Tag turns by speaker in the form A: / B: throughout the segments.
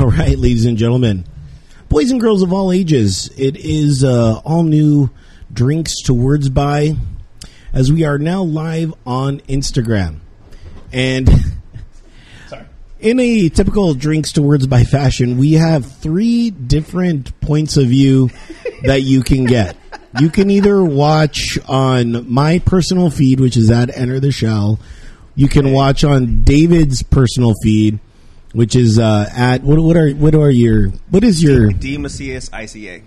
A: All right, ladies and gentlemen, boys and girls of all ages, it is uh, all new drinks to words by, as we are now live on Instagram, and
B: Sorry.
A: in a typical drinks to words by fashion, we have three different points of view that you can get. You can either watch on my personal feed, which is at Enter the Shell. You can watch on David's personal feed, which is uh, at what? What are what are your what is your?
B: D Macias ICA.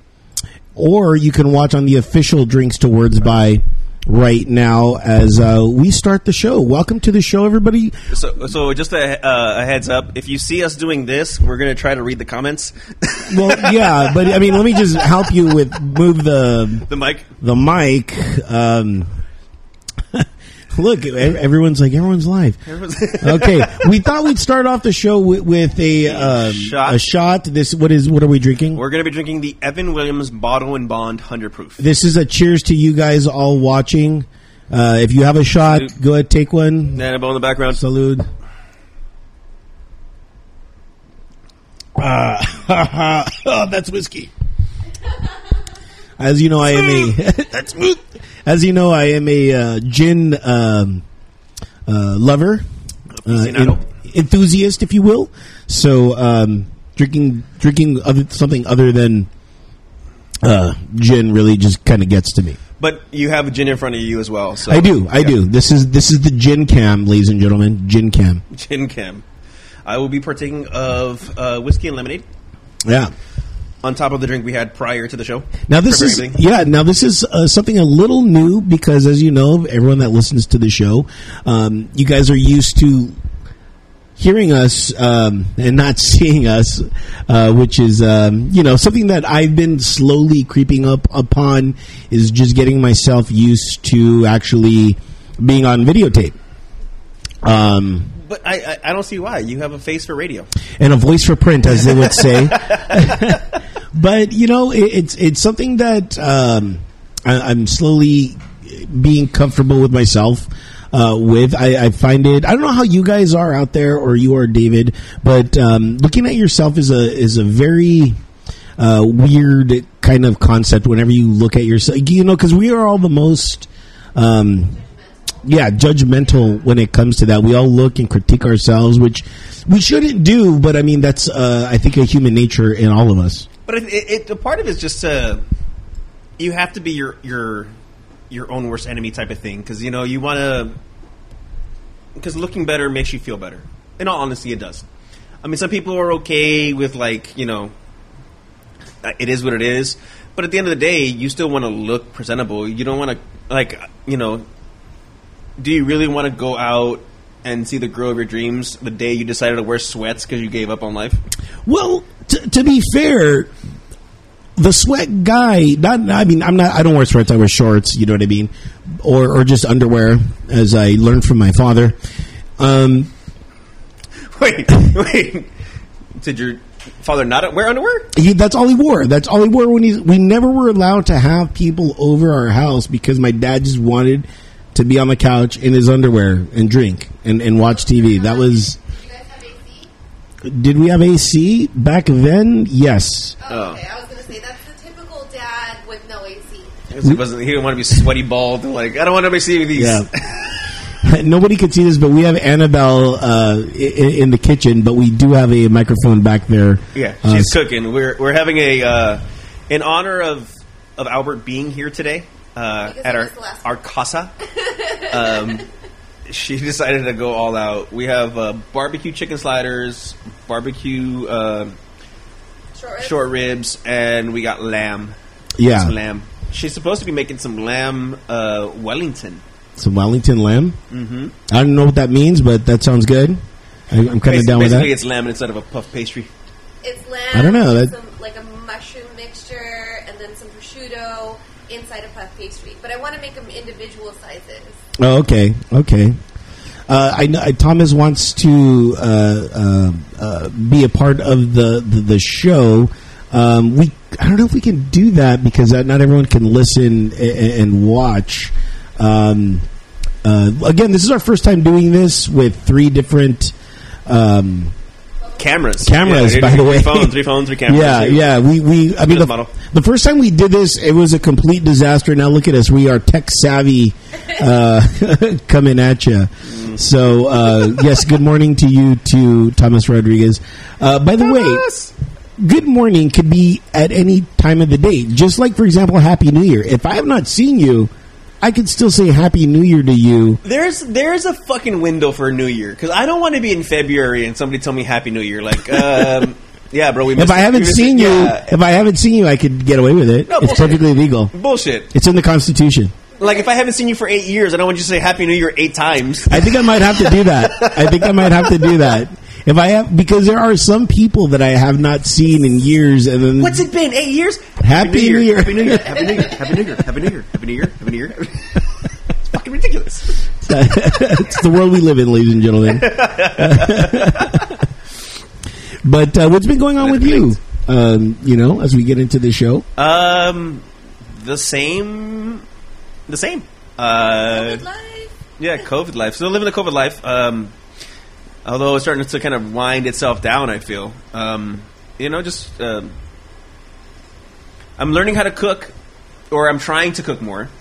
A: Or you can watch on the official drinks to words by right now as uh, we start the show. Welcome to the show, everybody.
B: So, so just a, uh, a heads up: if you see us doing this, we're gonna try to read the comments.
A: Well, yeah, but I mean, let me just help you with move the
B: the mic.
A: the mic. Um, look, e- everyone's like everyone's live. Okay, we thought we'd start off the show with, with a um,
B: Shot.
A: a shot. This what is what are we drinking?
B: we're gonna be drinking the Evan Williams Bottle and Bond Hundred Proof.
A: this is a cheers to you guys all watching. Uh, if you have a shot, go ahead, take one.
B: Nanabo in the background.
A: Salud. Ah, oh, that's whiskey. As you know, I am a that's as you know, I am a uh, gin um, uh, lover, uh,
B: Aficionado.
A: enthusiast, if you will. So um, drinking drinking other, something other than uh, gin really just kind of gets to me.
B: but you have a gin in front of you as well. So
A: I do, I
B: Yeah.
A: do. This is this is the gin cam, ladies and gentlemen. Gin cam.
B: Gin cam. I will be partaking of uh, whiskey and lemonade
A: Yeah.
B: on top of the drink we had prior to the show.
A: Now this
B: For
A: is
B: everything.
A: yeah. Now this is uh, something a little new because, as you know, everyone that listens to the show, um, you guys are used to hearing us um, and not seeing us, uh, which is um, you know something that I've been slowly creeping up upon is just getting myself used to actually being on videotape. Um,
B: But I, I, I don't see why you have a face for radio.
A: and a voice for print, as they would say. but you know, it, it's it's something that um, I, I'm slowly being comfortable with myself. Uh, with I, I find it. I don't know how you guys are out there, or you are David, but um, looking at yourself is a is a very uh, weird kind of concept. Whenever you look at yourself, you know, because we are all the most um, yeah, judgmental when it comes to that. We all look and critique ourselves, which we shouldn't do. But I mean, that's uh, I think a human nature in all of us.
B: But it, it, it, a part of it's just to you have to be your your your own worst enemy type of thing because you know you want to because looking better makes you feel better. In all honesty, it does. I mean, some people are okay with like you know uh, it is what it is, but at the end of the day, you still want to look presentable. You don't want to like you know. Do you really want to go out and see the girl of your dreams the day you decided to wear sweats because you gave up on life?
A: Well, t- to be fair, the sweat guy. Not, I mean, I'm not. I don't wear sweats. I wear shorts. You know what I mean, or or just underwear, as I learned from my father. Um,
B: Wait, wait. Did your father not wear underwear?
A: he, that's all he wore. That's all he wore when he. We never were allowed to have people over our house because my dad just wanted to be on the couch in his underwear and drink and, and watch TV. That was.
C: You guys have AC?
A: Did we have AC back then? Yes.
B: Oh.
C: Oh, okay. I was going to say that's the typical dad with no AC.
B: He wasn't. He didn't want to be sweaty bald. Like I don't want to see these.
A: Mm-hmm. Yeah. Nobody could see this, but we have Annabelle uh, in, in the kitchen, but we do have a microphone back there.
B: Yeah,
A: Uh,
B: she's cooking. We're we're having a uh, in honor of of Albert being here today uh,
C: Because
B: at
C: he
B: our
C: was the last
B: our casa. um, she decided to go all out. We have uh, barbecue chicken sliders, barbecue uh,
C: Short ribs?
B: short ribs, and we got lamb.
A: yeah.
B: Some lamb. She's supposed to be making some lamb uh, Wellington.
A: Some Wellington lamb. Mm-hmm. I don't know what that means, but that sounds good. I, I'm kind of
B: Basi-
A: down with that.
B: basically it's lamb instead of a puff pastry.
C: It's lamb.
A: I don't know,
C: with
A: that-
C: some, like a mushroom mixture and then some prosciutto inside a puff pastry. But I want to make them individual sizes.
A: Oh, okay, okay. Uh, I, know- I Thomas wants to uh, uh, uh, be a part of the the, the show. Um, we I don't know if we can do that because that not everyone can listen and, and watch. Um, uh, again, this is our first time doing this with three different. Um,
C: But
B: Cameras.
A: Cameras,
B: Yeah,
A: by the way.
B: Three phones, three phones, three cameras.
A: Yeah, yeah. We, we I mean,
B: Business
A: the,
B: model.
A: the first time we did this, it was a complete disaster. Now look at us. We are tech savvy uh, coming at you. So, uh, yes, good morning to you, to Thomas Rodriguez. Uh, by the
B: Thomas!
A: way, good morning could be at any time of the day. Just like, for example, Happy New Year. If I have not seen you, I could still say Happy New Year to you.
B: There's there's a fucking window for a New Year because I don't want to be in February and somebody tell me Happy New Year. Like, um, yeah, bro. We
A: If
B: missed
A: I
B: it.
A: haven't
B: We missed
A: seen
B: it.
A: you,
B: Yeah.
A: if I haven't seen you, I could get away with it.
B: No,
A: it's
B: bullshit.
A: perfectly legal.
B: bullshit.
A: It's in the Constitution.
B: Like, if I haven't seen you for eight years, I don't want you to say Happy New Year eight times.
A: I think I might have to do that. I think I might have to do that. If I have, because there are some people that I have not seen in years, and then
B: What's it been? Eight years?
A: Happy New Year.
B: Happy New Year. Happy New Year. Happy New Year. Happy New Year. Happy New Year. Happy New Year. It's fucking ridiculous.
A: it's the world we live in, ladies and gentlemen. but uh, what's been going on with you? Um, you know, as we get into the show,
B: Um, the same. The same. Uh,
C: Good life.
B: yeah, COVID life. Still living the COVID life. Um, although it's starting to kind of wind itself down. I feel. Um, you know, just um, I'm learning how to cook, or I'm trying to cook more.
C: We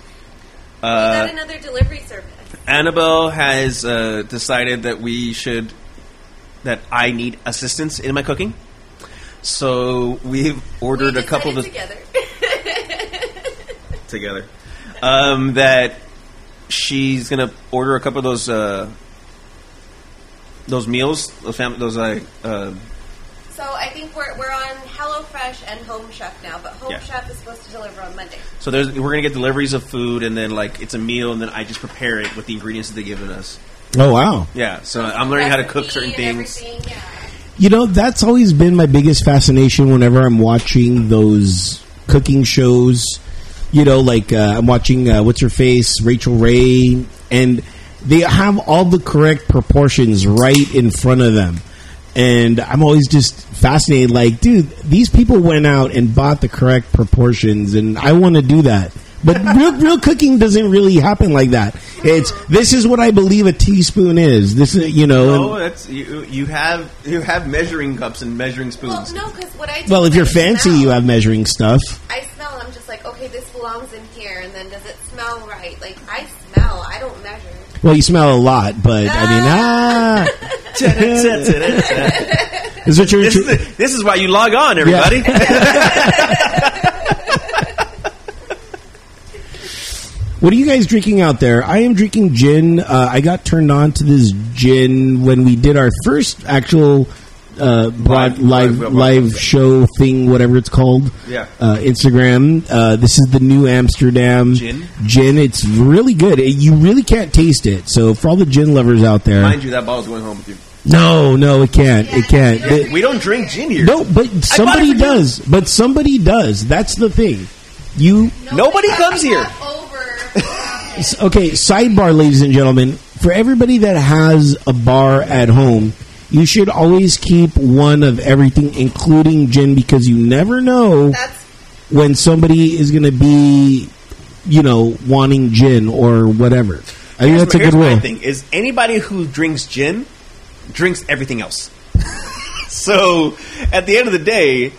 B: Uh,
C: got another delivery service.
B: Annabelle has uh, decided that we should that I need assistance in my cooking. So we've ordered
C: we
B: a couple of
C: decided together.
B: together. Um, that she's gonna order a couple of those uh, those meals, those fam- those like uh,
C: so I think we're we're on HelloFresh and Home Chef now, but Home
B: Yeah.
C: Chef is supposed to deliver on Monday.
B: so there's we're gonna get deliveries of food and then like it's a meal and then I just prepare it with the ingredients that they've given us.
A: oh wow,
B: Yeah, so I'm learning how to cook
C: Recipe
B: certain
C: and
B: things.
C: everything, yeah.
A: You know, that's always been my biggest fascination whenever I'm watching those cooking shows. You know, like uh, I'm watching uh, What's Her Face, Rachel Ray, and they have all the correct proportions right in front of them. And I'm always just fascinated, like, dude, these people went out and bought the correct proportions, and I want to do that. But real, real cooking doesn't really happen like that. It's this is what I believe a teaspoon is. This is, you know, and-
B: Oh, that's you. You have you have measuring cups and measuring spoons.
C: Well, no, because what I do
A: Well,
C: is
A: if
C: I
A: you're fancy,
C: smell.
A: you have measuring stuff.
C: I smell, and I'm just like, okay, this belongs in here. And then, does it smell right? Like I smell, I don't measure.
A: Well, you smell a lot, but I mean, ah,
B: this,
A: is what you're.
B: is the- this is why you log on, everybody.
A: what are you guys drinking out there? I am drinking gin. Uh, I got turned on to this gin when we did our first actual uh, broad, live
B: Live- live-
A: live, show thing, whatever it's called.
B: Yeah.
A: Uh, Instagram. Uh, this is the new Amsterdam
B: Gin?
A: Gin. It's really good. It- you really can't taste it. So for all the gin lovers out there,
B: Mind you, that bottle's going home with you.
A: no, no, it can't. It can't. It-
B: We don't drink gin here.
A: No, but
B: for
A: somebody
B: you.
A: does. But somebody does. That's the thing. You
B: Nobody comes here.
C: Over.
A: s- okay? Sidebar, ladies and gentlemen. For everybody that has a bar at home, you should always keep one of everything, including gin, because you never know
C: That's
A: when somebody is going to be, you know, wanting gin or whatever. I think
B: Here's
A: that's
B: my-
A: a
B: here's
A: good
B: my
A: rule.
B: thing is anybody who drinks gin drinks everything else. so at the end of the day,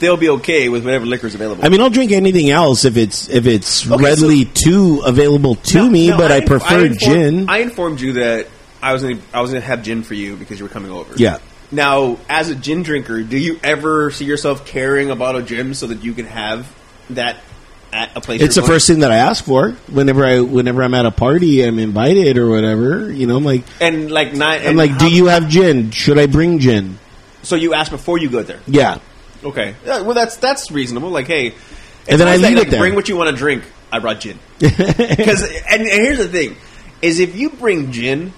B: they'll be okay with whatever liquor's available.
A: I mean, I'll drink anything else if it's if it's
B: Okay, so-
A: readily too available to
B: No,
A: me,
B: no,
A: but I,
B: inf-
A: prefer
B: inform-
A: gin.
B: I informed you that I was gonna, I was going to have gin for you because you were coming over.
A: Yeah.
B: Now, as a gin drinker, do you ever see yourself carrying a bottle of gin so that you can have that at a place?
A: It's the
B: you're going?
A: first thing that I ask for whenever I whenever I'm at a party, I'm invited or whatever. You know, I'm like
B: and like not.
A: I'm like, do you have gin? Should I bring gin?
B: So you ask before you go there.
A: Yeah,
B: Okay. Yeah, well, that's that's reasonable. Like, hey,
A: And then I
B: it's like,
A: leave it
B: like,
A: there.
B: Bring what you want to drink. I brought gin. Because and, and here's the thing: is if you bring gin,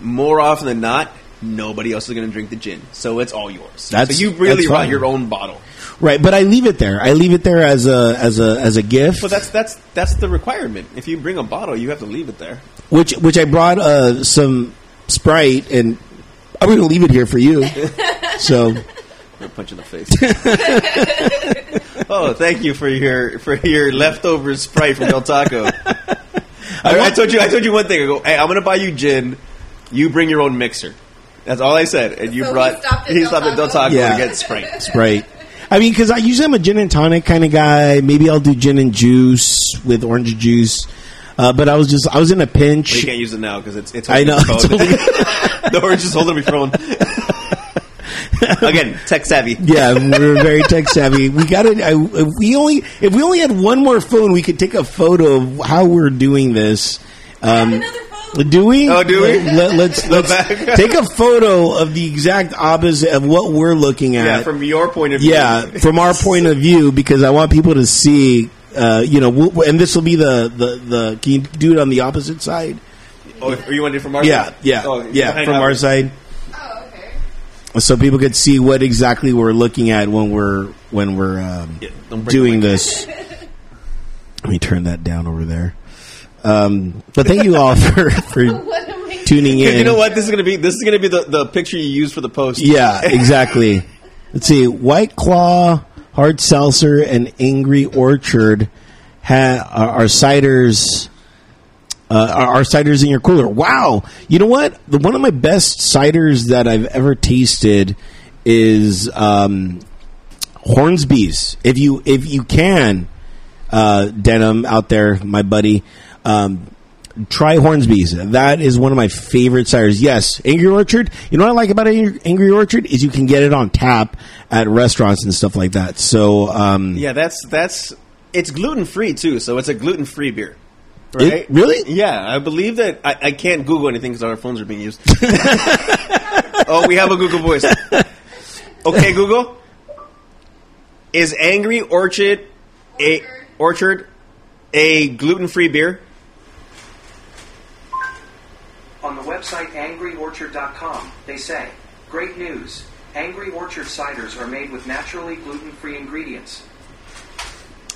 B: more often than not, nobody else is going to drink the gin, so it's all yours.
A: That's-
B: so you really
A: that's
B: brought
A: fine.
B: your own bottle.
A: right. But I leave it there. I leave it there as a as a as a gift,
B: But that's that's that's the requirement. If you bring a bottle, you have to leave it there.
A: which which I brought uh, some Sprite, and I'm going to leave it here for you. so
B: I'm gonna punch you in the face. oh, thank you for your for your leftover sprite from Del Taco. I, I told you I told you one thing. I go, hey, I'm gonna buy you gin. You bring your own mixer.
D: That's all I said. And you
C: So he
D: brought
C: stopped at
D: he
C: Del
D: stopped at Del
C: Taco.
D: Taco
A: Yeah.
D: to get Sprite.
A: Right. I mean, because I usually am a gin and tonic kind of guy. Maybe I'll do gin and juice with orange juice. Uh, but I was just I was in a
B: But
A: pinch.
B: you can't use it now because it's it's
A: I know.
B: holding your phone.
A: Totally.
B: the orange is holding your phone. Again, tech savvy.
A: yeah, we're very tech savvy. We got to. I- if We only if we only had one more phone, we could take a photo of how we're doing this.
C: have
A: Um,
C: another phone.
A: do we?
D: Oh, do we?
A: Let, us
D: The
A: let's
D: back.
A: take a photo of the exact opposite of what we're looking at.
D: Yeah, from your point of view.
A: yeah, from our point of view, because I want people to see, uh, you know, we'll, and this will be the, the, the, can you do it on the opposite side?
D: Oh, if- you want to do it from our
A: Yeah,
D: side?
A: yeah,
D: Oh,
A: yeah,
D: hang
A: from
D: on.
A: our side.
C: Oh, okay.
A: So people could see what exactly we're looking at when we're, when we're um,
B: Yeah, don't break
A: doing this. Let me turn that down over there. Um, but thank you all for, for
C: What am I?
A: tuning in.
D: You know what? This is gonna be this is gonna be the, the picture you use for the post.
A: Yeah, exactly. Let's see. White Claw, Hard Seltzer, and Angry Orchard ha- are, are ciders. Uh, are, are ciders in your cooler? Wow! You know what? The, one of my best ciders that I've ever tasted is um, Hornsby's. If you if you can, uh, Denim out there, my buddy. Um, try Hornsby's. That is one of my favorite ciders. Yes, Angry Orchard. You know what I like about Angry Angry Orchard is you can get it on tap at restaurants and stuff like that. So um,
B: Yeah, that's that's it's gluten free too, so it's a gluten free beer.
A: it-
B: Right?
A: really,
B: Yeah, I believe that I, I can't Google anything because our phones are being used. oh, we have a Google voice. Okay, Google. Is Angry Orchard a orchard a gluten free beer?
E: On the website angryorchard.com, they say, Great news! Angry Orchard ciders are made with naturally gluten free ingredients.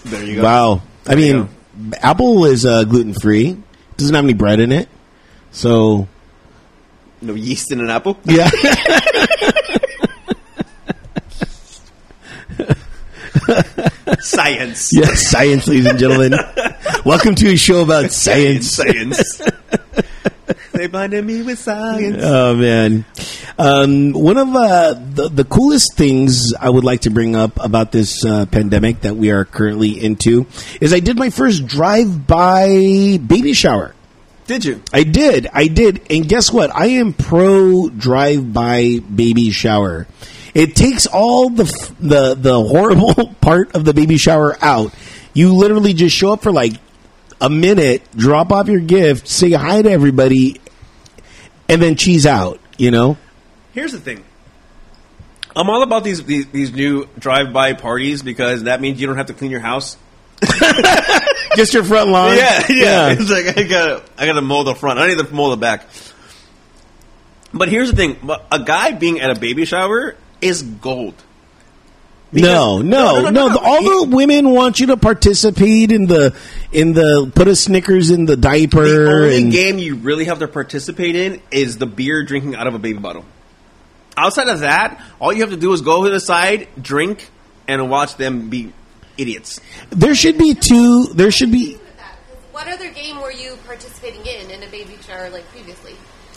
B: There you go.
A: wow. I mean,
B: you
A: apple is uh, gluten free. Doesn't have any bread in it, so
B: No yeast in an apple.
A: yeah.
B: Science.
A: Yes, science, ladies and gentlemen. Welcome to a show about science.
B: Science. they blinded me with science.
A: Oh man, um, one of uh, the the coolest things I would like to bring up about this uh, pandemic that we are currently into is I did my first drive-by baby shower.
B: Did you?
A: I did. I did. And guess what? I am pro drive by baby shower. It takes all the f- the the horrible part of the baby shower out. You literally just show up for like a minute, drop off your gift, say hi to everybody, and then cheese out. You know?
B: Here's the thing. I'm all about these these, these new drive-by parties because that means you don't have to clean your house.
A: Just your front lawn.
B: Oh, yeah, yeah. It's like I gotta, I gotta mow the front. I need to mow the back. But here's the thing: a guy being at a baby shower is gold.
A: No, no, no.
B: no, no, no.
A: The- All the women want you to participate in the in the put a Snickers in the diaper
B: The only
A: and
B: game you really have to participate in is the beer drinking out of a baby bottle. Outside of that, all you have to do is go to the side, drink, and watch them be idiots.
A: There should be two. There should be.
C: with that? 'Cause What other game were you participating in in a baby shower like previously?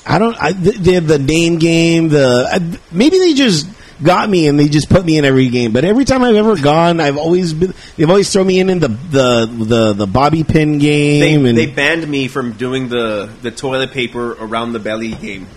A: I don't. I, th- they have the name game. The I, maybe they just got me and they just put me in every game. But every time I've ever gone, I've always been. They've always thrown me in in the the the, the bobby pin
B: They,
A: game and
B: they banned me from doing the, the toilet paper around the belly game.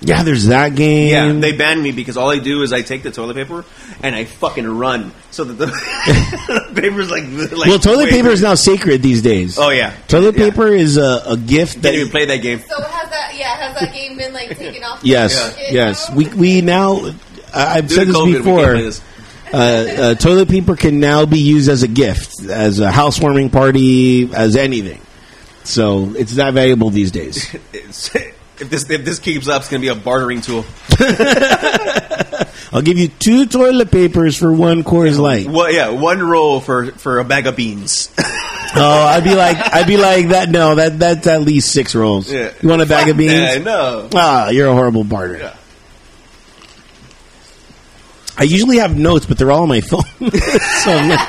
A: yeah. There's that game.
B: Yeah, they ban me because all I do is I take the toilet paper and I fucking run so that the, the paper's like, like
A: well, toilet
B: wait,
A: paper is now sacred these days.
B: Oh, yeah.
A: toilet
B: Yeah.
A: paper is a, a gift
B: Didn't even
A: that.
B: play that game.
C: So has that yeah has that game been like taken off?
A: Yes,
C: Yeah.
A: yes. We we now. I, I've
B: Due
A: said
B: to
A: this
B: COVID, we can't
A: before.
B: play this.
A: uh, uh, toilet paper can now be used as a gift, as a housewarming party, as anything. So it's that valuable these days.
B: It's- if this if this keeps up, it's gonna be a bartering tool.
A: I'll give you two toilet papers for one Coors Light.
B: Well, yeah, one roll for for a bag of beans.
A: Oh, I'd be like, I'd be like that. No, that that's at least six rolls.
B: Yeah.
A: You want a bag of beans?
B: Yeah, no.
A: Ah, you're a horrible barter.
B: Yeah.
A: I usually have notes, but they're all on my phone. so I'm like-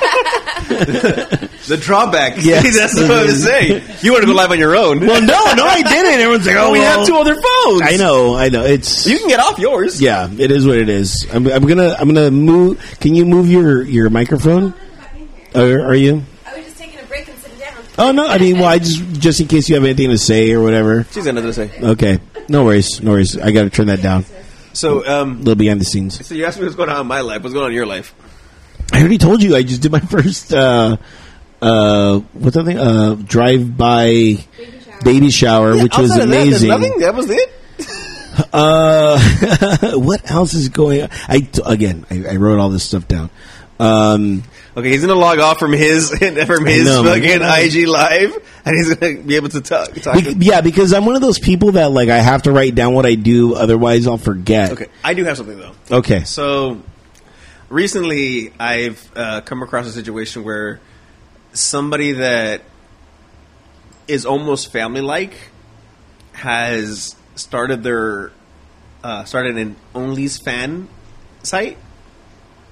B: The drawback.
A: Yes.
B: See, that's what I was saying. You want to go live on your own.
A: Well, no, no, I didn't. Everyone's like, oh,
B: we
A: well.
B: have two other phones.
A: I know, I know. It's
B: You can get off yours.
A: yeah, it is what it is. I'm, I'm gonna, I'm gonna move. Can you move your your microphone? Or are you?
C: I was just taking a break and sitting down.
A: Oh no, I mean, well, I just just in case you have anything to say or whatever.
B: She's another to say.
A: Okay, no worries, no worries. I got to turn that down.
B: So,
A: A
B: um,
A: little behind the scenes.
B: so you asked me what's going on in my life. What's going on in your life?
A: I already told you. I just did my first uh, uh, what's that thing? Uh, drive by
C: Baby shower.
A: baby shower, which was
B: Outside of that, there's
A: amazing.
B: nothing. That was it.
A: Uh, what else is going? on? I t- again, I, I wrote all this stuff down. Um,
B: Okay, he's gonna log off from his from his
A: know, man.
B: fucking IG live, and he's gonna be able to talk. talk
A: be- yeah, because I'm one of those people that like I have to write down what I do, otherwise I'll forget.
B: okay, I do have something though.
A: Okay.
B: So recently, I've uh, come across a situation where somebody that is almost family like has started their uh, started an Only's fan site.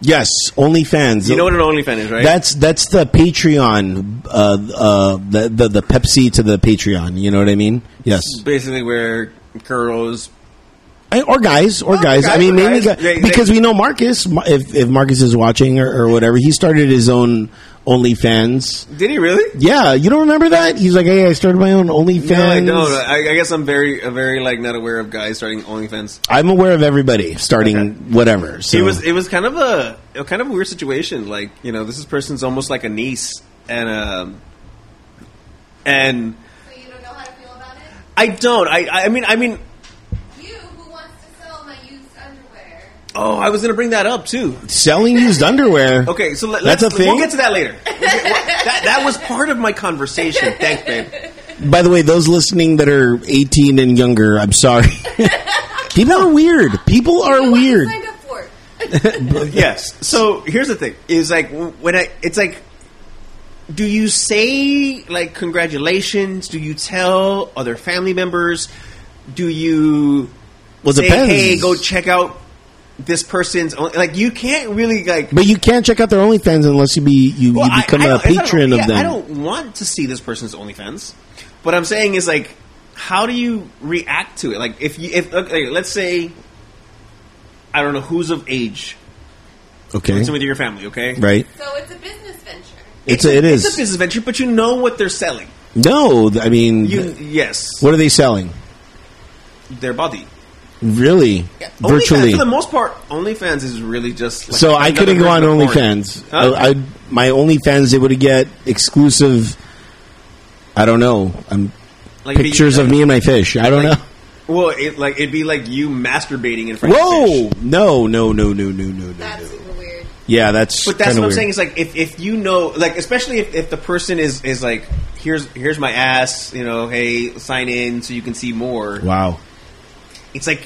A: Yes, OnlyFans.
B: You know what an OnlyFan is, right?
A: That's that's the Patreon, uh, uh, the, the the Pepsi to the Patreon. You know what I mean? Yes,
B: basically where girls
A: I- or guys, or
B: Oh,
A: guys.
B: guys,
A: I mean,
B: or
A: mainly guy-
B: guys. They- they-
A: because we know Marcus. Ma- If if Marcus is watching or, or whatever, he started his own OnlyFans.
B: did he really?
A: Yeah, you don't remember that? He's like, hey, I started my own OnlyFans.
B: No, I don't. I, I guess I'm very, uh, very like not aware of guys starting OnlyFans.
A: I'm aware of everybody starting
B: Okay.
A: whatever. So
B: It was, it was kind of a, a kind of weird situation. Like you know, this is person's almost like a niece, and um, and
C: So you don't know how to feel about it?
B: I don't. I, I mean, I mean.
C: You, who wants to sell my used underwear?
B: Oh, I was gonna bring that up too.
A: selling used underwear.
B: Okay, so let,
A: That's
B: let's
A: a thing?
B: we'll get to that later. We'll get- well, that, that was part of my conversation. Thanks, babe.
A: By the way, those listening that are 18 and younger, I'm sorry. People are weird. People
C: You
A: are
C: know what you
A: weird.
C: signed up for.
B: Yes. So here's the thing: is like when I, it's like do you say like congratulations? Do you tell other family members? Do you
A: Well, it
B: say,
A: depends.
B: hey, go check out this person's own-" like you can't really like
A: But you can't check out their OnlyFans unless you be you,
B: Well,
A: you
B: I-
A: become
B: I
A: a
B: don't- it's not-
A: patron
B: yeah,
A: of them.
B: I don't want to see this person's OnlyFans. What I'm saying is like, how do you react to it? Like if you if okay, let's say I don't know who's of age.
A: okay,
B: It's with your family, okay?
A: right?
C: So it's a business venture.
A: It's a, it
B: It's a
A: is
B: business venture, but you know what they're selling.
A: no. th- I mean,
B: You yes,
A: what are they selling?
B: their body.
A: Really,
B: OnlyFans,
A: virtually.
B: for the most part, OnlyFans is really just. Like
A: so I
B: another
A: couldn't go on
B: version of porn.
A: OnlyFans.
B: Huh?
A: I, I my OnlyFans they would get exclusive. I don't know. I'm
B: Like, but you-
A: pictures of me and my fish. I don't know.
B: Well, it, like it'd be like you masturbating in front of fish.
A: Whoa! No, no, no, no, no, no, no.
C: That's super weird.
A: Yeah, that's.
B: But that's
A: kinda
B: what I'm
A: weird.
B: saying. Is like if, if you know, like especially if, if the person is is like here's here's my ass, you know, hey, sign in so you can see more.
A: Wow.
B: It's like,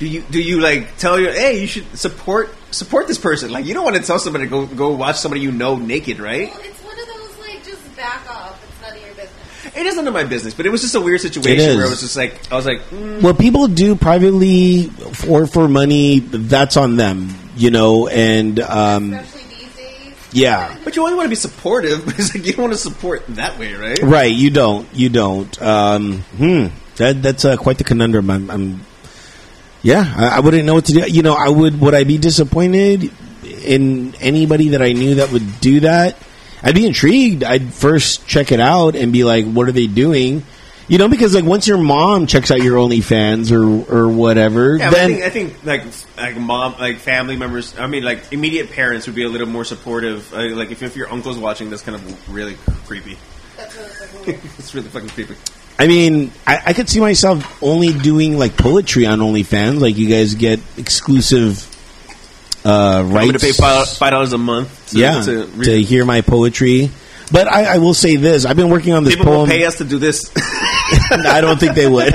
B: do you do you like tell your hey, you should support support this person? Like you don't want to tell somebody to go go watch somebody you know naked, right?
C: Well, it's one of those like just back off. It's none of your business.
B: It is none of my business, but it was just a weird
A: It is.
B: situation where I was just like I was like, mm,
A: What people do privately or for money, that's on them, you know. And um,
C: Especially these days.
A: yeah,
B: but you only want to be supportive. But it's like you don't want to support that way, right?
A: right. You don't. You don't. Um, hmm. That that's uh, quite the conundrum. I'm. I'm yeah, I, I wouldn't know what to do. You know, I would. Would I be disappointed in anybody that I knew that would do that? I'd be intrigued. I'd first check it out and be like, "What are they doing?" You know, because like once your mom checks out your OnlyFans or or whatever,
B: Yeah, but
A: then
B: I, think, I think like like mom like family members. I mean like immediate parents would be a little more supportive. Uh, like if, if your uncle's watching, that's kind of really creepy.
C: That's what it's like. weird.
B: It's really fucking creepy.
A: I mean, I, I could see myself only doing like poetry on OnlyFans. Like you guys get exclusive uh, rights.
B: I'm gonna pay five five dollars a month. To,
A: yeah,
B: to
A: to,
B: read.
A: hear my poetry. But I, I will say this: I've been working on this
B: people will
A: poem.
B: pay us to do this.
A: I don't think they would.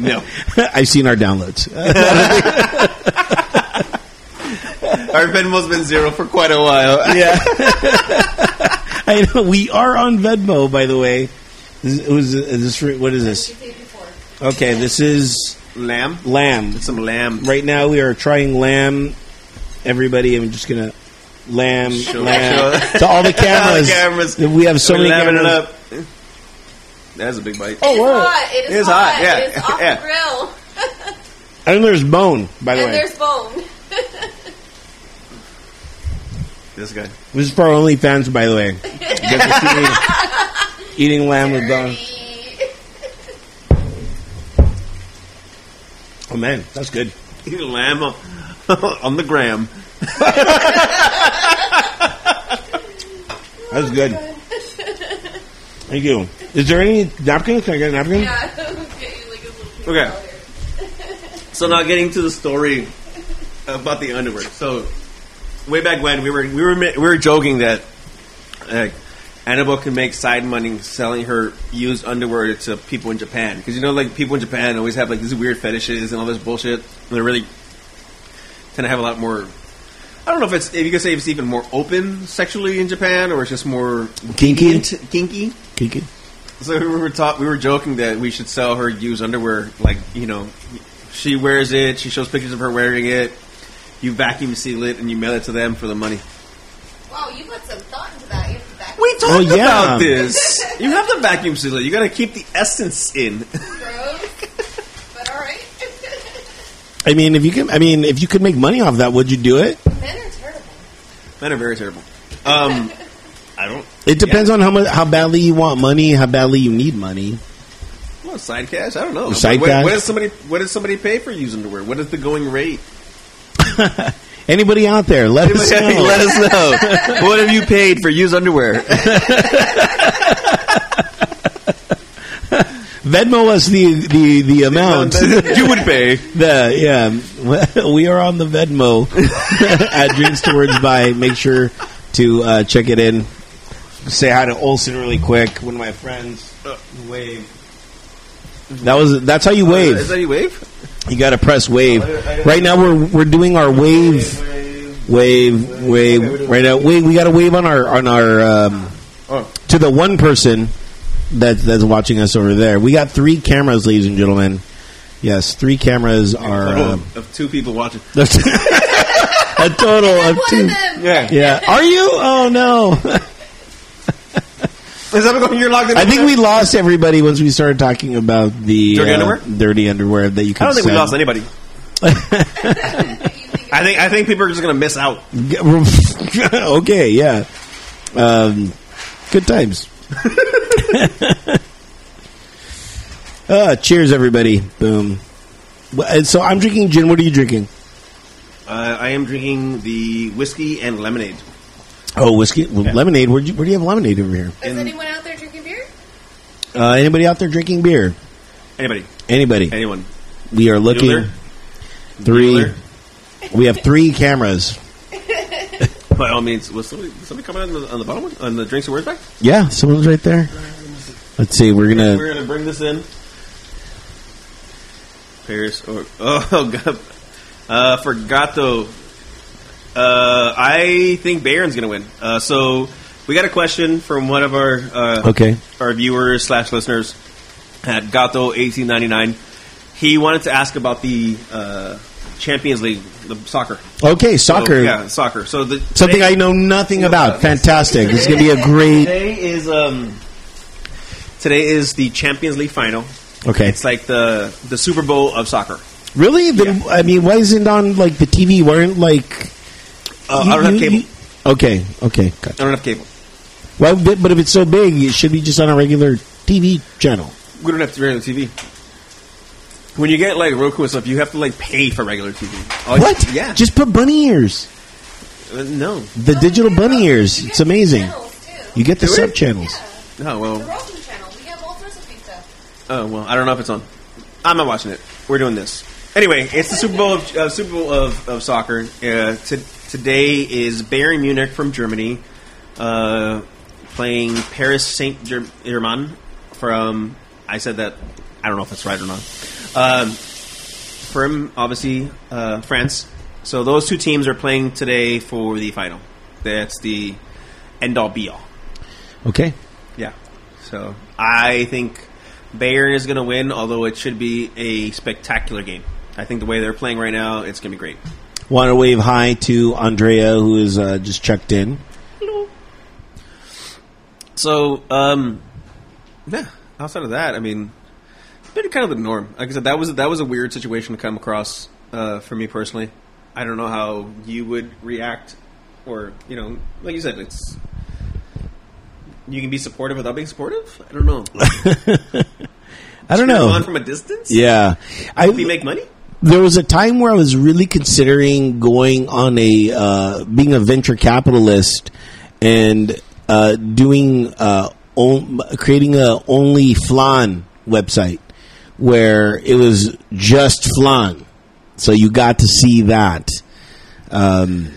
B: no,
A: I've seen our downloads.
B: our Venmo's been zero for quite a while.
A: yeah, I know we are on Venmo. By the way, Is- it was is this for- what is
C: You
A: this?
C: say before.
A: Okay, this is
B: Lamb,
A: lamb.
B: some lamb.
A: Right now we are trying lamb. Everybody, I'm just gonna lamb,
B: Sure.
A: lamb.
B: Sure.
A: To all the cameras.
B: cameras.
A: We have so
B: We're
A: many
B: lapping
A: cameras.
B: it up. That's a big bite.
C: It is
A: word.
C: hot. It is, hot. Yeah. It is off
B: yeah.
C: the grill.
A: And there's bone, by the
C: and
A: way.
C: there's bone.
B: This guy.
A: This is for our OnlyFans, by the way. You get to see me eating lamb with bone.
C: Dirty.
A: Oh man, that's good.
B: Lamb on, on the gram.
A: That's good. Thank you. Is there any napkin? Can I get a napkin?
C: Yeah. Get you like a little piece
B: Okay.
C: of powder.
B: So now getting to the story about the underwear. So way back when we were we were ma- we were joking that like Annabelle can make side money selling her used underwear to people in Japan because you know like people in Japan always have like these weird fetishes and all this bullshit. And they're really tend to have a lot more. I don't know if it's if you could say it's even more open sexually in Japan or it's just more
A: Kinky?
B: int- kinky.
A: Kinky.
B: So we were taught, we were joking that we should sell her used underwear. Like you know, she wears it. She shows pictures of her wearing it. You vacuum seal it and you mail it to them for the money.
C: Wow, you put some thought into that. You have to back
B: We talked
A: Oh, yeah.
B: about this. You have to vacuum seal it. You got to keep the essence in.
C: gross. but all right.
A: I mean, if you can, I mean, if you could make money off that, would you do it?
C: Men are terrible.
B: Men are very terrible. Um, I don't.
A: It depends on how much, how badly you want money, how badly you need money.
B: Well, side cash. I don't know.
A: Side
B: what,
A: cash?
B: What does somebody? What does somebody pay for used underwear? What is the going rate?
A: Anybody out there? Let us know.
B: Let us know. what have you paid for used underwear?
A: Venmo us the the the amount.
B: you would pay.
A: The yeah, we are on the Venmo at Dreams to Words by. Make sure to uh, check it in. Say hi to Olson really quick. One of my friends wave. That was that's how you
B: Is
A: wave.
B: that you wave?
A: You got to press wave. Right now we're we're doing our wave, wave, wave. Right now we we got to wave on our on our um,
B: Oh.
A: to the one person that that's watching us over there. We got three cameras, ladies and gentlemen. Yes, three cameras are.
B: Oh,
A: Um,
B: of two people watching.
A: a total of
C: One
A: two.
C: of them.
B: Yeah.
A: Yeah. Are you? Oh no!
B: Is that going? You're locked in.
A: I think we lost everybody once we started talking about the
B: Dirty
A: uh,
B: underwear?
A: dirty underwear that you. Can
B: I don't think we
A: sell.
B: lost anybody. I think I think people are just going to miss out.
A: okay, yeah. Um, good times. uh, cheers, everybody! Boom. Well, and So I'm drinking gin. What are you drinking?
B: Uh, I am drinking the whiskey and lemonade.
A: Oh, whiskey, well, lemonade. Where do you, where do you have lemonade over here?
C: Is anyone out there drinking beer?
A: Uh, anybody out there drinking beer?
B: Anybody,
A: Anybody?
B: anyone?
A: We are looking.
B: Bueller?
A: Three.
B: Bueller?
A: We have three cameras.
B: By all means, was somebody somebody coming on the, on the bottom one on the drinks and words back?
A: Yeah, someone's right there. Let's see. We're gonna.
B: We're going to bring this in. Paris or oh, oh god, uh, forgot though. Uh, I think Bayern's going to win. Uh, so we got a question from one of our uh,
A: Okay.
B: our viewers slash listeners at Gato eighteen ninety nine. He wanted to ask about the uh, Champions League, the soccer,
A: Okay,
B: So,
A: soccer.
B: yeah, soccer. So the
A: Something
B: today,
A: I know nothing about.
B: about.
A: Fantastic. This is gonna be a great.
B: today is um today is the Champions League final.
A: Okay.
B: It's like the the Super Bowl of soccer.
A: Really? Then I mean, why isn't on like the TV? Weren't like.
B: Uh,
A: you-
B: I don't have
A: you-
B: cable.
A: you- okay. Okay. Gotcha.
B: I don't have cable.
A: Well, but but if it's so big, it should be just on a regular TV channel.
B: We don't have to regular TV. When you get like Roku and stuff, you have to like pay for regular TV. All you-
A: What?
B: Oh, Yeah.
A: Just put bunny ears.
B: Uh, no.
A: The digital bunny ears. It's amazing. You get the
B: Do it?
A: sub channels.
B: No.
C: The
B: Well.
C: Rogan channel. We have all sorts of free stuff.
B: Oh well. I don't know if it's on. I'm not watching it. We're doing this anyway. It's the Super Bowl of uh, Super Bowl of, of soccer. Uh, to, today is Bayern Munich from Germany uh, playing Paris Saint Germ- Germain from. I said that. I don't know if that's right or not. Um, from obviously uh, France. So those two teams are playing today for the final. That's the end all be all.
A: Okay.
B: Yeah. So I think Bayern is going to win, although it should be a spectacular game. I think the way they're playing right now, it's going to be great.
A: Want to wave hi to Andrea, who is uh, just checked in.
B: So, um, yeah. Outside of that, I mean, it's been kind of the norm. Like I said, that was that was a weird situation to come across uh, for me personally. I don't know how you would react, or you know, like you said, it's you can be supportive without being supportive. I don't know.
A: I don't
B: On
A: know.
B: from a distance.
A: Yeah, I
B: We make money.
A: there was a time where I was really considering going on a uh, being a venture capitalist and uh, doing uh, on, creating a only flan website where it was just flan, so you got to see that. Um,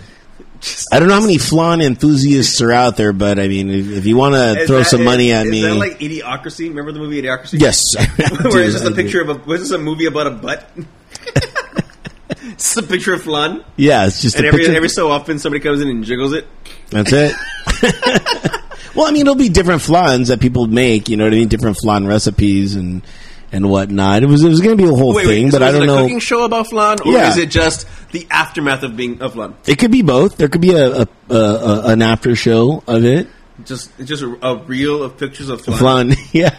A: I don't know how many flan enthusiasts are out there, but I mean, if, if you want to
B: Is
A: throw
B: that-
A: some
B: is-
A: money at
B: is
A: me,
B: that like Idiocracy? Remember the movie Idiocracy?
A: yes,
B: Where it's just a picture of a was this a movie about a butt? it's a picture of flan,
A: Yeah, it's just
B: and
A: a
B: every
A: picture.
B: every so often somebody comes in and jiggles it.
A: That's it. well, I mean, it'll be different flans that people make. You know what I mean? Different flan recipes and and whatnot. It was it was going to be a whole thing,
B: so
A: but I
B: is it
A: don't
B: a
A: know.
B: Cooking show about flan, or
A: Yeah.
B: is it just the aftermath of being of flan?
A: It could be both. There could be a, a, a, a an after show of it.
B: Just it's just a, a reel of pictures of flan.
A: Flan, yeah,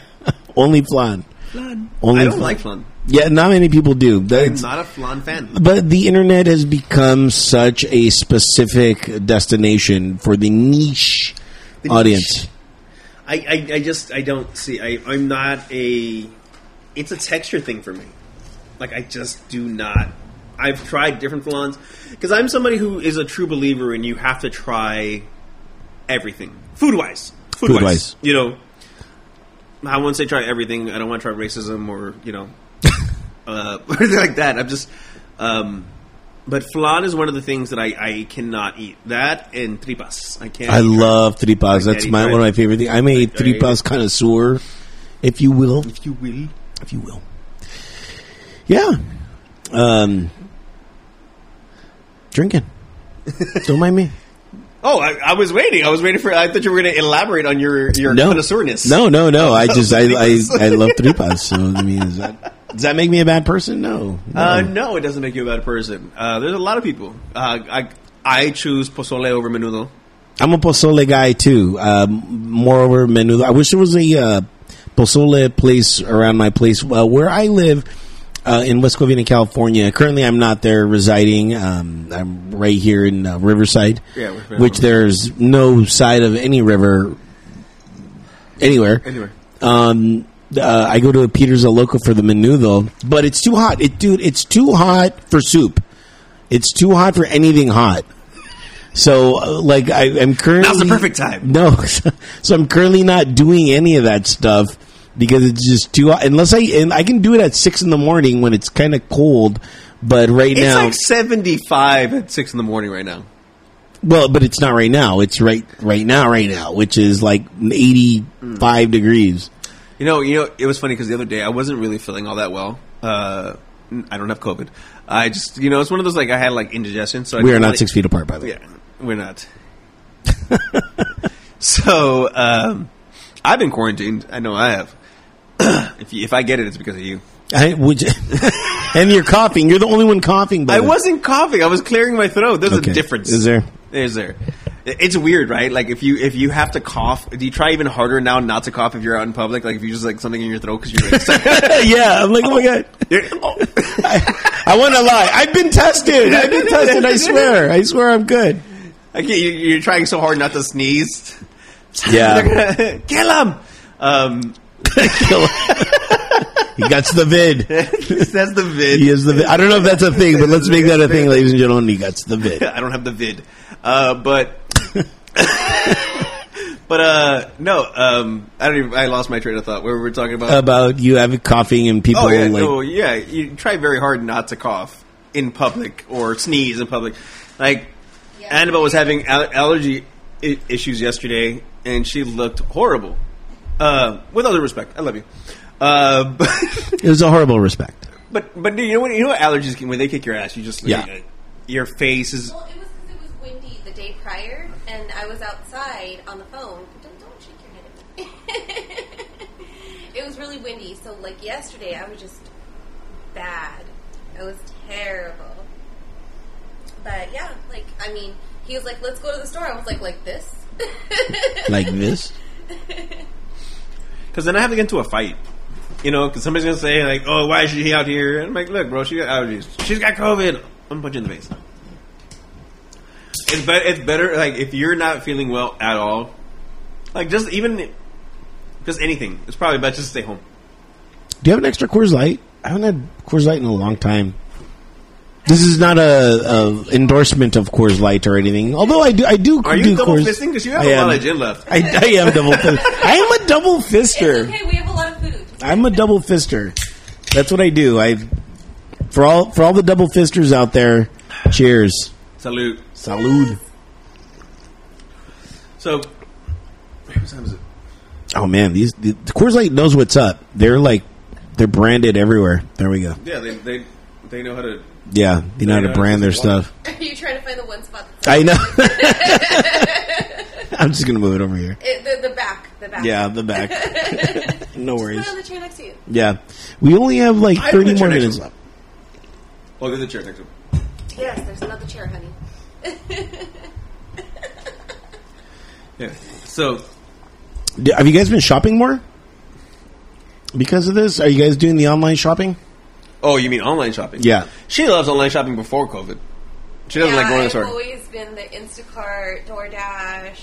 A: only flan. Only
B: I don't
A: flan.
B: like flan.
A: Yeah, not many people do.
B: I'm
A: That's,
B: not a flan fan.
A: but the internet has become such a specific destination for the niche
B: The
A: audience.
B: I, I, I just I don't see. I I'm not a. It's a texture thing for me. Like I just do not. I've tried different flans because I'm somebody who is a true believer, and you have to try everything food wise. Food
A: Food-wise.
B: wise, you know. I won't say try everything. I don't want to try racism or you know, uh, or anything like that. I'm just. Um, but flan is one of the things that I, I cannot eat. That and tripas, I can't.
A: I
B: eat
A: love tripas. That's
B: Spaghetti
A: my one of my favorite things. I'm a tripas connoisseur, if you will,
B: If you will.
A: if you will. Yeah, um, drinking. Don't mind me.
B: Oh, I, I was waiting. I was waiting for. I thought you were going to elaborate on your your
A: No,
B: connoisseurness.
A: no, no, no. I just I I, I love tripas. So I mean, is that, does that make me a bad person? No. no.
B: Uh, no, it doesn't make you a bad person. Uh, there's a lot of people. Uh, I I choose pozole over menudo.
A: I'm a pozole guy too. Um, moreover, menu. I wish there was a uh, pozole place around my place uh, where I live uh, in West Covina, California. Currently, I'm not there residing. Um, I'm right here in uh, Riverside,
B: Yeah, we're-
A: which there's no side of any river anywhere.
B: Anywhere.
A: Um, uh, I go to a Peter's El Loco for the menudo, but it's too hot. It, dude, it's too hot for soup. It's too hot for anything hot. So, uh, like, I, I'm currently
B: Now's the perfect time.
A: No, so I'm currently not doing any of that stuff because it's just too hot. Unless I and I can do it at six in the morning when it's kind of cold. But right
B: It's
A: now,
B: like 75 at six in the morning right now.
A: well, but it's not right now. It's right right now, right now, which is like 85 degrees.
B: You know, you know, it was funny because the other day I wasn't really feeling all that well. Uh, n- I don't have COVID. I just, you know, it's one of those like I had like indigestion. So I
A: We are
B: didn't
A: not
B: really-
A: six feet apart, by the way.
B: Yeah, we're not. so um, I've been quarantined. I know I have. if you, if I get it, it's because of you.
A: I would, and you're coughing. You're the only one coughing.
B: I
A: But
B: wasn't coughing. I was clearing my throat. There's
A: Okay.
B: a difference.
A: Is there?
B: Is there? I- It's weird, right? Like if you if you have to cough, do you try even harder now not to cough if you're out in public? Like if you just like something in your throat because you're excited.
A: yeah, I'm like, oh my god. I, I want to lie. I've been tested. I've been tested. I swear. I swear I'm good.
B: like you, you're trying so hard not to sneeze.
A: Yeah,
B: Kill him. Um,
A: he got the vid.
B: that's the vid.
A: He is the. Vid. I don't know if that's a thing, but let's make that a thing, ladies and gentlemen. He got the vid.
B: I don't have the vid, uh, but but uh, no, um, I don't. Even, I lost my train of thought. Where we were talking about?
A: About you having coughing and people
B: oh yeah,
A: like.
B: no, yeah. You try very hard not to cough in public or sneeze in public. Like
C: Yeah.
B: Annabelle was having al- allergy I- issues yesterday, and she looked horrible. Uh, with all due respect, I love you. Uh,
A: It was a horrible respect.
B: but but you know what? You know what allergies can when they kick your ass. You just
A: Yeah.
B: Your face is
C: Well, it was because it was windy the day prior, and I was outside on the phone. Don't, don't shake your head. it was really windy, so like yesterday, I was just bad. It was terrible. But Like, I mean, he was like, let's go to the store. I was like, like this?
A: like this.
B: Because then I have to get into a fight. You know, because somebody's going to say, like, oh, why is she out here? And I'm like, look, bro, she got allergies. She's got COVID. I'm punching the face. It's, be- it's better, like, if you're not feeling well at all, like, just even, just anything. It's probably best just to stay home.
A: Do you have an extra Coors Light? I haven't had Coors Light in a long time. This is not a, a endorsement of Coors Light or anything. Although I do, I do.
B: Are
A: do
B: you double
A: Coors-
B: fisting? Because you have
A: I
B: a
A: am.
B: lot of gin left.
A: I, I am double. Fist. I am a double fister.
C: It's okay. We have a lot of food.
A: I'm a double fister. That's what I do. I for all for all the double fisters out there. Cheers.
B: Salute.
A: Salud.
B: So, what time is it?
A: Oh man, these the, the Coors Light knows what's up. They're like they're branded everywhere. There we go.
B: Yeah, they, they, they know how to.
A: Yeah, they know how to brand their stuff.
C: Are you trying to find the one spot? That's
A: I know. I'm just gonna move it over here.
C: it, the, the back. The back.
A: Yeah, the back. no
C: Put
A: worries.
C: it on the chair next to you.
A: Yeah, we only have like
B: I have
A: 30
B: the
A: more
B: chair next
A: minutes
B: to me.
A: left.
B: Oh, they're the chair next to them.
C: Yes, there's another chair, honey.
B: Yeah. So,
A: D- Have you guys been shopping more because of this? Are you guys doing the online shopping?
B: oh, you mean online shopping?
A: Yeah.
B: She loves online shopping before COVID. She doesn't like going to the store.
C: I've always been the Instacart, DoorDash.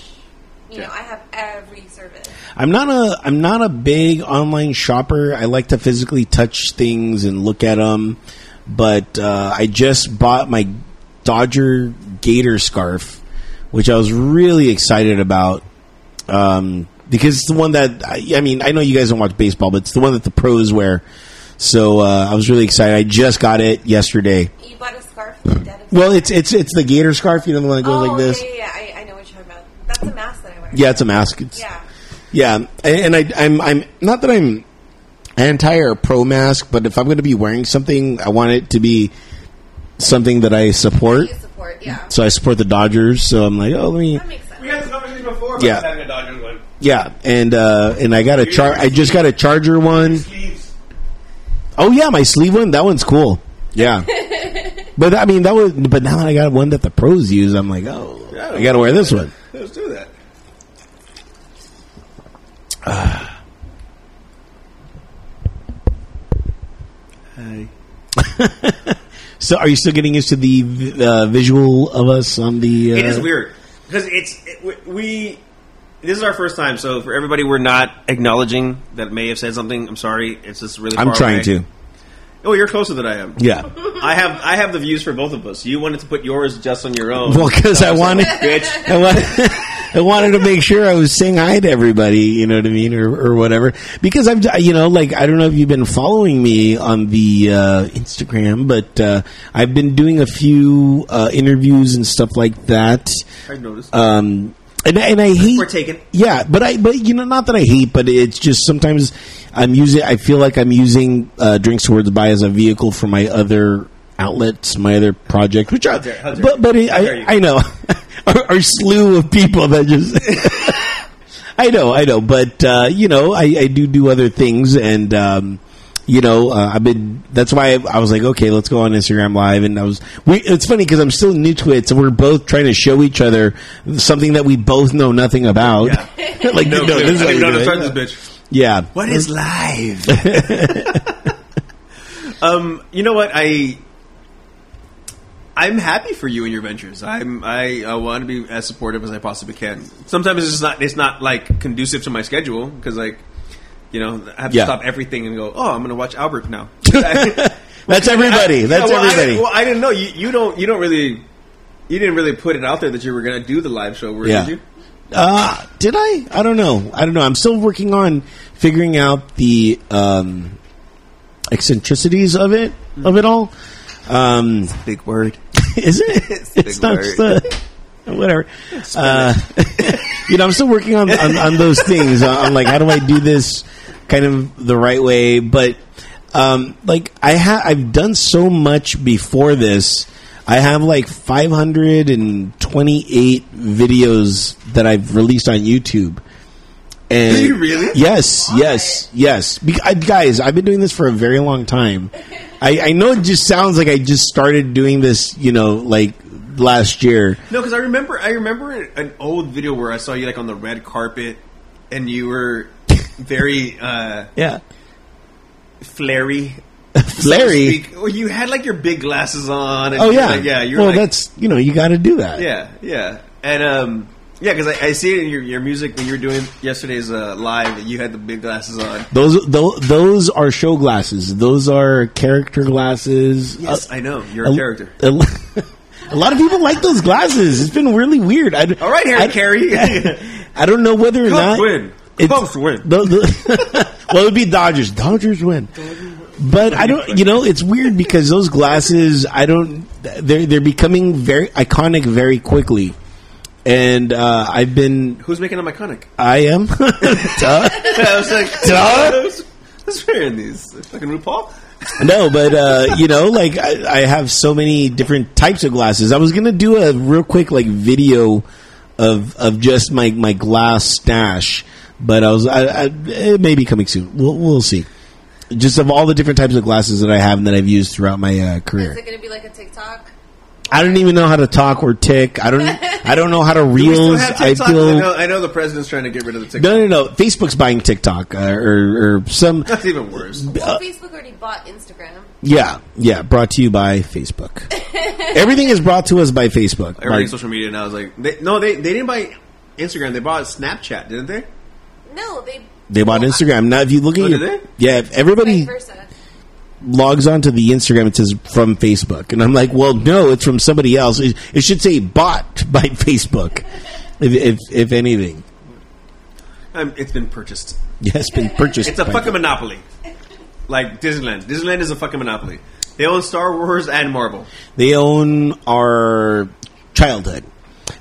C: You know,
B: Yeah.
C: I have every service.
A: I'm not a I'm not a big online shopper. I like to physically touch things and look at them. But uh, I just bought my Dodger Gator scarf, which I was really excited about um, because it's the one that I, I mean I know you guys don't watch baseball, but it's the one that the pros wear. So uh, I was really excited. I just got it yesterday.
C: You bought a scarf. for your dad and-
A: Well, it's it's it's the Gator scarf, you know, the one that
C: oh,
A: goes like this.
C: Yeah, yeah, yeah. I, I know what you're talking about. That's a mask that I wear.
A: Yeah, it's a mask. It's,
C: Yeah.
A: Yeah, and I, I'm I'm not that I'm anti or pro mask, but if I'm going to be wearing something, I want it to be something that I support.
C: You support. Yeah.
A: So I support the Dodgers. So I'm like, oh, let me,
C: that makes sense.
B: We had this conversation before about
A: Yeah.
B: having a Dodger one.
A: yeah, and uh, and I got a char. I just got a Charger one.
B: Sleeves.
A: Oh yeah, my sleeve one. That one's cool. Yeah, but I mean that was. But now that I got one that the pros use, I'm like, oh,
B: Yeah.
A: I got to wear this one.
B: Let's do that. Hey.
A: So are you still getting used to the vi- uh, visual of us on the? Uh,
B: It is weird because it's it, we- we. This is our first time, so for everybody, we're not acknowledging that may have said something. I'm sorry. It's just really.
A: I'm
B: far
A: trying
B: away.
A: to.
B: Oh, you're closer than I am.
A: Yeah.
B: I have I have the views for both of us. You wanted to put yours just on your own.
A: Well, because I wanted,
B: bitch.
A: I wanted, I wanted to make sure I was saying hi to everybody. You know what I mean, or, or whatever. Because I've, you know, like I don't know if you've been following me on the uh, Instagram, but uh, I've been doing a few uh, interviews and stuff like that.
B: I noticed.
A: Um, and, and I hate
B: We're taken.
A: Yeah, but I but you know not that I hate, but it's just sometimes I'm using. I feel like I'm using uh, drinks towards buy as a vehicle for my other outlets, my other projects, which are
B: dare- how dare
A: but
B: you.
A: but it,
B: How dare you.
A: I I know our, our slew of people that just. I know, I know, but uh, you know, I, I do do other things, and um, you know, uh, I've been. That's why I, I was like, okay, let's go on Instagram Live, and I was. We, it's funny because I'm still new to it, so we're both trying to show each other something that we both know nothing about. like, no,
B: clue.
A: this is how
B: I didn't
A: you
B: know
A: do
B: to
A: it.
B: start this bitch.
A: Yeah,
B: What is live? um, you know what I. I'm happy for you and your ventures. I'm I, I want to be as supportive as I possibly can. Sometimes it's just not it's not like conducive to my schedule because like you know I have to
A: Yeah.
B: stop everything and go oh I'm going to watch Albert now.
A: that's everybody. That's
B: Yeah, well, I
A: everybody.
B: didn't- well, I didn't know you, you don't you don't really you didn't really put it out there that you were going to do the live show. Where
A: Yeah.
B: did you?
A: Uh, did I? I don't know. I don't know. I'm still working on figuring out the um, eccentricities of it of it all. Um,
B: Big word.
A: is it? It's,
B: a big
A: not
B: word.
A: just a- whatever. Uh, you know, I'm still working on on, on those things. on on, like, how do I do this kind of the right way? But um, like, I ha- I've done so much before this. I have like 528 videos that I've released on YouTube. And
B: Do you really?
A: Yes, yes, yes. Be- I, guys, I've been doing this for a very long time. I, I know it just sounds like I just started doing this, you know, like last year.
B: No, because I remember I remember an old video where I saw you like on the red carpet, and you were very uh,
A: Yeah.
B: flary.
A: Larry.
B: Speak- well, You had like your big glasses on. And
A: Oh
B: you were
A: yeah,
B: like- yeah. You're
A: well,
B: like,
A: that's you know you got to do that.
B: yeah, yeah, and um, yeah, because I, I see it in your, your music when you were doing yesterday's uh, live. that You had the big glasses on.
A: Those tho- those are show glasses. Those are character glasses.
B: Yes, I know you're
A: a-
B: a character.
A: A, l- a lot of people like those glasses. It's been really weird. I,
B: All right, Harry
A: I,
B: Carey.
A: I don't know whether or
B: Cubs
A: not
B: win.
A: it's-
B: Cubs win.
A: the- the- well, it would be Dodgers. Dodgers win. But I don't. You know, it's weird because those glasses. I don't. They're they're becoming very iconic very quickly, and uh, I've been.
B: Who's making them iconic?
A: I am. Duh.
B: I was like,
A: Duh.
B: who's wearing these? Fucking RuPaul.
A: No, but uh, you know, like I, I have so many different types of glasses. I was gonna do a real quick like video of of just my my glass stash, but I was I, I, it may be coming soon. We'll, we'll see. Just of all the different types of glasses that I have and that I've used throughout my uh,
C: Is
A: career,
C: it going to be like a TikTok?
A: I don't even know how to talk or tick. I don't I don't know how to
B: We still
A: reels.
B: have
A: I
B: TikTok. I,
A: feel
B: know, I know the president's trying to get rid of the TikTok.
A: no no no. Facebook's buying TikTok uh, or or some
B: That's even worse.
C: Well, Facebook already bought Instagram.
A: yeah yeah. Brought to you by Facebook. Everything is brought to us by Facebook.
B: Everything
A: Like-
B: social media now is like, they, no, they they didn't buy Instagram. They bought Snapchat, didn't they?
C: No, they
A: They bought
C: well,
A: Instagram. Now, if you look at
B: Oh,
A: your,
B: did they?
A: yeah, if
C: Vice
A: everybody
C: versa.
A: logs onto the Instagram, it says from Facebook, and I'm like, well, no, it's from somebody else. It, it should say bought by Facebook, if, if if anything.
B: Um, it's been purchased.
A: Yeah, it's been purchased.
B: It's a
A: by-
B: fucking monopoly. Like Disneyland. Disneyland is a fucking monopoly. They own Star Wars and Marvel.
A: They own our childhood,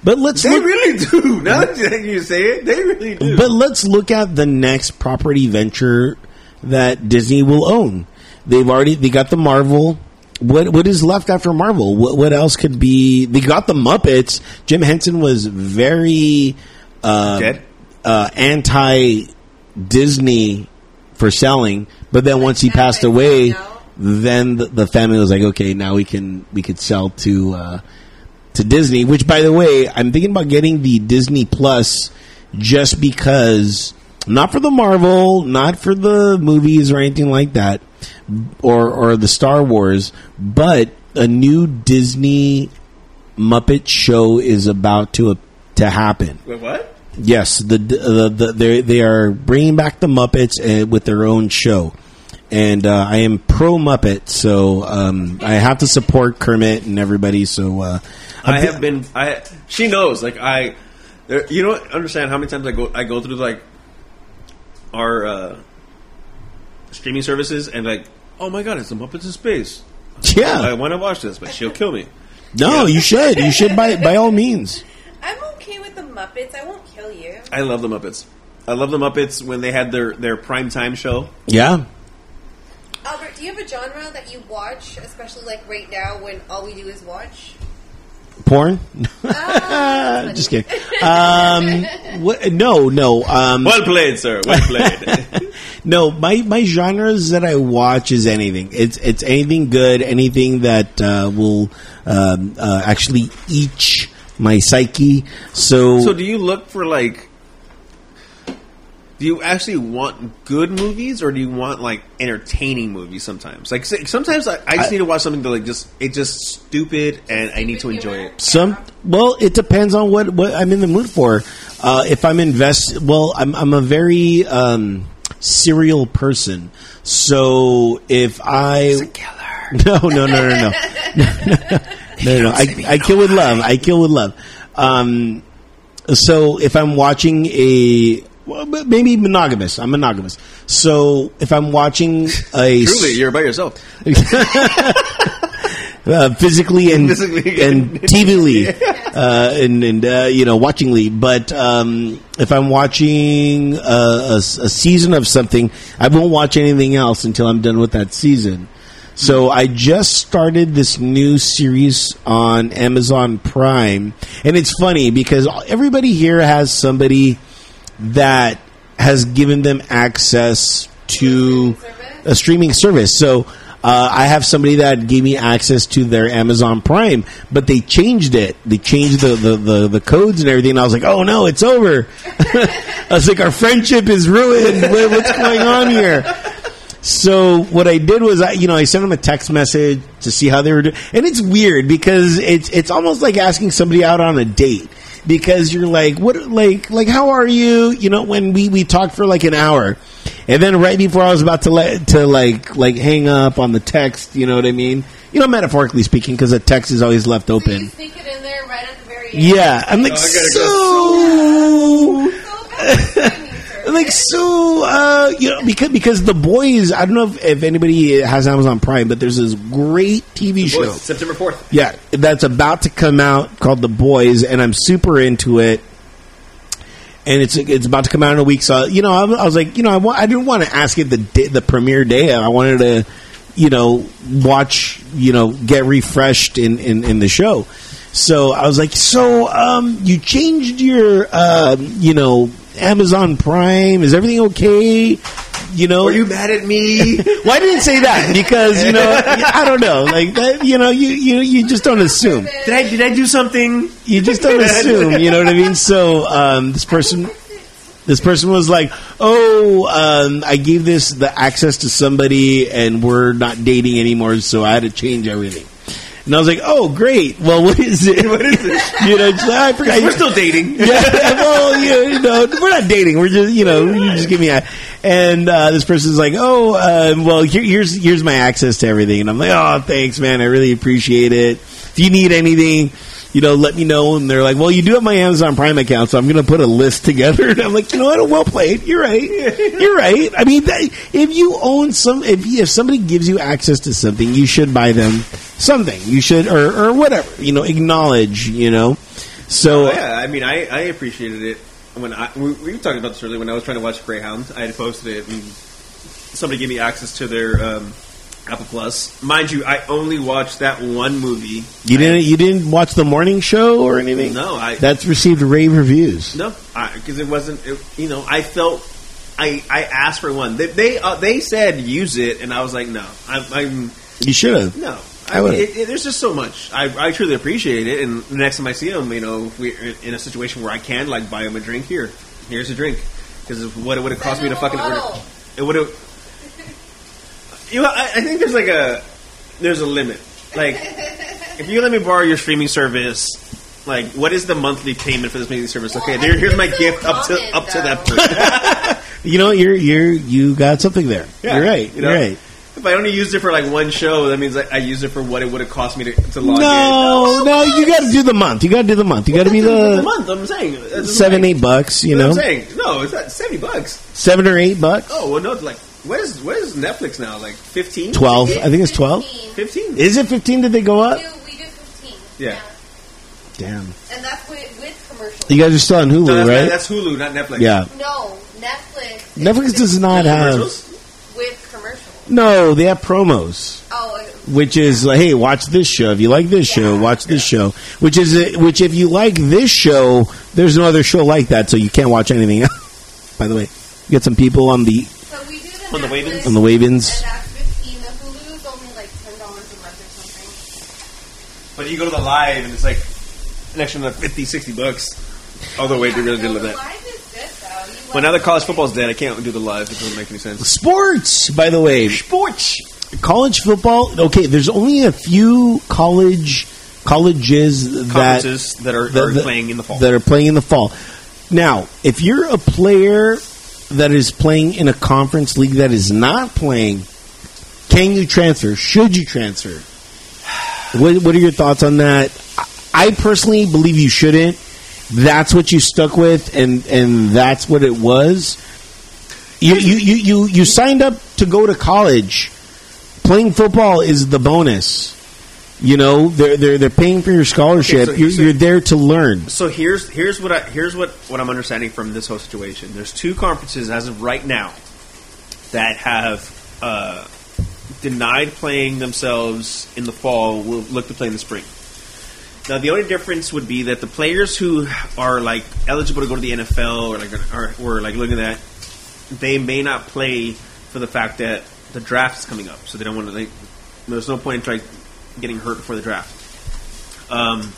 A: but let's
B: They
A: look,
B: really do. Now that you say it, they really do.
A: but let's look at the next property venture that Disney will own. They've already they got the Marvel. What what is left after Marvel? What what else could be? They got the Muppets. Jim Henson was very uh,
B: Dead?
A: uh, anti Disney for selling, but then once he
C: now
A: passed
C: they
A: away,
C: found out.
A: then the, the family was like, okay, now we can we could sell to. Uh, to Disney, which by the way, I'm thinking about getting the Disney Plus just because not for the Marvel, not for the movies or anything like that or or the Star Wars, but a new Disney Muppet show is about to to happen.
B: Wait, what?
A: Yes, the the, the they they are bringing back the Muppets uh, with their own show, and uh, I am pro Muppet, so um, I have to support Kermit and everybody. So uh, I'm
B: I
A: thi-
B: have been. I she knows. Like I, there, you don't understand how many times I go. I go through like our uh, streaming services and like, oh my god, it's the Muppets in space. I
A: yeah.
B: want to watch this, but she'll kill me.
A: No, you should. You should by by all means.
C: I'm okay with the Muppets. I won't kill you.
B: I love the Muppets. I love the Muppets when they had their their prime time show.
A: Yeah.
C: Albert, do you have a genre that you watch, especially like right now when all we do is watch?
A: Porn?
C: Ah,
A: Just kidding. Um, what, no, no. Um,
B: Well played, sir. Well played.
A: No, my, my genres that I watch is anything. It's it's anything good, anything that uh, will um, uh, actually each my psyche. So,
B: so do you look for like? Do you actually want good movies, or do you want like entertaining movies? Sometimes, like s- sometimes I, I just need to watch something that like just it's just stupid, and I need to enjoy it.
A: some well, it depends on what, what I'm in the mood for. Uh, if I'm invest, well, I'm I'm a very um, serial person. So if I No, no, no, no, no, no, no, no. no. I, I kill with love. I kill with love. Um, so if I'm watching a well, but maybe monogamous, I'm monogamous. So if I'm watching a
B: Truly, you're by yourself.
A: uh, physically and
B: Physically.
A: and TVly uh, and and uh, you know watchingly. But um, if I'm watching a, a s- a season of something, I won't watch anything else until I'm done with that season. So I just started this new series on Amazon Prime, and it's funny because everybody here has somebody that has given them access to a streaming service. So uh, Uh, I have somebody that gave me access to their Amazon Prime, but they changed it. They changed the the, the, the codes and everything. And I was like, oh no, it's over. I was like, our friendship is ruined. What- What's going on here? So what I did was I, you know, I sent them a text message to see how they were doing, and it's weird because it's it's almost like asking somebody out on a date because you're like, what, like, like how are you? You know, when we we talked for like an hour, and then right before I was about to let to like like hang up on the text, you know what I mean? You know, metaphorically speaking, because a text is always left
C: So you
A: open.
C: sneak it in there right at the very end.
A: Yeah, I'm like
B: gotta
A: so.
C: So bad.
A: like so uh you know because because the boys i don't know if, if anybody has amazon prime but there's this great tv
B: Boys,
A: show
B: September fourth.
A: yeah that's about to come out called the boys and i'm super into it and it's it's about to come out in a week so you know i, was- I was like you know I, wa- I didn't want to ask it the day, the premiere day i wanted to you know watch you know get refreshed in in, in the show so i was like so um you changed your uh you know amazon prime is everything okay you know
B: Were you mad at me?
A: well, I didn't say that because you know I don't know. Like that, you know, you you you just don't assume.
B: did I did I do something?
A: You just don't assume. You know what I mean? So um, this person, this person was like, "Oh, um, I gave this the access to somebody, and we're not dating anymore, so I had to change everything." And I was like, "Oh, great. Well, what is it? What is it? you know, it's like, I forgot.
B: We're still dating.
A: yeah, well, you, know, we're not dating. We're just, you know, you just give me a. And uh, this person's like, oh, uh, well, here, here's here's my access to everything. And I'm like, oh, thanks, man. I really appreciate it. If you need anything, you know, let me know. And they're like, well, you do have my Amazon Prime account, so I'm going to put a list together. And I'm like, you know what? Well played. You're right. You're right. I mean, that, if you own some, if you, if somebody gives you access to something, you should buy them something. You should, or or whatever. You know, acknowledge. You know. So
B: Oh, yeah, I mean, I, I appreciated it when I we, we were talking about this earlier when I was trying to watch Greyhound. I had posted it, and somebody gave me access to their um, Apple Plus. Mind you, I only watched that one movie.
A: You didn't. You didn't watch the morning show or anything.
B: No, I
A: that's received rave reviews.
B: no, because it wasn't. It, you know, I felt I I asked for one. They they, uh, they said use it, and I was like, no, I'm, I'm
A: You should have.
B: No,
A: I
B: I mean,
A: would've.
B: it, it, there's just so much. I, I truly appreciate it, and the next time I see them, you know, if we're in- in a situation where I can, like, buy them a drink. Here, here's a drink, because what it would have cost me to fucking order.
C: Bottle.
B: It would have. You know, I, I think there's like a there's a limit. Like, if you let me borrow your streaming service, like, what is the monthly payment for this streaming service?
C: Well,
B: okay,
C: I
B: there,
C: think
B: here's my
C: it's
B: gift
C: so
B: up to
C: common,
B: up to that
C: though.
B: person.
A: You know, you're you're you got something there.
B: Yeah,
A: you're right.
B: you know?
A: You're right.
B: If I only used it for like one show, that means I, I used it for what it would have cost me to, to log in.
A: No, no, you got to do the month. You got to do the month. You got to be
B: the
A: the
B: month. I'm saying That's what I'm
A: seven,
B: saying.
A: eight bucks. You
B: That's
A: know,
B: what I'm saying no. It's not seventy bucks.
A: seven or eight bucks.
B: Oh well, no. It's like what is what is Netflix now? Like fifteen?
A: Twelve. I think it's twelve.
C: 15.
B: Fifteen?
A: Is it fifteen? Did they go
C: We
A: up?
C: do, we do 15.
B: Yeah.
A: Damn.
C: And that's with, with commercials.
A: You guys are still on Hulu,
B: No, that's,
A: right?
B: that's Hulu, not Netflix.
A: yeah.
C: no, Netflix. is
A: Netflix does not have.
B: Commercials?
C: With commercials.
A: No, they have promos.
C: Oh, uh,
A: which is like, hey, watch this show. If you like this show, watch this show. Which is which if you like this show, there's no other show like that, so you can't watch anything. else. By the way, we got some people on the
C: so we do the
B: On the
C: Netflix,
B: Wavins?
A: on the
C: And
A: Wavins.
C: that's 15. The Hulu is only like $10 a month or something.
B: But you go to the live and it's like an extra like 50, 60 bucks. Although wait, they really did
C: no,
B: live
C: the
B: that.
C: live is good, though. You
B: Well,
C: like
B: now that
C: it.
B: college football's dead, I can't do the live. It doesn't make any sense.
A: Sports, by the way,
B: Sports.
A: college football. Okay, there's only a few college colleges that
B: Conferences that, are,
A: that-
B: are
A: that-
B: playing in the fall.
A: That are playing in the fall. Now, if you're a player that is playing in a conference league that is not playing, can you transfer? Should you transfer? What, what are your thoughts on that? I- I personally believe you shouldn't. That's what you stuck with, and, and that's what it was. You, you, you, you, you signed up to go to college. Playing football is the bonus. You know, they're, they're, they're paying for your scholarship.
B: Okay, so-
A: you're,
B: so-
A: you're there to learn.
B: so here's here's what I, here's what what I'm understanding from this whole situation. There's two conferences as of right now that have uh, denied playing themselves in the fall. Will look to play in the spring. Now the only difference would be that the players who are like eligible to go to the NFL or like are, or like looking at that, they may not play for the fact that the draft is coming up, so they don't want to. They, There's no point in trying getting hurt before the draft. Um,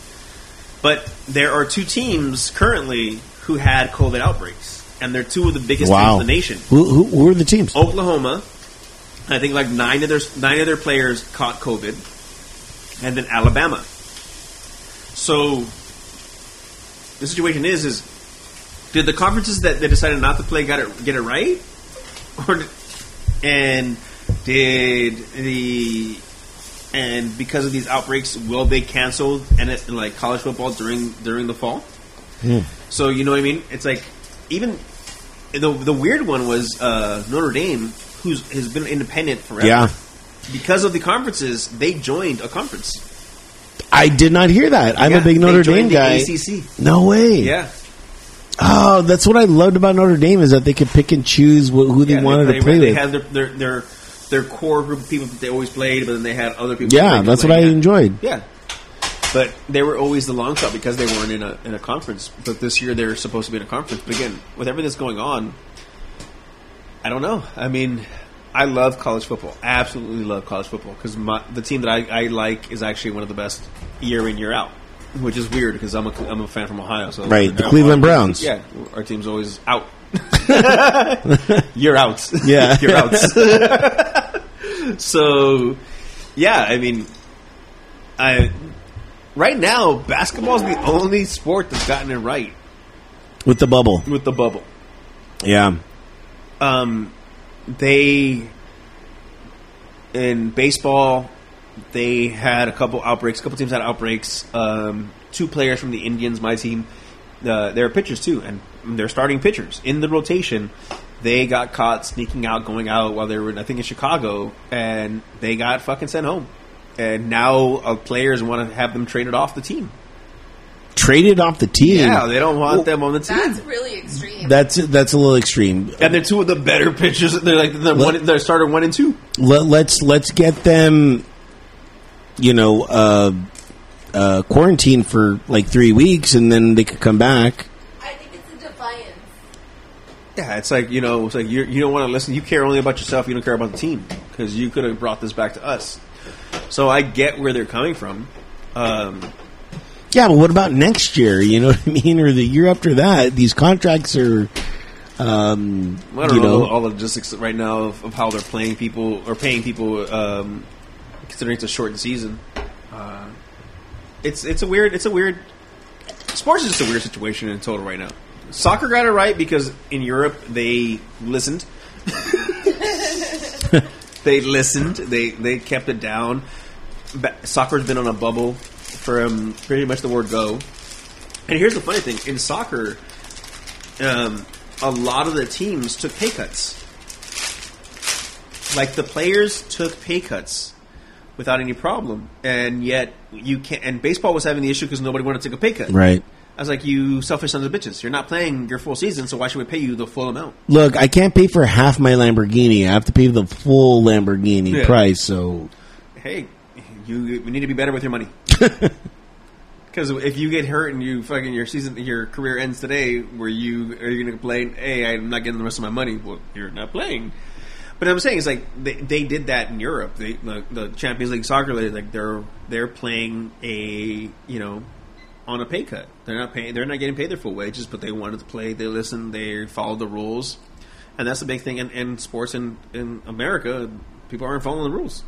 B: but there are two teams currently who had COVID outbreaks, and they're two of the biggest
A: Wow.
B: teams in the nation.
A: Who, who, who are the teams?
B: Oklahoma. I think like nine of their nine of their players caught COVID, and then Alabama. So the situation is is did the conferences that they decided not to play got it get it right, or did- and did the and because of these outbreaks, will they cancel and it, like college football during during the fall? So you know what I mean? It's like even the the weird one was uh, Notre Dame, who's has been independent forever.
A: Yeah.
B: Because of the conferences, they joined a conference.
A: I did not hear that. I'm
B: Yeah,
A: a big
B: they
A: Notre Dame
B: joined the
A: guy.
B: ACC.
A: No way.
B: Yeah.
A: Oh, that's what I loved about Notre Dame is that they could pick and choose wh- who they
B: Yeah,
A: wanted
B: they
A: to play
B: they
A: with.
B: had their, their their their core group of people that they always played, but then they had other people. that
A: yeah,
B: they
A: that's
B: could
A: what I
B: play. Yeah.
A: enjoyed.
B: Yeah. But they were always the long shot because they weren't in a in a conference. But this year they're supposed to be in a conference. But again, with everything that's going on, I don't know. I mean, I love college football. Absolutely love college football because the team that I, I like is actually one of the best year in year out, which is weird because I'm a I'm a fan from Ohio. So
A: Right, the Cleveland Browns.
B: Yeah, our team's always out. You're out.
A: Yeah.
B: You're out. so, yeah, I mean, I right now basketball's the only sport that's gotten it right
A: With the bubble.
B: with the bubble.
A: Yeah.
B: Um, they in baseball they had a couple outbreaks. A couple teams had outbreaks. Um, two players from the Indians, my team, uh, they're pitchers too, and they're starting pitchers in the rotation. They got caught sneaking out, going out while they were, I think, in Chicago, and they got fucking sent home. And now uh, players want to have them traded off the team.
A: Traded off the team.
B: Yeah, they don't want them on the team.
C: That's really extreme.
A: That's that's a little extreme.
B: and they're two of the better pitchers. They're like the one, they're starter one and two.
A: Let, let's let's get them you know uh uh quarantined for like 3 weeks and then they could come back.
C: I think it's a defiance.
B: Yeah, it's like you know, it's like you you don't want to listen. You care only about yourself. You don't care about the team because you could have brought this back to us. So I get where they're coming from. Um,
A: Yeah, but what about next year? You know what I mean, or the year after that? These contracts are, um,
B: I don't
A: you
B: know,
A: know,
B: all the logistics right now of, of how they're playing people or paying people, um, considering it's a shortened season. Uh, it's it's a weird it's a weird sports is just a weird situation in total right now. Soccer got it right because in Europe they listened. they listened. They they kept it down. Ba- Soccer's been on a bubble from pretty much the word go. And here's the funny thing: in soccer, um, a lot of the teams took pay cuts. Like the players took pay cuts without any problem, and yet you can't. And baseball was having the issue because nobody wanted to take a pay cut.
A: right?
B: I was like, "You selfish sons of bitches! You're not playing your full season, so why should we pay you the full amount?"
A: Look, I can't pay for half my Lamborghini. I have to pay the full Lamborghini
B: Yeah.
A: price. So,
B: Hey, you we need to be better with your money. Because if you get hurt and you fucking your season, your career ends today, where you are you going to complain? Hey, I'm not getting the rest of my money. Well, you're not playing. But I'm saying it's like they, they did that in Europe. They, the, the Champions League soccer league, like they're they're playing a you know on a pay cut. They're not paying. They're not getting paid their full wages, but they wanted to play. They listened. They followed the rules, and that's the big thing in, in sports in in America. People aren't following the rules.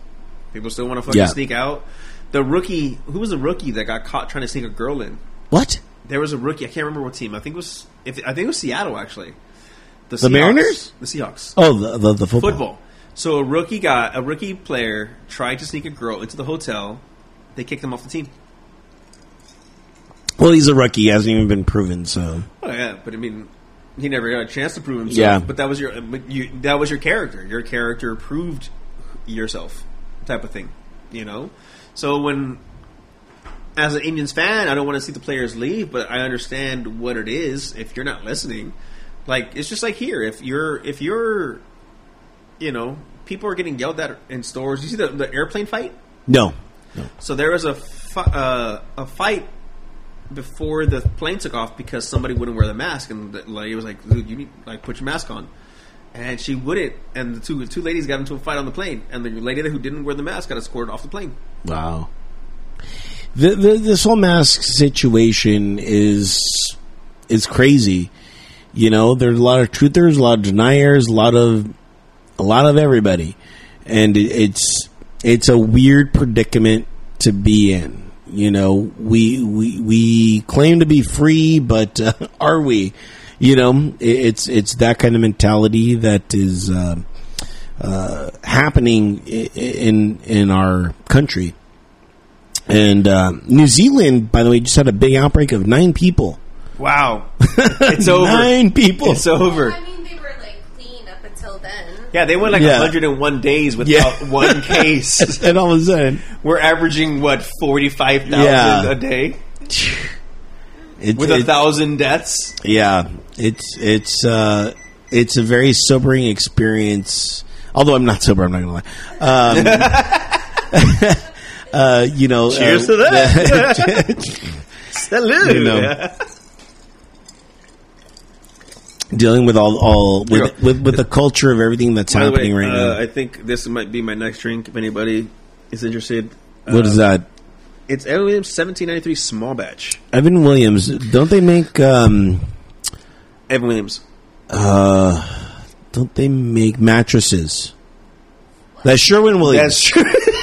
B: People still want to fucking
A: Yeah.
B: sneak out. The rookie, who was a rookie that got caught trying to sneak a girl in?
A: what?
B: There was a rookie. I can't remember what team. I think it was if I think it was Seattle actually.
A: The
B: Seahawks.
A: Mariners?
B: The Seahawks
A: Oh, the the, the football.
B: football. So a rookie got a rookie player tried to sneak a girl into the hotel. They kicked him off the team.
A: Well, he's a rookie. He hasn't even been proven. So,
B: Oh yeah, but I mean, he never got a chance to prove himself.
A: Yeah.
B: but that was your uh, but you that was your character. Your character proved yourself, type of thing. You know, so when as an Indians fan, I don't want to see the players leave, but I understand what it is if you're not listening. Like it's just like here, if you're if you're, you know, people are getting yelled at in stores. You see the, the airplane fight.
A: no, no.
B: So there was a fi- uh, a fight before the plane took off because somebody wouldn't wear the mask, and the lady was like, "Dude, you need like put your mask on." and she wouldn't. And the two two ladies got into a fight on the plane, and the lady who didn't wear the mask got escorted off the plane.
A: Wow. The, the, this whole mask situation is is crazy. You know, there's a lot of truthers, a lot of deniers, a lot of a lot of everybody, and it, it's it's a weird predicament to be in. You know, we we we claim to be free, but uh, are we? You know, it, it's it's that kind of mentality that is uh, uh, happening i- i- in in our country. And uh, New Zealand, by the way, just had a big outbreak of nine people.
B: Wow,
F: It's over.
A: Nine people.
B: it's over.
C: I mean, they were like clean up until then.
B: Yeah, they went like
A: Yeah.
B: 101 days without
A: Yeah.
B: one case.
A: and all of a sudden,
B: We're averaging what 45,000
A: Yeah.
B: a day
A: it's,
B: with a
A: it's-
B: thousand deaths.
A: yeah, it's it's uh, it's a very sobering experience. Although I'm not sober, I'm not gonna lie. Um, uh, you know, uh,
B: Cheers to that. Salute.
A: you know. Dealing with all, all
B: Here.
A: with, with with the culture of everything that's
B: By the
A: happening
B: way,
A: right
B: uh,
A: now.
B: I think this might be my next drink. If anybody is interested, Uh,
A: what is that?
B: it's Evan Williams 1793 small batch.
A: Evan Williams. Don't they make? Um,
B: Evan Williams.
A: Don't they make mattresses? That's Sherwin Williams.
B: That's true.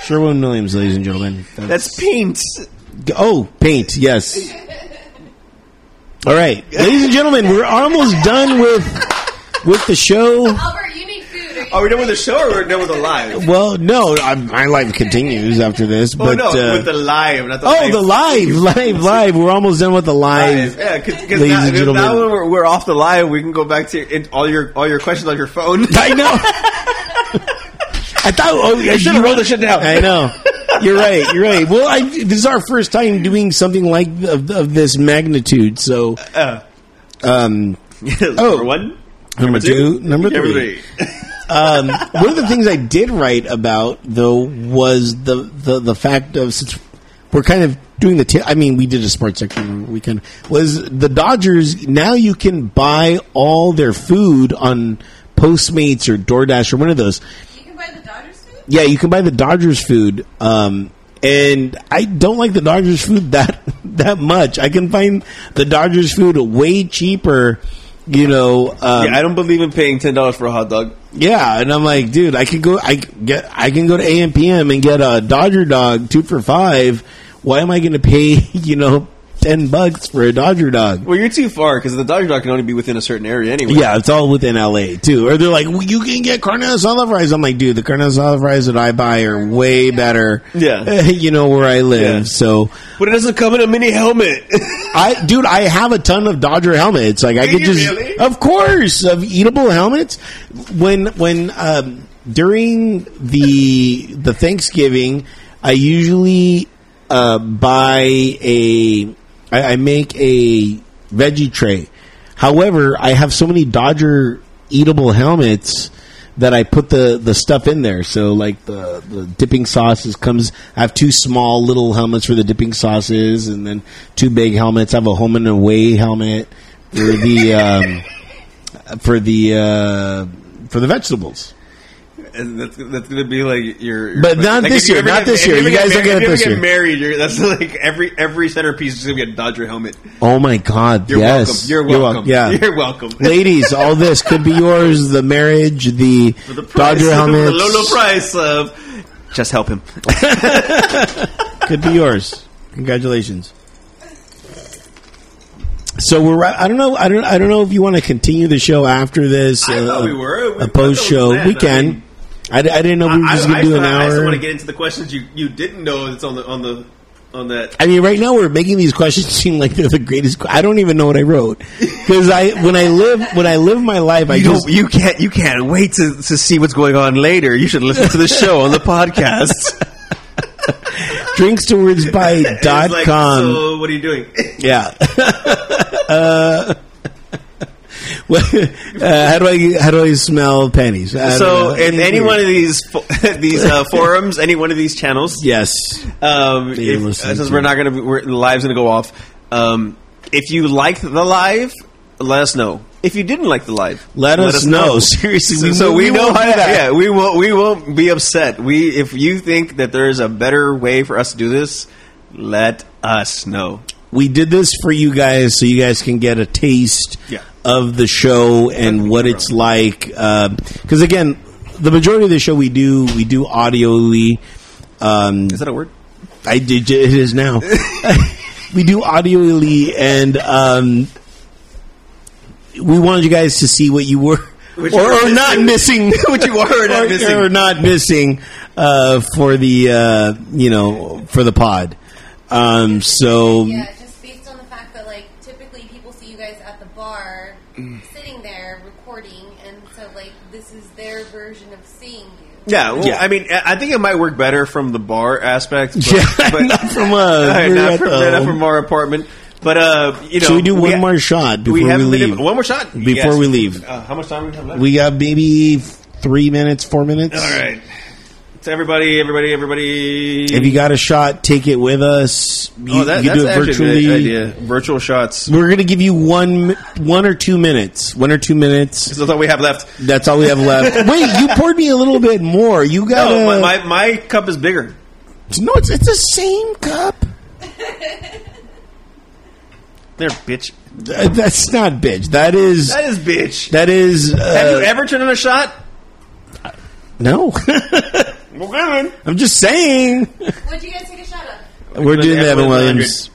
A: Sherwin Williams, ladies and gentlemen.
B: That's paint.
A: oh, paint. Yes. All right, ladies and gentlemen, we're almost done with with the show.
C: Albert, you need food. Are you
B: Are we done with the show or we're done with the live?
A: Well, no, I, my life continues after this,
B: oh
A: but
B: no,
A: uh,
B: with the live, not the
A: oh,
B: live.
A: the live, live, live. We're almost done with the live.
B: Live. Yeah, because
A: Ladies
B: now,
A: and
B: now
A: gentlemen.
B: when we're, we're off the live, we can go back to your, and all your all your questions on your phone.
A: I know. I thought. Oh, I
B: should've rolled this shit down.
A: I know. You're right. You're right. Well, I, this is our first time doing something like of, of this magnitude. So, um,
B: Number one,
A: number two, number
B: number
A: three.
B: three.
A: Um, one of the things I did write about though was the the, the fact of since we're kind of doing the. ta- I mean, we did a sports section weekend. Was the Dodgers now you can buy all their food on Postmates or DoorDash or one of those.
C: can buy the Dodgers food?
A: Yeah, you can buy the Dodgers food. Um, and I don't like the Dodgers food that that much. I can find the Dodgers food way cheaper. You know, um,
B: Yeah, I don't believe in paying ten dollars for a hot dog.
A: yeah, and I'm like, dude, I can go, I can get, I can go to AMPM and get a Dodger dog two for five. Why am I going to pay, you know, ten bucks for a Dodger dog?
B: Well, you're too far because the Dodger dog can only be within a certain area anyway.
A: Yeah, it's all within LA too. Or they're like, well, you can get carne asada fries. I'm like, dude, the carne asada fries that I buy are way better.
B: Yeah.
A: you know where I live.
B: Yeah.
A: So
B: but it doesn't come in a mini helmet.
A: I, dude, I have a ton of Dodger helmets. Like I
B: Do
A: could
B: you
A: just,
B: really?
A: of course, of eatable helmets. When when um, during the the Thanksgiving, I usually uh, buy a, I, I make a veggie tray. However, I have so many Dodger eatable helmets that I put the, the stuff in there. So like the, the dipping sauces comes. I have two small little helmets for the dipping sauces, and then two big helmets. I have a home and away helmet for the um, for the uh, for the vegetables.
B: And that's that's gonna be like your. your
A: But not
B: like,
A: this
B: if you
A: year,
B: ever
A: not
B: get-
A: this
B: if
A: year.
B: ever
A: You guys don't
B: married-
A: get it
B: if you
A: this
B: ever
A: year.
B: Married, you're, that's like every every centerpiece is gonna be a Dodger helmet.
A: Oh my God!
B: You're
A: yes,
B: welcome. You're welcome.
A: You're, wel- yeah.
B: You're welcome.
A: Ladies, all this could be yours. The marriage, the,
B: For the price,
A: Dodger helmets,
B: the low low price of just help him.
A: could be yours. Congratulations. So we're. right- I don't know. I don't. I don't know if you want to continue the show after this.
B: I
A: uh,
B: thought we were. We- I
A: a
B: thought
A: post
B: we
A: show.
B: planned.
A: We
B: I
A: can.
B: mean-
A: I, I didn't know we were
B: I,
A: just
B: I-
A: going to do
B: I
A: an
B: still- I still
A: hour.
B: want to get into the questions you, you didn't know that's on the on the on that.
A: I mean, right now we're making these questions seem like they're the greatest. que- I don't even know what I wrote because I when I live when I live my life, I
B: You
A: just
B: don't, you can't you can't wait to, to see what's going on later. You should listen to the show on the podcast.
A: drinkstewardsby dot
B: It's like,
A: com.
B: So what are you doing?
A: Yeah. uh, well, uh, how do I how do I smell panties? I don't
B: so
A: know.
B: in any one of these fo- these uh, forums, any one of these channels,
A: yes,
B: um,
A: That you're
B: if-
A: listening
B: since
A: to.
B: we're not going to, the live's going to go off. Um, if you like the live, let us know. If you didn't like the live,
A: Let us know. Seriously,
B: so
A: we
B: we, so
A: will-
B: we,
A: we
B: know
A: will
B: how
A: do
B: to.
A: that.
B: Yeah, we won't. We won't be upset. We if you think that there is a better way for us to do this, let us know.
A: we did this for you guys so you guys can get a taste
B: Yeah.
A: of the show and what it's like because again the majority of the show we do we do audioly um,
B: Is that a word?
A: I did. It is now. we do audioly, and um, we wanted you guys to see what you were
B: What you
A: or,
B: were
A: or not missing, what you were
B: or not missing.
A: or not missing uh, for the uh, you know for the pod. Um, so
C: Yeah, just based on the fact that like typically people see you guys at the bar,
B: Mm.
C: sitting there recording, and so like this is their version of seeing you.
B: Yeah, well,
A: Yeah.
B: I mean, I I think it might work better from the bar aspect. But,
A: yeah,
B: but-
A: not from uh,
B: All right,
A: we're
B: not
A: at
B: from,
A: the-
B: not from our apartment. But uh, you know,
A: Should we do one
B: ha-
A: more shot before we,
B: haven't been
A: leave?
B: able- one more shot
A: Before we leave.
B: Uh, how much time do we have left?
A: we got maybe three minutes, four minutes.
B: All right. To everybody, everybody, everybody.
A: If you got a shot, take it with us. You,
B: oh, that,
A: you
B: that's
A: do it
B: actually
A: virtually.
B: a great idea. Virtual shots.
A: We're gonna give you one, mi- one or two minutes. One or two minutes.
B: That's all we have left.
A: That's all we have left. Wait, you poured me a little bit more. You got
B: No, my,
A: a-
B: my, my cup is bigger.
A: no. It's it's the same cup.
B: There, bitch.
A: Th- That's not bitch. That is
B: That is bitch.
A: that is. Uh,
B: have you ever turned on a shot?
A: No,
B: Well, good.
A: I'm just saying.
C: What'd you guys take a shot of?
A: We're doing the Evan
B: Evelyn
A: Williams.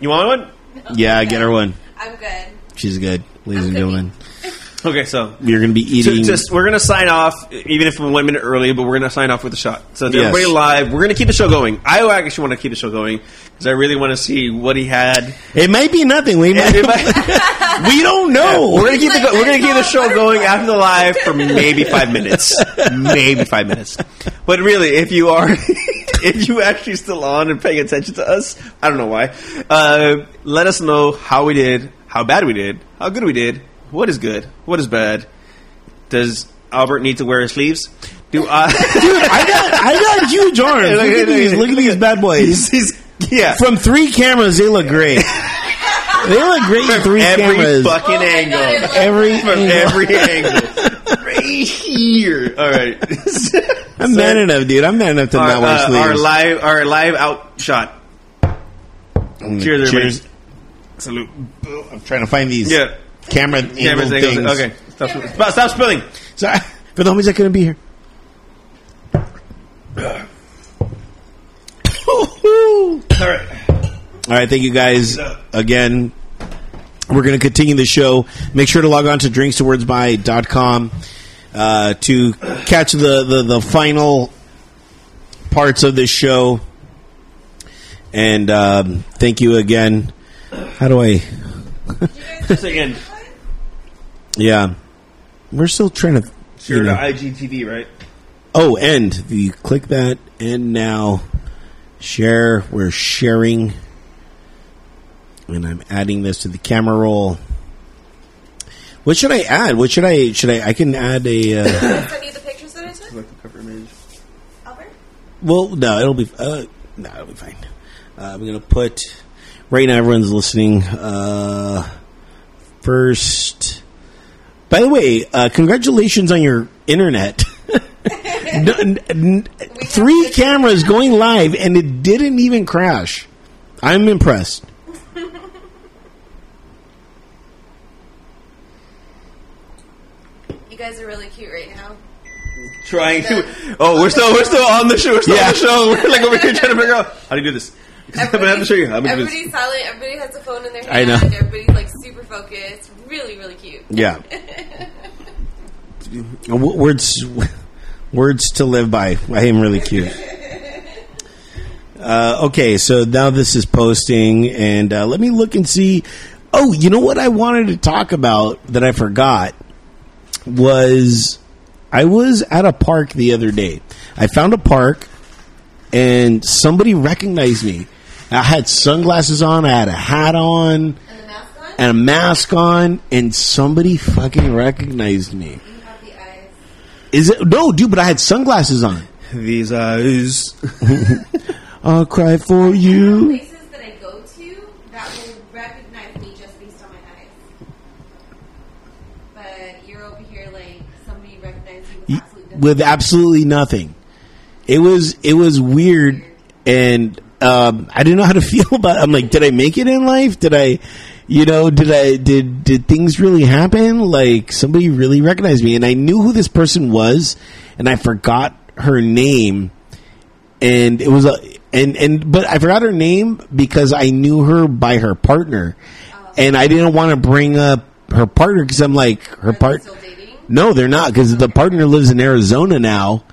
B: You want one?
A: Yeah, get her one.
C: I'm good.
A: She's good, ladies and gentlemen.
B: Okay, so
A: You're gonna be
B: to,
A: eating.
B: to, we're going to sign off, even if we're one minute early, but we're going to sign off with a shot. So, to
A: Yes.
B: everybody live, we're going to keep the show going. I actually want to keep the show going because I really want to see what he had.
A: it might be nothing. We might, we don't know.
B: We're gonna keep the
C: Like,
B: we're gonna
C: I
B: keep the
C: thought
B: show going after the live for maybe five minutes, maybe five minutes. But really, if you are if you actually still on and paying attention to us, I don't know why. Uh, let us know how we did, how bad we did, how good we did, what is good, what is bad. Does Albert need to wear his sleeves? Do I?
A: Dude, I got I got huge arms. Look at these, look at these bad boys.
B: he's, he's- yeah.
A: From three cameras, they look great. They look great in three
B: every
A: cameras.
B: fucking
C: Oh my
B: angle.
C: God, I love
A: every
C: that.
B: from
A: angle.
B: every angle. Right here. All right.
A: I'm mad enough, dude. I'm mad enough to
B: our,
A: not
B: uh,
A: wear
B: our
A: sleeves.
B: live our live out shot.
A: Mm,
B: Cheers,
A: cheers.
B: everybody. Salute.
A: I'm trying to find these
B: Yeah.
A: camera angle
B: Cameras, angles.
A: things.
B: Okay. Stop, sp- stop spilling.
A: Sorry. For the homies that couldn't be here.
B: All right.
A: All right, thank you guys again. We're going to continue the show. Make sure to log on to drinkstowordsby.com uh, to catch the, the, the final parts of this show. And um, thank you again. How do I?
C: Did you guys
B: Just again.
A: Yeah. We're still trying to.
B: So
A: You
B: You're
A: know.
B: on IGTV, right?
A: oh, end. You click that, and now. Share. We're sharing. And I'm adding this to the camera roll. What should I add? What should I? Should I? I can add a. Uh,
C: send you the pictures that I took,
B: Like the cover image.
C: Albert?
A: well, no, it'll be. Uh, no, it'll be fine. Uh, I'm gonna put. Right now, everyone's listening. Uh, first. By the way, uh, congratulations on your internet. N- n- n- three cameras going live, and it didn't even crash. I'm impressed.
C: You guys are really cute right now.
B: Trying to. Oh, we're still we're still on the show. We're still on the show. We're like over here trying to figure out how do you do this. I'm gonna have to show you. I'm gonna do this.
C: everybody's silent. Everybody has a phone in their hand.
A: I know.
C: Everybody's like super focused. Really, really cute.
A: Yeah. W- words, words to live by. I am really cute. Uh, okay, so now this is posting, and uh, let me look and see. Oh, you know what I wanted to talk about that I forgot was I was at a park the other day. I found a park, and somebody recognized me. I had sunglasses on. I had a hat on
C: And the mask on.
A: and a mask on, and somebody fucking recognized me.
C: you have the eyes.
A: Is it no, dude? But I had sunglasses on.
B: These eyes.
A: I'll cry for you.
C: Places that I go to that will recognize me just based on my eyes. but you're over here like somebody recognized you
A: Y-
C: with absolute nothing.
A: with absolutely nothing. It was it was weird, and um, I didn't know how to feel about. It. I'm like, did I make it in life? Did I, you know, did I did did things really happen? Like somebody really recognized me, and I knew who this person was, and I forgot her name, and it was a and and but I forgot her name because I knew her by her partner, and I didn't want to bring up her partner because I'm like her
C: Are they
A: part.
C: still dating?
A: No, they're not because the partner lives in Arizona now.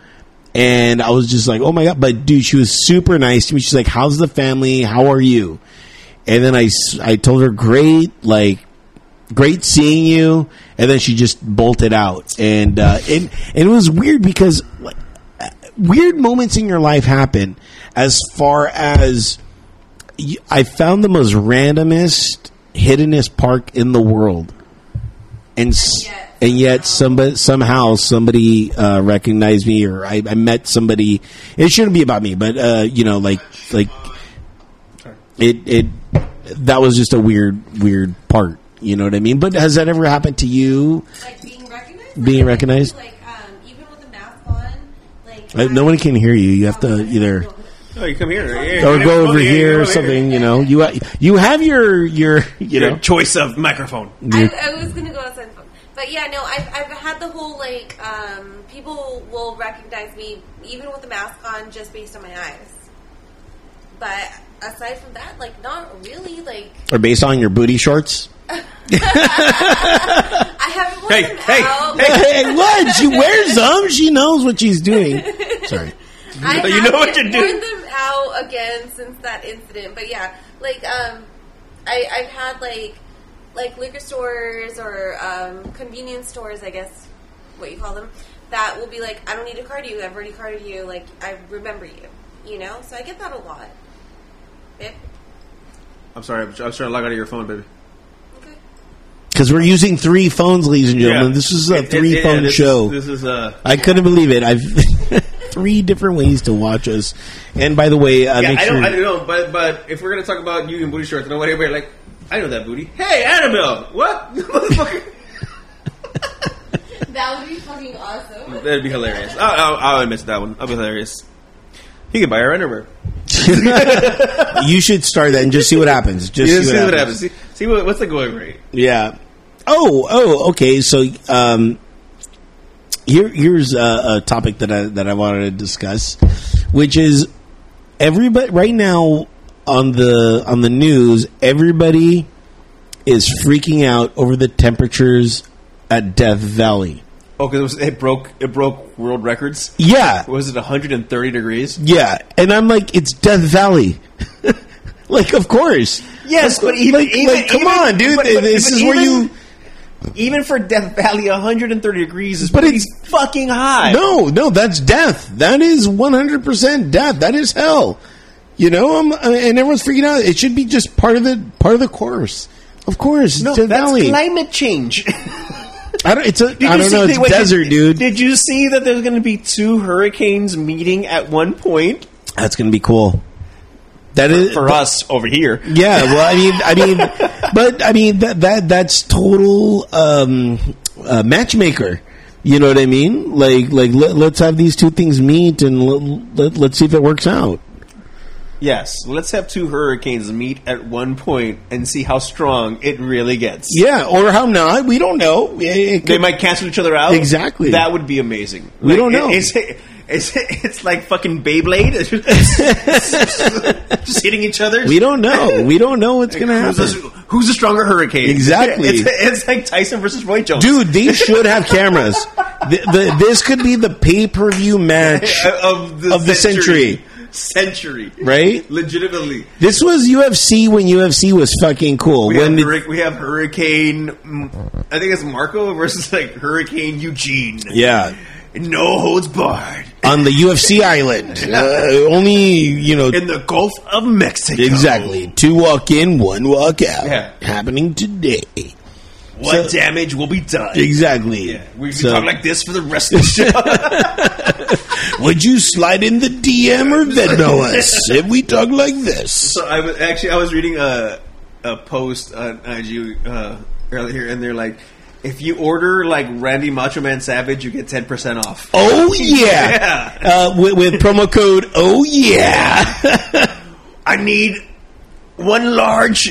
A: And I was just like, oh my God. But dude, she was super nice to me. She's like, how's the family? How are you? And then I, s- I told her, great, like, great seeing you. And then she just bolted out. And, uh, and, and it was weird because like, uh, weird moments in your life happen as far as y- I found the most randomest, hiddenest park in the world and s-
C: Yet
A: and yet somebody somehow somebody uh, recognized me or I, I met somebody. It shouldn't be about me, but uh, you know, like like it it that was just a weird weird part. You know what I mean? But has that ever happened to you?
C: Like being recognized.
A: Being
C: Like,
A: recognized?
C: Like um, even with the mask on, like
A: Uh, no one can hear you. You have to either
B: Oh, you come here. Yeah,
A: or
B: yeah,
A: go over
B: yeah,
A: here
B: yeah,
A: or
B: yeah.
A: something. Oh, You know, you ha- you have your your you
F: Your
A: know.
F: choice of microphone.
C: I, I was gonna go outside, the phone. but yeah, no. I've I've had the whole like um, people will recognize me even with the mask on just based on my eyes. But aside from that, like not really. Like
A: Or based on your booty shorts.
C: I haven't worn
F: Hey,
C: them
F: hey,
C: out.
A: Hey, what? She wears them. She knows what she's doing. Sorry.
C: I
F: You know what
C: haven't
F: you're
C: worn them out again since that incident. But yeah, like um, I I've had like like liquor stores or um, convenience stores, I guess what you call them, that will be like, I don't need to card you. I've already carded you. Like I remember you. You know, so I get that a lot. Eh? Babe,
B: I'm sorry. I'm trying to log out of your phone, baby.
C: okay.
A: Because we're using three phones, ladies and gentlemen.
B: Yeah.
A: This is a
B: It- it-
A: three
B: yeah,
A: phone
B: this is-
A: show.
B: this is uh,
A: I couldn't believe it. I've three different ways to watch us. And by the way, uh,
B: yeah,
A: make
B: I
A: sure
B: don't, I don't know, but but if we're gonna talk about you and booty shorts, I know everybody like, I know that booty. Hey, Annabelle, what? Motherfucker.
C: That would be fucking awesome.
B: That'd be hilarious. I'll, I'll, I'll admit to that one. I'll be hilarious. He can buy her underwear.
A: you should start that and just see what happens. Just
B: Yeah, see, what happens. See, see what, what's the going rate?
A: Yeah. Oh, oh, okay. So, um, here, here's a, a topic that I that I wanted to discuss, which is everybody right now on the on the news. Everybody is freaking out over the temperatures at Death Valley.
B: Oh, because it, was- it broke it broke world records.
A: Yeah,
B: Was it 130 degrees?
A: yeah. And I'm like, it's Death Valley. like, of course.
B: Yes,
A: Like,
B: but even,
A: like,
B: even-
A: like, come
B: even-
A: on, dude.
B: but- but-
A: this
B: but
A: is where
B: even-
A: you.
B: even for Death Valley, 130 degrees is
A: But
B: pretty
A: it's-
B: fucking high.
A: No, no, that's death. That is 100% death. That is hell. You know, I'm, and everyone's freaking out. It should be just part of the part of the course. Of course,
B: No,
A: it's Death
B: that's
A: Valley.
B: climate change.
A: I don't, it's a,
B: Did
A: I
B: you
A: don't
B: see-
A: know. It's
B: wait, wait,
A: desert,
B: did-
A: dude.
B: Did you see that there's going to be two hurricanes meeting at one point
A: that's gonna be cool. That is
B: for us over here?
A: Yeah, well, I mean, I mean, but I mean that that that's total um, uh, matchmaker. You know what I mean? Like, like let, let's have these two things meet, and let, let, let's see if it works out.
B: Yes, let's have two hurricanes meet at one point and see how strong it really gets.
A: Yeah, or how not? We don't know. It- it
B: They
A: could-
B: might cancel each other out.
A: Exactly.
B: That would be amazing.
A: We don't know.
B: It's, it's, it's like fucking Beyblade. Just hitting each other.
A: we don't know. We don't know what's going to
B: Who's
A: happen.
B: the, who's the stronger hurricane?
A: Exactly.
B: It's, it's like Tyson versus Roy Jones.
A: Dude, they should have cameras. The, the, this could be the pay per view match.
B: Uh, of the,
A: Of the
B: Century.
A: Right?
B: Legitimately.
A: This was UFC when UFC was fucking cool.
B: We have,
A: when
B: hurri- we have Hurricane, mm, I think it's Marco versus like Hurricane Eugene.
A: yeah,
B: No holds barred.
A: on the UFC island, uh, only you know
B: In the Gulf of Mexico.
A: exactly two walk in, one walk out.
B: Yeah.
A: Happening today.
B: What
A: So-
B: damage will be done?
A: Exactly.
B: Yeah, we can
A: So,
B: talk like this for the rest of the show.
A: would you slide in the DM or Venmo us if we talk like this?
B: so I was actually I was reading a a post on IG uh, earlier, and they're like, If you order like Randy Macho Man Savage, you get ten percent off.
A: Oh yeah,
B: Yeah.
A: Uh, with, with promo code. Oh yeah,
B: I need one large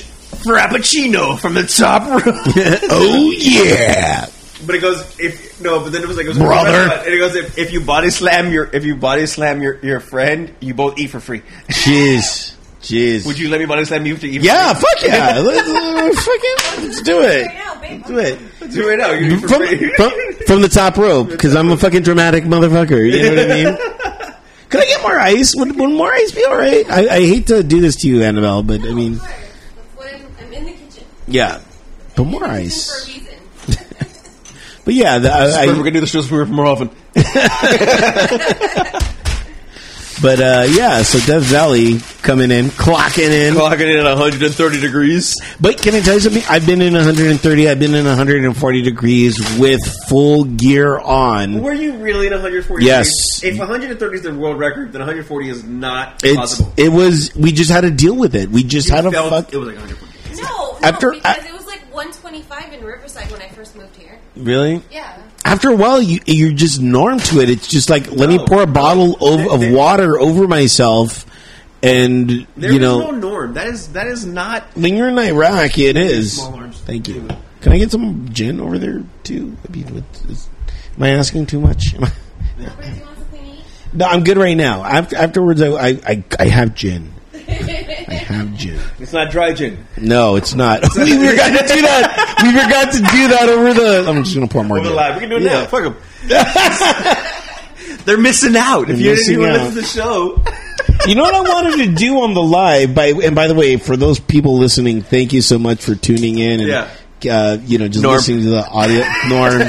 B: frappuccino from the top row.
A: oh yeah.
B: but it goes if no. But then it was like it was
A: Brother.
B: And it goes if, if you body slam your if you body slam your, your friend, you both eat for free.
A: Jeez, jeez.
B: Would you let me body slam you to eat?
A: Yeah, fuck yeah. let's, uh, fucking, let's do it. Let's do it.
B: for free? do it now. You eat for
A: From,
B: free.
A: from, from the top rope, because I'm a fucking dramatic motherfucker. You know what I mean? Could I get more ice? Would, would more ice be all right? I, I hate to do this to you, Annabelle, but I mean,
C: That's what I'm, I'm in the kitchen.
A: yeah. But more
C: For
A: ice.
C: a reason.
A: But yeah, the, I,
B: we're
A: I,
B: gonna do the shows for more often.
A: but uh, yeah, so Dev Valley coming in, clocking in.
B: Clocking in at 130 degrees.
A: But can I tell you something? I've been in 130, I've been in 140 degrees with full gear on.
B: Were you really in 140?
A: Yes.
B: If 130 is the world record, then 140 is not
A: It's,
B: possible.
A: it was, we just had to deal with it. We just had to
B: felt
A: fuck.
B: It was like 140.
C: No, no
A: After-
C: because
A: I-
C: it was like 125 in Riverside when I first moved here.
A: Really?
C: Yeah.
A: After a while, you, you're just norm to it. It's just like, let me
B: No.
A: pour a bottle of, of water over myself. And,
B: There
A: you
B: is
A: know,
B: no norm. That is that is not.
A: when you're in Iraq, it is.
B: Small arms.
A: Thank you. Can I get some gin over there, too? I mean, what is, am I asking too much? Am I-
C: But do you want something to eat?
A: No, I'm good right now. After, afterwards, I, I, I, I have gin. I have gin.
B: It's not dry gin.
A: No, it's not. we forgot to do that. We forgot to do that over the. I'm just gonna pour more.
B: We're
A: gin.
B: live. We can do it
A: Yeah.
B: now. Fuck them. They're missing out.
A: They're
B: If you didn't
A: missing
B: even
A: out.
B: listen to the show,
A: You know what I wanted to do on the live? By and by the way, for those people listening, thank you so much for tuning in. And,
B: Yeah.
A: Uh, you know, just
B: Norm.
A: listening to the audio. Norm,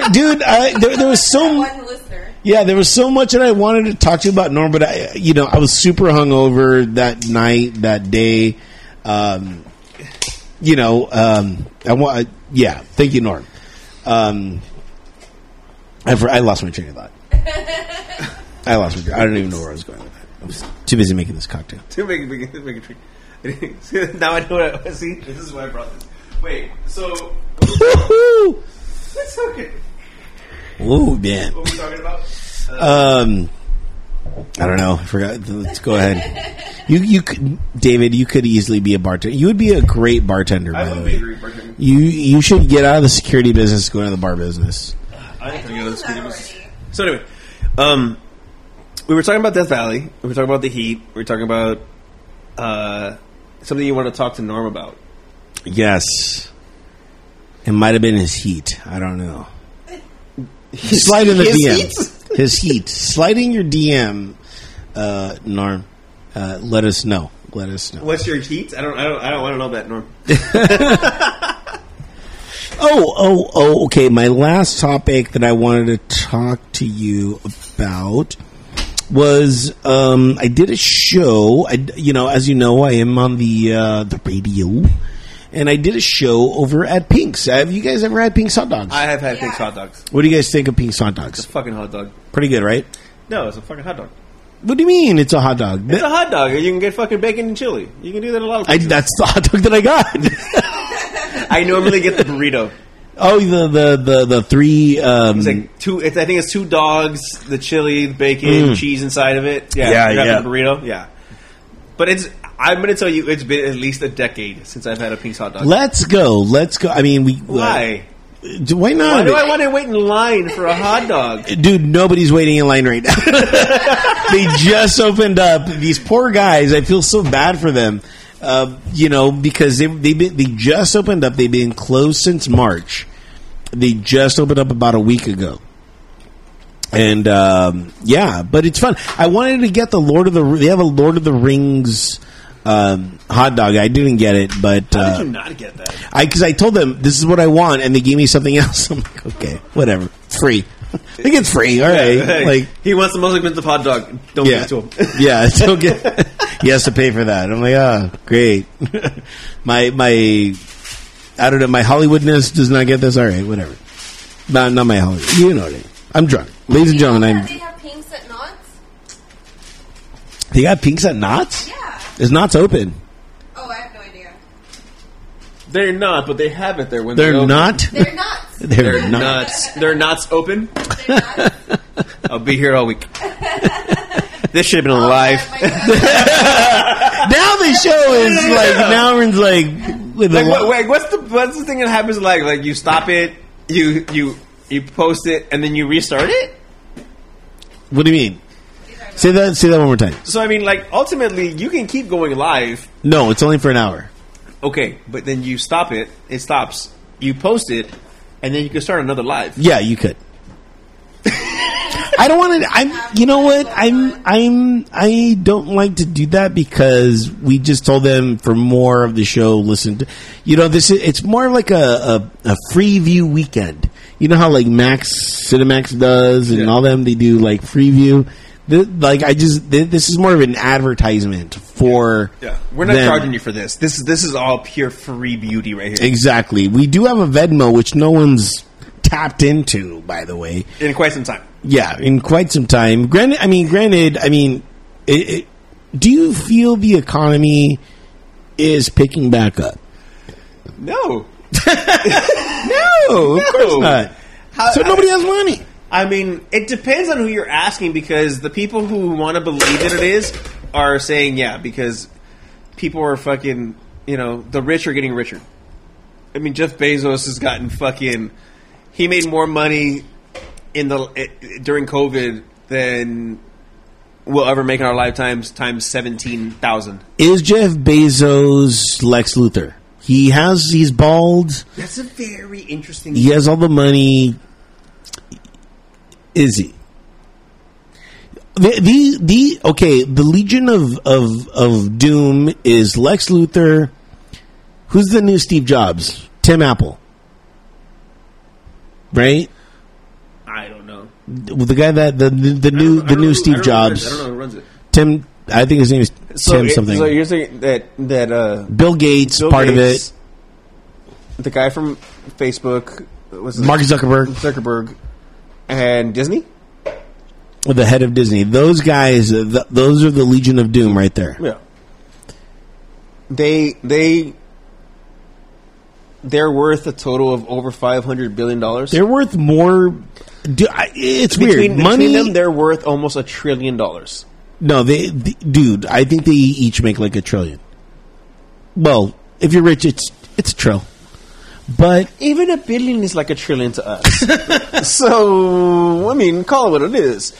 A: Norm, dude, I, there, there was so
C: One listener.
A: Yeah, there was so much that I wanted to talk to you about Norm, but I, you know, I was super hungover that night, that day. Um, you know, um, I want. Yeah, thank you, Norm. Um, I, for, I lost my train of thought. I lost my. train- I don't even know where I was going with that. I was too busy making this cocktail.
B: to make make make a treat. now I know what I see. This is why I brought this. Wait. So
A: Woo-hoo!
B: it's okay.
A: Ooh, man.
B: What were we talking about? Uh,
A: Um, I don't know. I forgot. Let's go ahead. You, you, could, David. You could easily be a bartender. You would be a great bartender.
B: I
A: by
B: would
A: the
B: be
A: way.
B: a great bartender.
A: You you should get out of the security business, go into the bar business.
B: I ain't gonna go to this
C: That
B: video.
C: already.
B: So anyway, um, we were talking about Death Valley. We were talking about the heat. We were talking about uh, something you want to talk to Norm about.
A: Yes, it might have been his heat. I don't know. Slide in the
B: his
A: DM. His heat. Sliding your DM, uh, Norm. Uh, let us know. Let us know.
B: What's your heat? I don't. I don't. I don't want to know that, Norm.
A: Oh, oh, oh. Okay, my last topic that I wanted to talk to you about was um, I did a show. I, you know, as you know, I am on the uh, the radio, and I did a show over at Pink's. Have you guys ever had Pink's hot dogs?
B: I have had
C: Yeah.
B: Pink's hot dogs.
A: what do you guys think of Pink's hot dogs?
B: It's a fucking hot dog.
A: Pretty good, right?
B: No, it's a fucking hot dog.
A: What do you mean? It's a hot dog.
B: It's a hot dog. You can get fucking bacon and chili. You can do that a lot of
A: I,
B: places.
A: that's the hot dog that I got.
B: I, normally get the burrito.
A: oh, the the the, the three. Um,
B: It's like two. It's, I think it's two dogs, the chili, the bacon, cheese inside of it. Yeah,
A: Mm. Yeah,
B: you have
A: yeah.
B: The burrito. Yeah, but it's. I'm gonna tell you, it's been at least a decade since I've had a Pink's hot dog.
A: let's go. Let's go. I mean, we
B: Why?
A: Uh, why not?
B: Why do I want to wait in line for a hot dog?
A: dude, nobody's waiting in line right now. they just opened up. These poor guys. I feel so bad for them. Uh, you know, because they they been, they just opened up. They've been closed since March. They just opened up about a week ago. And um, yeah, but it's fun. I wanted to get the Lord of the. They have a Lord of the Rings um, hot dog. I didn't get it, but
B: How
A: uh,
B: did you not get that?
A: I because I told them this is what I want, and they gave me something else. I'm like, okay, whatever, it's free. I think it's free. All right,
B: Hey,
A: like
B: he wants the most expensive hot dog. Don't
A: yeah,
B: give it to him.
A: yeah, it's okay. he has to pay for that. I'm like, ah, great. my my, I don't know. My Hollywoodness does not get this. All right, whatever. Not not my Hollywood. You know what I mean. I'm drunk, ladies and
C: Yeah,
A: gentlemen.
C: they
A: I'm,
C: have pinks at knots?
A: they got pinks at Knots.
C: Yeah.
A: Is Knots open?
C: Oh, I have no idea.
B: They're not, but they have it there when
A: They're
B: they open.
A: not.
C: They're nuts.
A: They're,
B: They're
A: not.
B: nuts. They're nuts open.
C: They're nuts.
B: I'll be here all week. this should have been live.
C: Oh,
A: Now the show is like now it's like with
B: Like,
A: a
B: what,
A: lot-
B: wait, what's the what's the thing that happens? Like, like you stop it, you you you post it, and then you restart it.
A: what do you mean? Say that. Say that one more time.
B: So I mean, like ultimately, you can keep going live.
A: No, it's only for an hour.
B: Okay, but then you stop it. It stops. You post it, and then you can start another live.
A: Yeah, you could. I don't want to. I'm. You know what? I'm. I'm. I don't like to do that because we just told them for more of the show. Listen, to, you know, this is. It's more like a, a a free view weekend. You know how like Max Cinemax does and
B: Yeah.
A: all them. They do like free view. Th- like I just. Th- this is more of an advertisement for.
B: Yeah, we're not
A: them.
B: charging you for this. This is this is all pure free beauty right here.
A: Exactly. We do have a Venmo, which no one's tapped into, by the way.
B: In quite some time.
A: Yeah, in quite some time. Granted, I mean, granted, I mean, it, it, do you feel the economy is picking back up?
B: No,
A: No, of course not.
B: How-
A: so nobody has money.
B: I mean, it depends on who you're asking because the people who want to believe that it is are saying yeah because people are fucking, you know, the rich are getting richer. I mean, Jeff Bezos has gotten fucking he made more money in the eh, eh, during COVID than we'll ever make in our lifetimes times 17,000.
A: Is Jeff Bezos Lex Luthor? He has. He's bald.
B: That's a very interesting
A: He has all the money. Is he? The, the the okay the Legion of, of of Doom is Lex Luthor. Who's the new Steve Jobs? Tim Apple, right?
B: I don't know.
A: The guy that the the, the new the
B: I don't
A: new
B: know- I
A: Steve
B: don't know who it is.
A: Jobs.
B: I don't know who runs it.
A: Tim, I think his name is Tim
B: it-
A: something.
B: So you're saying that that uh
A: Bill Gates
B: Bill
A: part
B: Gates,
A: of
B: The guy from Facebook was
A: it. Mark Zuckerberg,
B: Zuckerberg and Disney.
A: the head of Disney. Those guys, uh, th- those are the Legion of Doom right there.
B: Yeah. They they they're worth a total of over five hundred billion dollars.
A: They're worth more. Do, I, it's
B: Between,
A: weird. Money.
B: between them, they're worth almost a trillion dollars.
A: no, they, th- dude. I think they each make like a trillion. Well, if you're rich, it's it's a trill. But
B: Even a billion is like a trillion to us. so, I mean, call it what it is.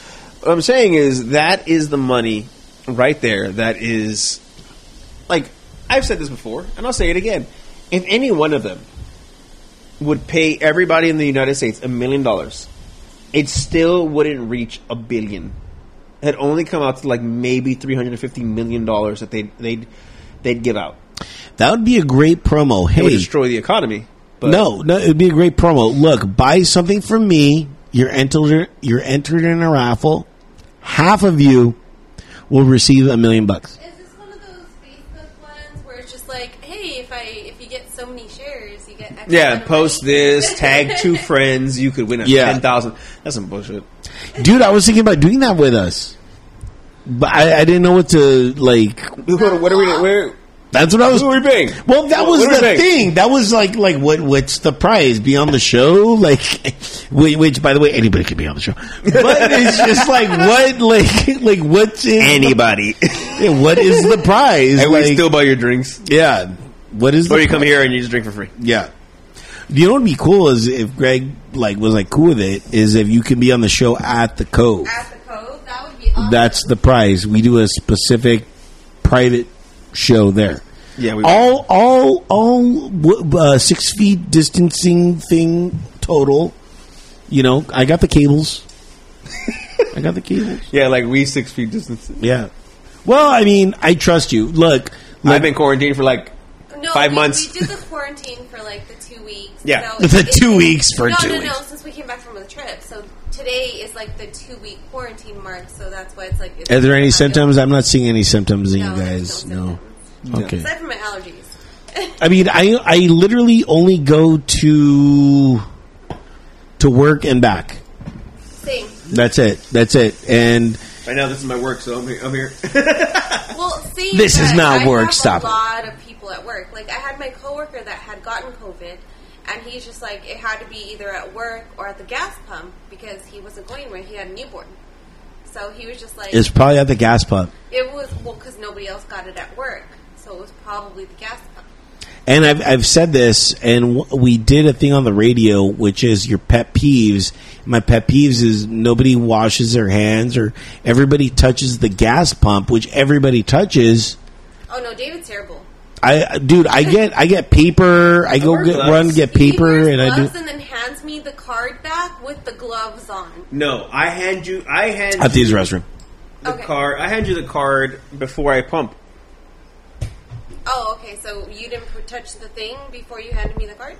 B: What I'm saying is that is the money right there that is like I've said this before and I'll say it again. If any one of them would pay everybody in the United States a million dollars, it still wouldn't reach a billion. It It'd only come out to like maybe 350 million dollars that they would they'd they'd give out.
A: that would be a great promo.
B: It would
A: Hey,
B: destroy the economy. But
A: no, no, it'd be a great promo. Look, buy something from me. You're entered. You're entered in a raffle. Half of you will receive a million bucks.
C: Is this one of those Facebook ones where it's just like, hey, if I if you get so many shares, you get X amount
B: Yeah,
C: of
B: post
C: money.
B: this, tag two friends, you could win a
A: Yeah.
B: ten thousand. That's some bullshit.
A: Dude, I was thinking about doing that with us, but I, I didn't know what to like.
B: What, what are we? Where?
A: That's what I was.
B: Who are we being?
A: Well, that
B: What-
A: was
B: what do
A: the
B: we think?
A: thing. That was like, like, what? What's the prize? Be on the show, like, whi- which, by the way, anybody could be on the show. But it's just like, what, like, like, what's in
B: Anybody?
A: yeah, What is the prize?
B: and
A: like,
B: we still buy your drinks,
A: yeah. What is?
B: or
A: the
B: you come
A: pri-
B: here and you just drink for free.
A: Yeah. You know what'd be cool is if Greg like was like cool with it is if you can be on the show at the Cove.
C: At the cove, that would be awesome.
A: That's the prize. We do a specific private show there.
B: Yeah, we-
A: all all all w- uh, six feet distancing thing total. You know, I got the cables. I got the cables.
B: Yeah, like we six feet distance.
A: Yeah. Well, I mean, I trust you. Look,
B: I've
A: look
B: been quarantined for like
C: no,
B: five
C: we,
B: months.
C: We did the quarantine for like the two weeks.
B: Yeah.
C: so
A: The
C: it's-
A: two weeks for
C: no,
A: two
C: no, No,
A: weeks.
C: since we came back from the trip, so today is like the two week quarantine mark. So that's why it's like. It's
A: Are there any
C: not-
A: symptoms? I'm not seeing any symptoms in
C: No,
A: you
C: there's
A: guys.
C: no
A: No.
B: symptoms.
A: Okay.
C: Aside from my allergies.
A: I mean, I I literally only go to to work and back.
C: Same.
A: That's it. That's it. And
B: right now. This is my work, so I'm here. I'm here.
C: Well, see,
A: This is
C: but
A: not
C: I
A: work,
C: Have
A: stop it.
C: a lot of people at work. work. Like I had my coworker that had gotten COVID, and he's just like it had to be either at work or at the gas pump because he wasn't going where he had a newborn. So he was just like
A: It's probably at the gas pump.
C: it was well because nobody else got it at work, so it was probably the gas pump.
A: And I've, I've said this, and w- we did a thing on the radio, which is your pet peeves. My pet peeves is nobody washes their hands or everybody touches the gas pump, which everybody touches.
C: Oh no, David's terrible.
A: I, dude, I get, I get paper. I go
B: wear
A: get
B: gloves.
A: run, get
C: He
A: paper,
C: wears
A: and I do.
C: gloves and then hands me the card back with the gloves on.
B: No, I hand you. I hand
A: At
B: you
A: these restroom.
B: the
C: Okay.
B: card. I hand you the card before I pump.
C: Oh, okay. So you didn't pr- touch the thing before you handed me the card.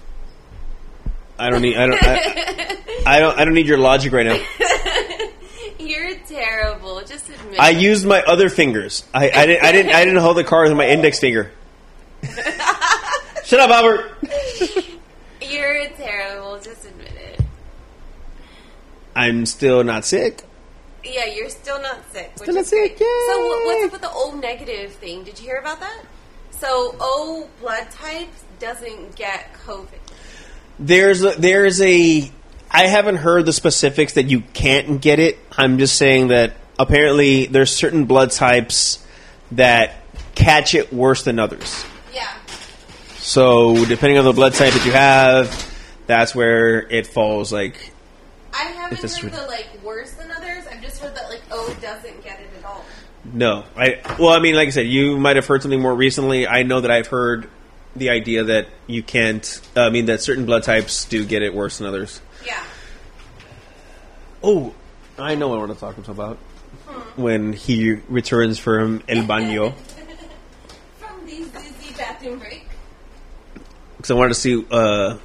B: I don't need. I don't. I, I don't. I don't need your logic right now.
C: You're terrible. Just admit.
B: I
C: it.
B: used my other fingers. I, I didn't. I didn't. I didn't hold the card with my index finger. Shut up, Albert.
C: You're terrible. Just admit it.
B: I'm still not sick.
C: Yeah, you're still not sick. Still
B: not sick, yay!
C: So wha- what's up with the O negative thing? Did you hear about that? So O blood type doesn't get COVID.
B: There's a, there's a. I haven't heard the specifics that you can't get it. I'm just saying that apparently there's certain blood types that catch it worse than others.
C: Yeah.
B: So depending on the blood type that you have, that's where it falls. Like
C: I haven't
B: If it's
C: heard
B: re-
C: the like worse than others. I've just heard that like O doesn't get it at all.
B: no, I well, I mean, like I said, you might have heard something more recently. I know that I've heard the idea that you can't. uh, I mean, that certain blood types do get it worse than others.
C: Yeah.
B: Oh, I know what I want to talk to him about when he returns from El Baño
C: From the dizzy bathroom break.
B: because I wanted to see uh,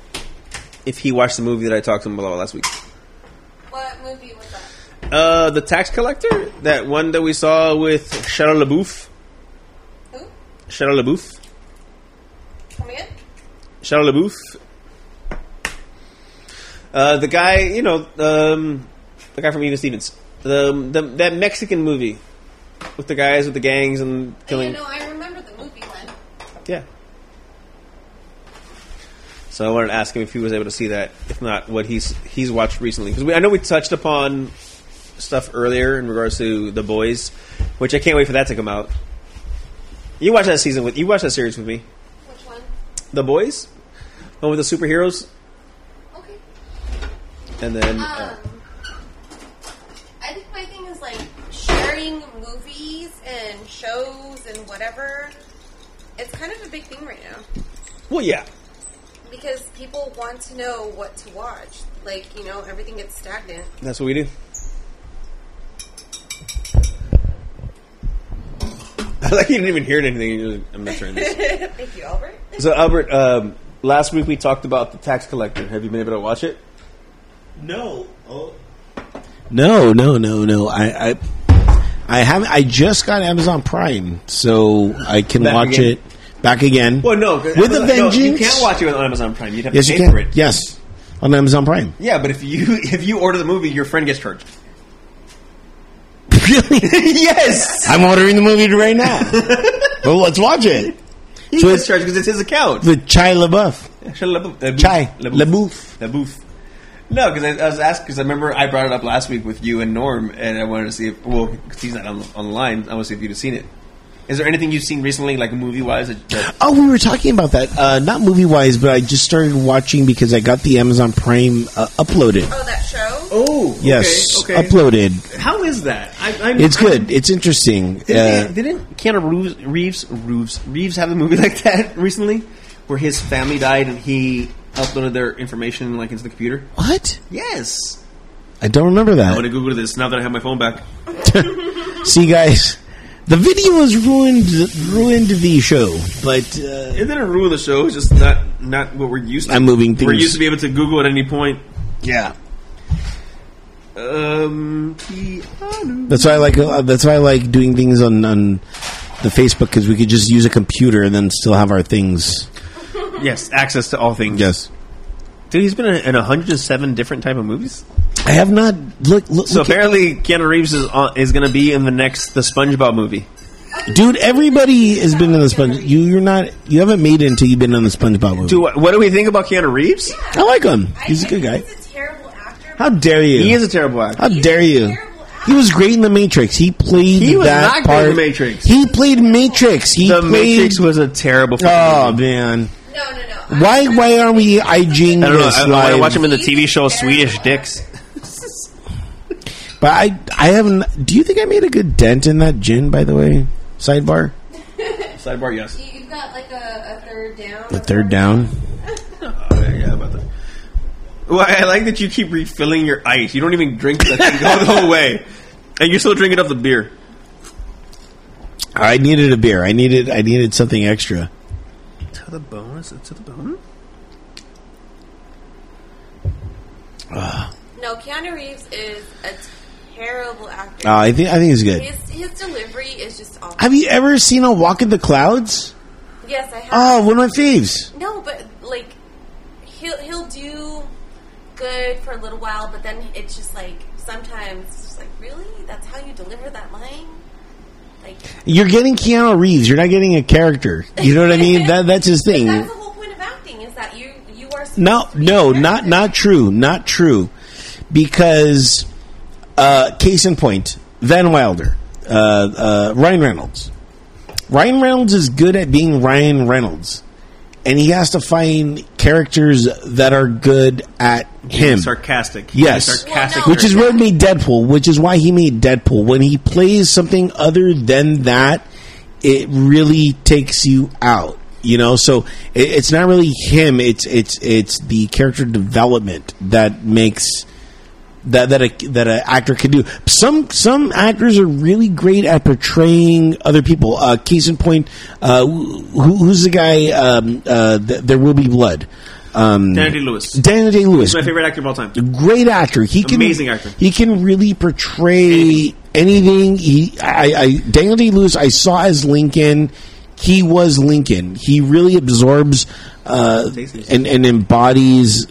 B: if he watched the movie that I talked to him about last week.
C: What movie was that?
B: Uh, the tax collector, that one that we saw with Shia LaBeouf.
C: Who?
B: Shia LaBeouf.
C: Come again?
B: Shia LaBeouf. Uh, the guy, you know, um, the guy from Even Stevens. The, the that Mexican movie with the guys with the gangs and
C: You
B: killing.
C: know, I remember the movie one.
B: Yeah. So I wanted to ask him if he was able to see that. If not, what he's he's watched recently because I know we touched upon stuff earlier in regards to the boys, which I can't wait for that to come out. You watched that season with you watched that series with me,
C: Which one?
B: the boys, one with the superheroes,
C: Okay.
B: and then uh,
C: Um, I think my thing is like sharing movies and shows and whatever. It's kind of a big thing right now
B: well, yeah,
C: because people want to know what to watch. Like you know, everything gets stagnant.
B: that's what we do. like you didn't even hear anything. You're like, I'm not sure. This.
C: Thank you, Albert.
B: So Albert, um, last week we talked about the tax collector. Have you been able to watch it?
A: No. Oh. No, no, no, no. I, I, I have. I just got Amazon Prime, so I can
B: Back
A: watch
B: again?
A: it back again.
B: Well, no, 'cause
A: with a
B: Amazon- no,
A: vengeance.
B: you can't watch it on Amazon Prime. You'd have
A: Yes,
B: to
A: you
B: pay
A: can.
B: for it.
A: Yes, on Amazon Prime.
B: Yeah, but if you if you order the movie, your friend gets charged.
A: really?
B: yes,
A: I'm ordering the movie right now. well, let's watch it.
B: he
A: So
B: gets
A: it's
B: charged because it's his account.
A: with Chai LaBeouf.
B: Actually, LaBeouf- LaBeouf-
A: Chai
B: LaBeouf.
A: LaBeouf.
B: LaBeouf. No, because I, I was asked because I remember I brought it up last week with you and Norm, and I wanted to see if well, 'cause he's not on, online. I want to see if you'd have seen it. Is there anything you've seen recently, like movie wise? That, that,
A: Oh, we were talking about that. Uh, not movie wise, but I just started watching because I got the Amazon Prime uh, uploaded.
C: Oh, that show.
B: oh,
A: yes, uploaded.
B: How is that? I, I'm,
A: It's
B: I'm-
A: good. It's interesting.
B: Didn't,
A: Uh,
B: they- didn't Keanu Reeves, Reeves Reeves Reeves have a movie like that recently, where his family died and he uploaded their information like into the computer?
A: what?
B: Yes.
A: I don't remember
B: I want
A: that.
B: to Google this now that I have my phone back.
A: See, guys, the video has ruined ruined the show. But uh,
B: It didn't ruin the show. It's just not not what we're used to.
A: I'm moving
B: We're
A: things.
B: used to be able to Google at any point.
A: yeah,
B: Um, Keanu.
A: that's why I like uh, that's why I like doing things on on the Facebook because we could just use a computer and then still have our things.
B: Yes, access to all things.
A: Yes,
B: dude, he's been in in 107 different type of movies.
A: I have not look. look look
B: So
A: at-
B: uh, apparently, Keanu Reeves is on, is going to be in the next the SpongeBob movie.
A: Dude, everybody has been on the sponge. You, you're not. You haven't made it until you've been on the SpongeBob movie.
B: Do what, what do we think about Keanu Reeves?
A: I like him. He's a
C: I
A: good
C: think
A: guy.
C: He's a terrible actor.
A: How dare you?
B: He is a terrible actor.
A: How
C: He's
A: dare
C: a
A: you?
C: terrible
A: He was great in The Matrix. He played
B: He was
A: that
B: not great
A: part.
B: in The Matrix.
A: He played Matrix. He
B: the
A: played,
B: Matrix was a terrible.
A: Oh
B: fucking movie.
A: man,
C: No, no, no. I-
A: why why aren't we IGing
B: I don't know.
A: this
B: I, I
A: live?
B: wanna watch him in the
C: He's
B: TV show
C: a
B: Swedish
C: terrible
B: Dicks.
A: But I I haven't. Do you think I made a good dent in that gin? By the way, sidebar.
B: Sidebar, yes.
C: You- You've got like a, a third down.
A: The third down.
B: Oh, yeah, yeah, about that. Well, I like that you keep refilling your ice. You don't even drink that thing go the whole way, and you're still drinking up the beer.
A: I needed a beer. I needed I needed something extra.
B: To the bone? Is it to the bone?
C: No, Keanu Reeves is a terrible actor.
A: Uh, I think I think it's good.
C: his, his delivery is just awful.
A: Have you ever seen a Walk in the Clouds?
C: yes, I have.
A: Oh, one of my faves.
C: No, but like he'll he'll do good for a little while, but then it's just like sometimes it's just like really that's how you deliver that line. Like
A: You're getting Keanu Reeves. You're not getting a character. You know what I mean? That that's his
C: but
A: thing.
C: that's the whole point of acting is that you you are supposed
A: No,
C: to be
A: no,
C: the
A: not
C: character.
A: not true, not true. Because uh, case in point, Van Wilder, uh, uh, Ryan Reynolds. Ryan Reynolds is good at being Ryan Reynolds, and he has to find characters that are good at him.
B: Sarcastic.
A: Yes.
B: sarcastic.
C: Well, no.
A: Which is what made Deadpool, which is why he made Deadpool. When he plays something other than that, it really takes you out. You know, so it, it's not really him. It's it's it's the character development that makes that that a that an actor can do. Some some actors are really great at portraying other people. Uh, case in point, uh, who, who's the guy? Um, uh, th- there will be blood. Um,
B: Daniel Day-Lewis.
A: Daniel Day Lewis
B: He's my favorite actor of all time.
A: great actor. He can
B: Amazing actor.
A: He can really portray anything. He, I, I Daniel Day Lewis. I saw as Lincoln. He was Lincoln. He really absorbs uh, and, and embodies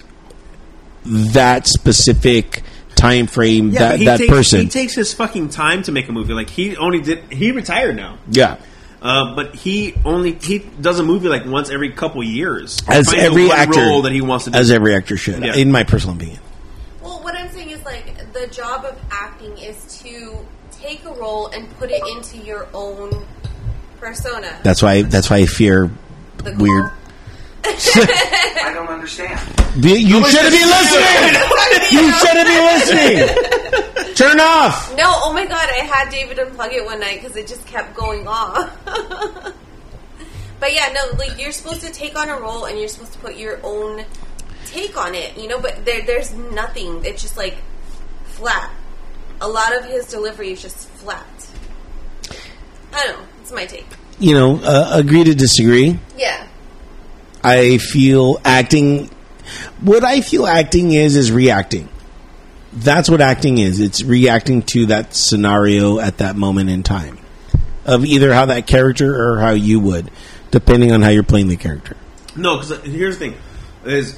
A: that specific time frame.
B: but
A: that that
B: takes,
A: person.
B: He takes his fucking time to make a movie. Like he only did. He retired now.
A: yeah.
B: Uh, but he only he does a movie like once every couple years. He
A: As
B: finds the
A: every
B: one
A: actor
B: role that he wants to do.
A: as every actor should,
B: Yeah.
A: in my personal opinion.
C: Well, what I'm saying is like the job of acting is to take a role and put it into your own persona.
A: That's why. That's why I fear
C: The call.
A: weird.
E: I don't understand.
A: You you shouldn't be listening. You shouldn't be listening. Turn off.
C: No, oh my god, I had David unplug it one night because it just kept going off. but yeah, no, like you're supposed to take on a role and you're supposed to put your own take on it, you know. But there, there's nothing. It's just like flat. A lot of his delivery is just flat. I don't know. It's my take.
A: you know, uh, agree to disagree.
C: Yeah.
A: I feel acting. What I feel acting is is reacting. That's what acting is. It's reacting to that scenario at that moment in time, of either how that character or how you would, depending on how you're playing the character.
B: no, because here's the thing: is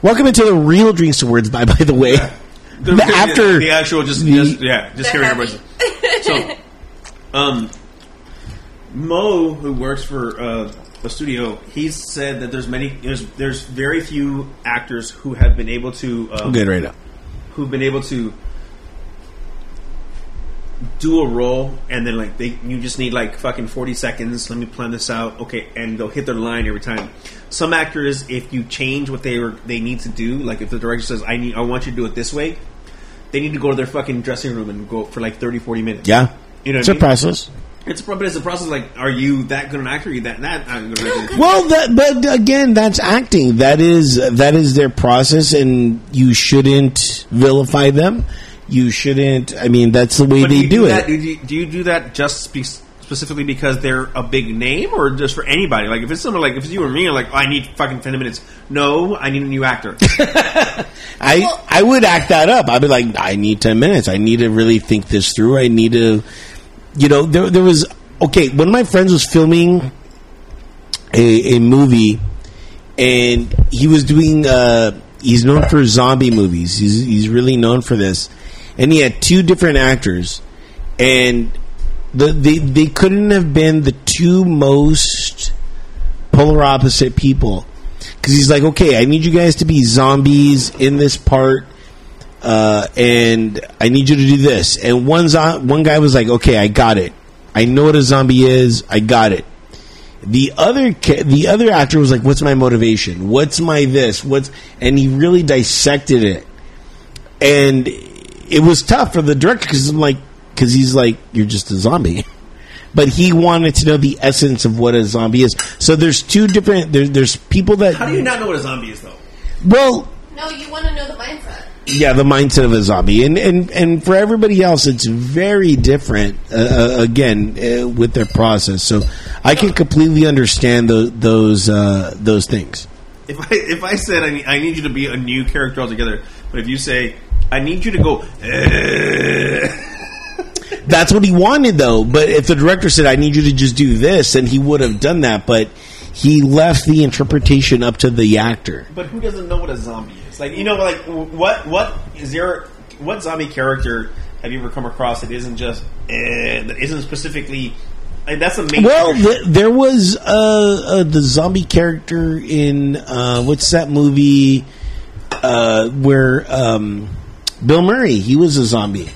A: Welcome into the real drinks to words. By by the way,
B: the,
A: the after
B: the actual just,
A: the-
B: just- yeah just
C: The
B: hearing
C: happy.
B: everybody. So, um, Mo, who works for uh, a studio, he said that there's many there's there's very few actors who have been able to um,
A: I'm good right now.
B: who've been able to do a role and then like they you just need like fucking 40 seconds let me plan this out okay and they'll hit their line every time some actors if you change what they were they need to do like if the director says i need i want you to do it this way they need to go to their fucking dressing room and go for like 30 40 minutes
A: Yeah,
B: You know
A: it's a
B: what I mean?
A: process.
B: it's a, pro- but it's a process like are you that good an actor are you that that I'm gonna do it.
A: Well, that, but again, that's acting. That is that is their process, and you shouldn't vilify them. You shouldn't. I mean, that's the way
B: But
A: they
B: you
A: do, it.
B: That, do, you, do you do that just spe- specifically because they're a big name, or just for anybody? Like, if it's someone like if it's you or me, you're like, oh, I need fucking ten minutes. No, I need a new actor.
A: I I would act that up. I'd be like, I need ten minutes. I need to really think this through. I need to, you know, there there was okay. One of my friends was filming a a movie, and he was doing. Uh, he's known for zombie movies. He's he's really known for this, and he had two different actors, and The, they, they couldn't have been the two most polar opposite people. Because he's like, okay, I need you guys to be zombies in this part, uh, and I need you to do this. And one, zo- one guy was like, okay, I got it. I know what a zombie is. I got it. The other ca- the other actor was like, "What's my motivation? What's my this? What's?" And he really dissected it, and it was tough for the director because I'm like, because he's like, "You're just a zombie," but he wanted to know the essence of what a zombie is. So there's two different. There, there's people that
B: How do you not know what a zombie is, though?
A: well,
C: No, you want to know the mindset.
A: yeah, the mindset of a zombie, and and and for everybody else, it's very different. Uh, uh, again, uh, with their process, so I can completely understand tho- those uh, those things.
B: If I if I said I need, I need you to be a new character altogether, but if you say I need you to go, eh,
A: That's what he wanted, though. But if the director said, "I need you to just do this," then he would have done that. But he left the interpretation up to the actor.
B: but who doesn't know what a zombie is? Like you know, like what what is there? What zombie character have you ever come across that isn't just eh, that isn't specifically? Like, that's a main.
A: Well,
B: character.
A: th- there was uh, uh, the zombie character in uh, what's that movie uh, where um, Bill Murray he was a zombie.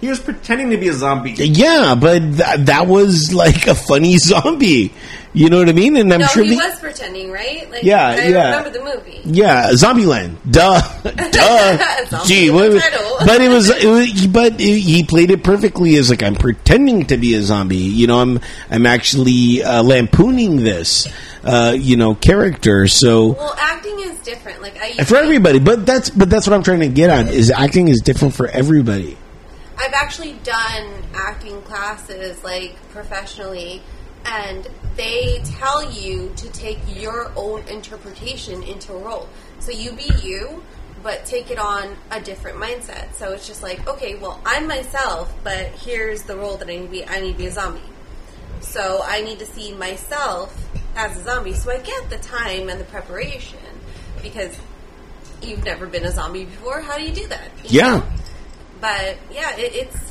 B: he was pretending to be a zombie.
A: Yeah, but th- that was like a funny zombie. You know what I mean? And I'm
C: no,
A: sure
C: he
A: the-
C: was pretending, right? Like,
A: Yeah,
C: I
A: yeah.
C: remember the movie.
A: Yeah, Zombieland. Duh, duh.
C: Zombie
A: Gee,
C: in
A: what
C: the
A: was-
C: title.
A: but it was, it was- but it- he played it perfectly as like I'm pretending to be a zombie. You know, I'm I'm actually uh, lampooning this, uh, you know, character. So
C: Well, acting is different. Like I,
A: for everybody, but that's but that's what I'm trying to get at is acting is different for everybody.
C: I've actually done acting classes, like professionally, and they tell you to take your own interpretation into a role. So you be you, but take it on a different mindset. So it's just like, okay, well, I'm myself, but here's the role that I need to be. I need to be a zombie. So I need to see myself as a zombie. So I get the time and the preparation because you've never been a zombie before. How do you do that? You
A: Yeah.
C: know? But yeah, it, it's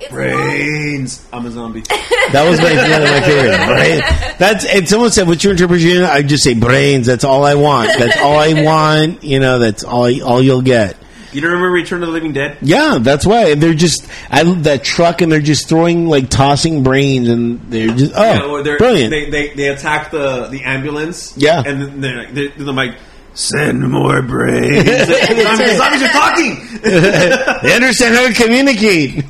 C: it's long.
B: Brains. I'm a zombie.
A: That was my, one of my favorite. Brain. That's and someone said, "What's your interpretation?" I just say brains. That's all I want. That's all I want. You know, that's all all you'll get.
B: You don't remember Return of the Living Dead?
A: Yeah, that's why. And they're just I love that truck, and they're just throwing like tossing brains, and they're just oh,
B: Yeah, or they're,
A: brilliant.
B: They, they they attack the the ambulance.
A: Yeah.
B: and then they're, like- they're, they're like, send more brains. zombies, zombies are talking.
A: They understand how to communicate.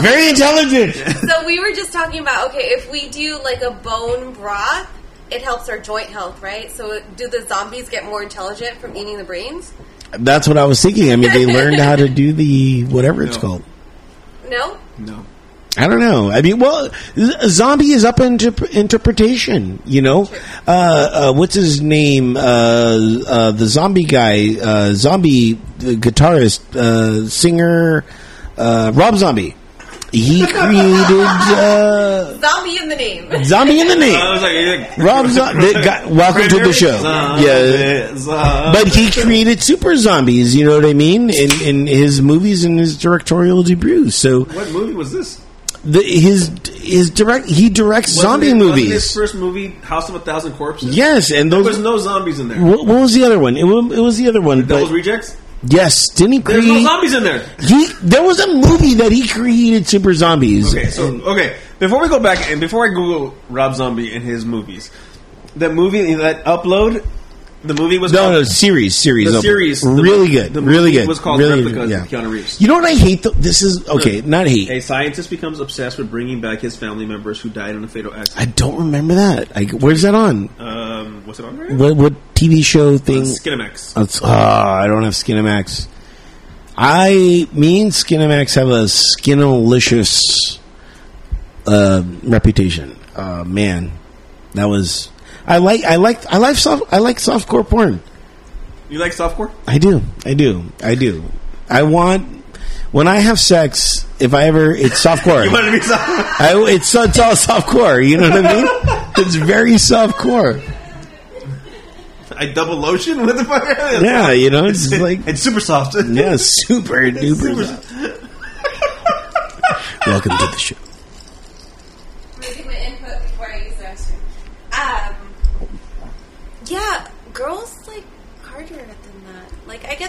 A: Very intelligent.
C: So we were just talking about okay, if we do like a bone broth, it helps our joint health, right? So do the zombies get more intelligent from eating the brains?
A: That's what I was thinking. I mean, they learned how to do the whatever it's
B: No.
A: called.
C: No.
B: No,
A: I don't know. I mean, well, z- zombie is up into interpretation. You know, uh, uh, what's his name? Uh, uh, the zombie guy, uh, zombie the guitarist, uh, singer, uh, Rob Zombie. He created uh,
C: Zombie in the name.
A: zombie in the
B: I
A: name.
B: was like, you're like
A: Rob Zombie. Welcome to the show.
B: Zombie,
A: Yeah,
B: zombie.
A: but he created super zombies. You know what I mean? In in his movies and his directorial debut. So
B: what movie was this?
A: the, his his direct he directs
B: Wasn't
A: zombie
B: it- wasn't his
A: movies.
B: first movie, House of a Thousand Corpses.
A: Yes, and
B: there
A: those.
B: was no zombies in there.
A: Wha- what, was the other one? It, wa- it was the other one.
B: Those
A: But
B: rejects.
A: yes, didn't he
B: There's
A: create?
B: no zombies in there.
A: he there was a movie that he created super zombies.
B: Okay, so okay, before we go back and before I Google Rob Zombie and his movies, the movie that upload, the movie was
A: No,
B: called-
A: no series, series,
B: The
A: of-
B: series, the
A: really
B: mo-
A: good,
B: the
A: really
B: movie
A: good.
B: was called
A: really,
B: Replicas
A: yeah.
B: with Keanu Reeves.
A: You know what I hate? Though? This is okay, not hate.
B: A scientist becomes obsessed with bringing back his family members who died in a fatal accident.
A: I don't remember that. I, where's that on?
B: Um, what's it on? Right?
A: What what TV show thing?
B: Skinamax.
A: That's, oh, I don't have Skinamax. I, me and Skinamax have a skinalicious uh, reputation. Uh, man, that was. I like, I like, I like soft, I like softcore porn.
B: You like softcore?
A: I do, I do, I do. I want when I have sex, if I ever, it's softcore.
B: You want to be softcore?
A: I, it's it's all softcore. You know what I mean? It's very softcore.
B: I double lotion. What the fuck?
A: Yeah, you know, it's like
B: it's super soft.
A: Yeah, super duper.
B: Super
A: Welcome to the show.
C: Um,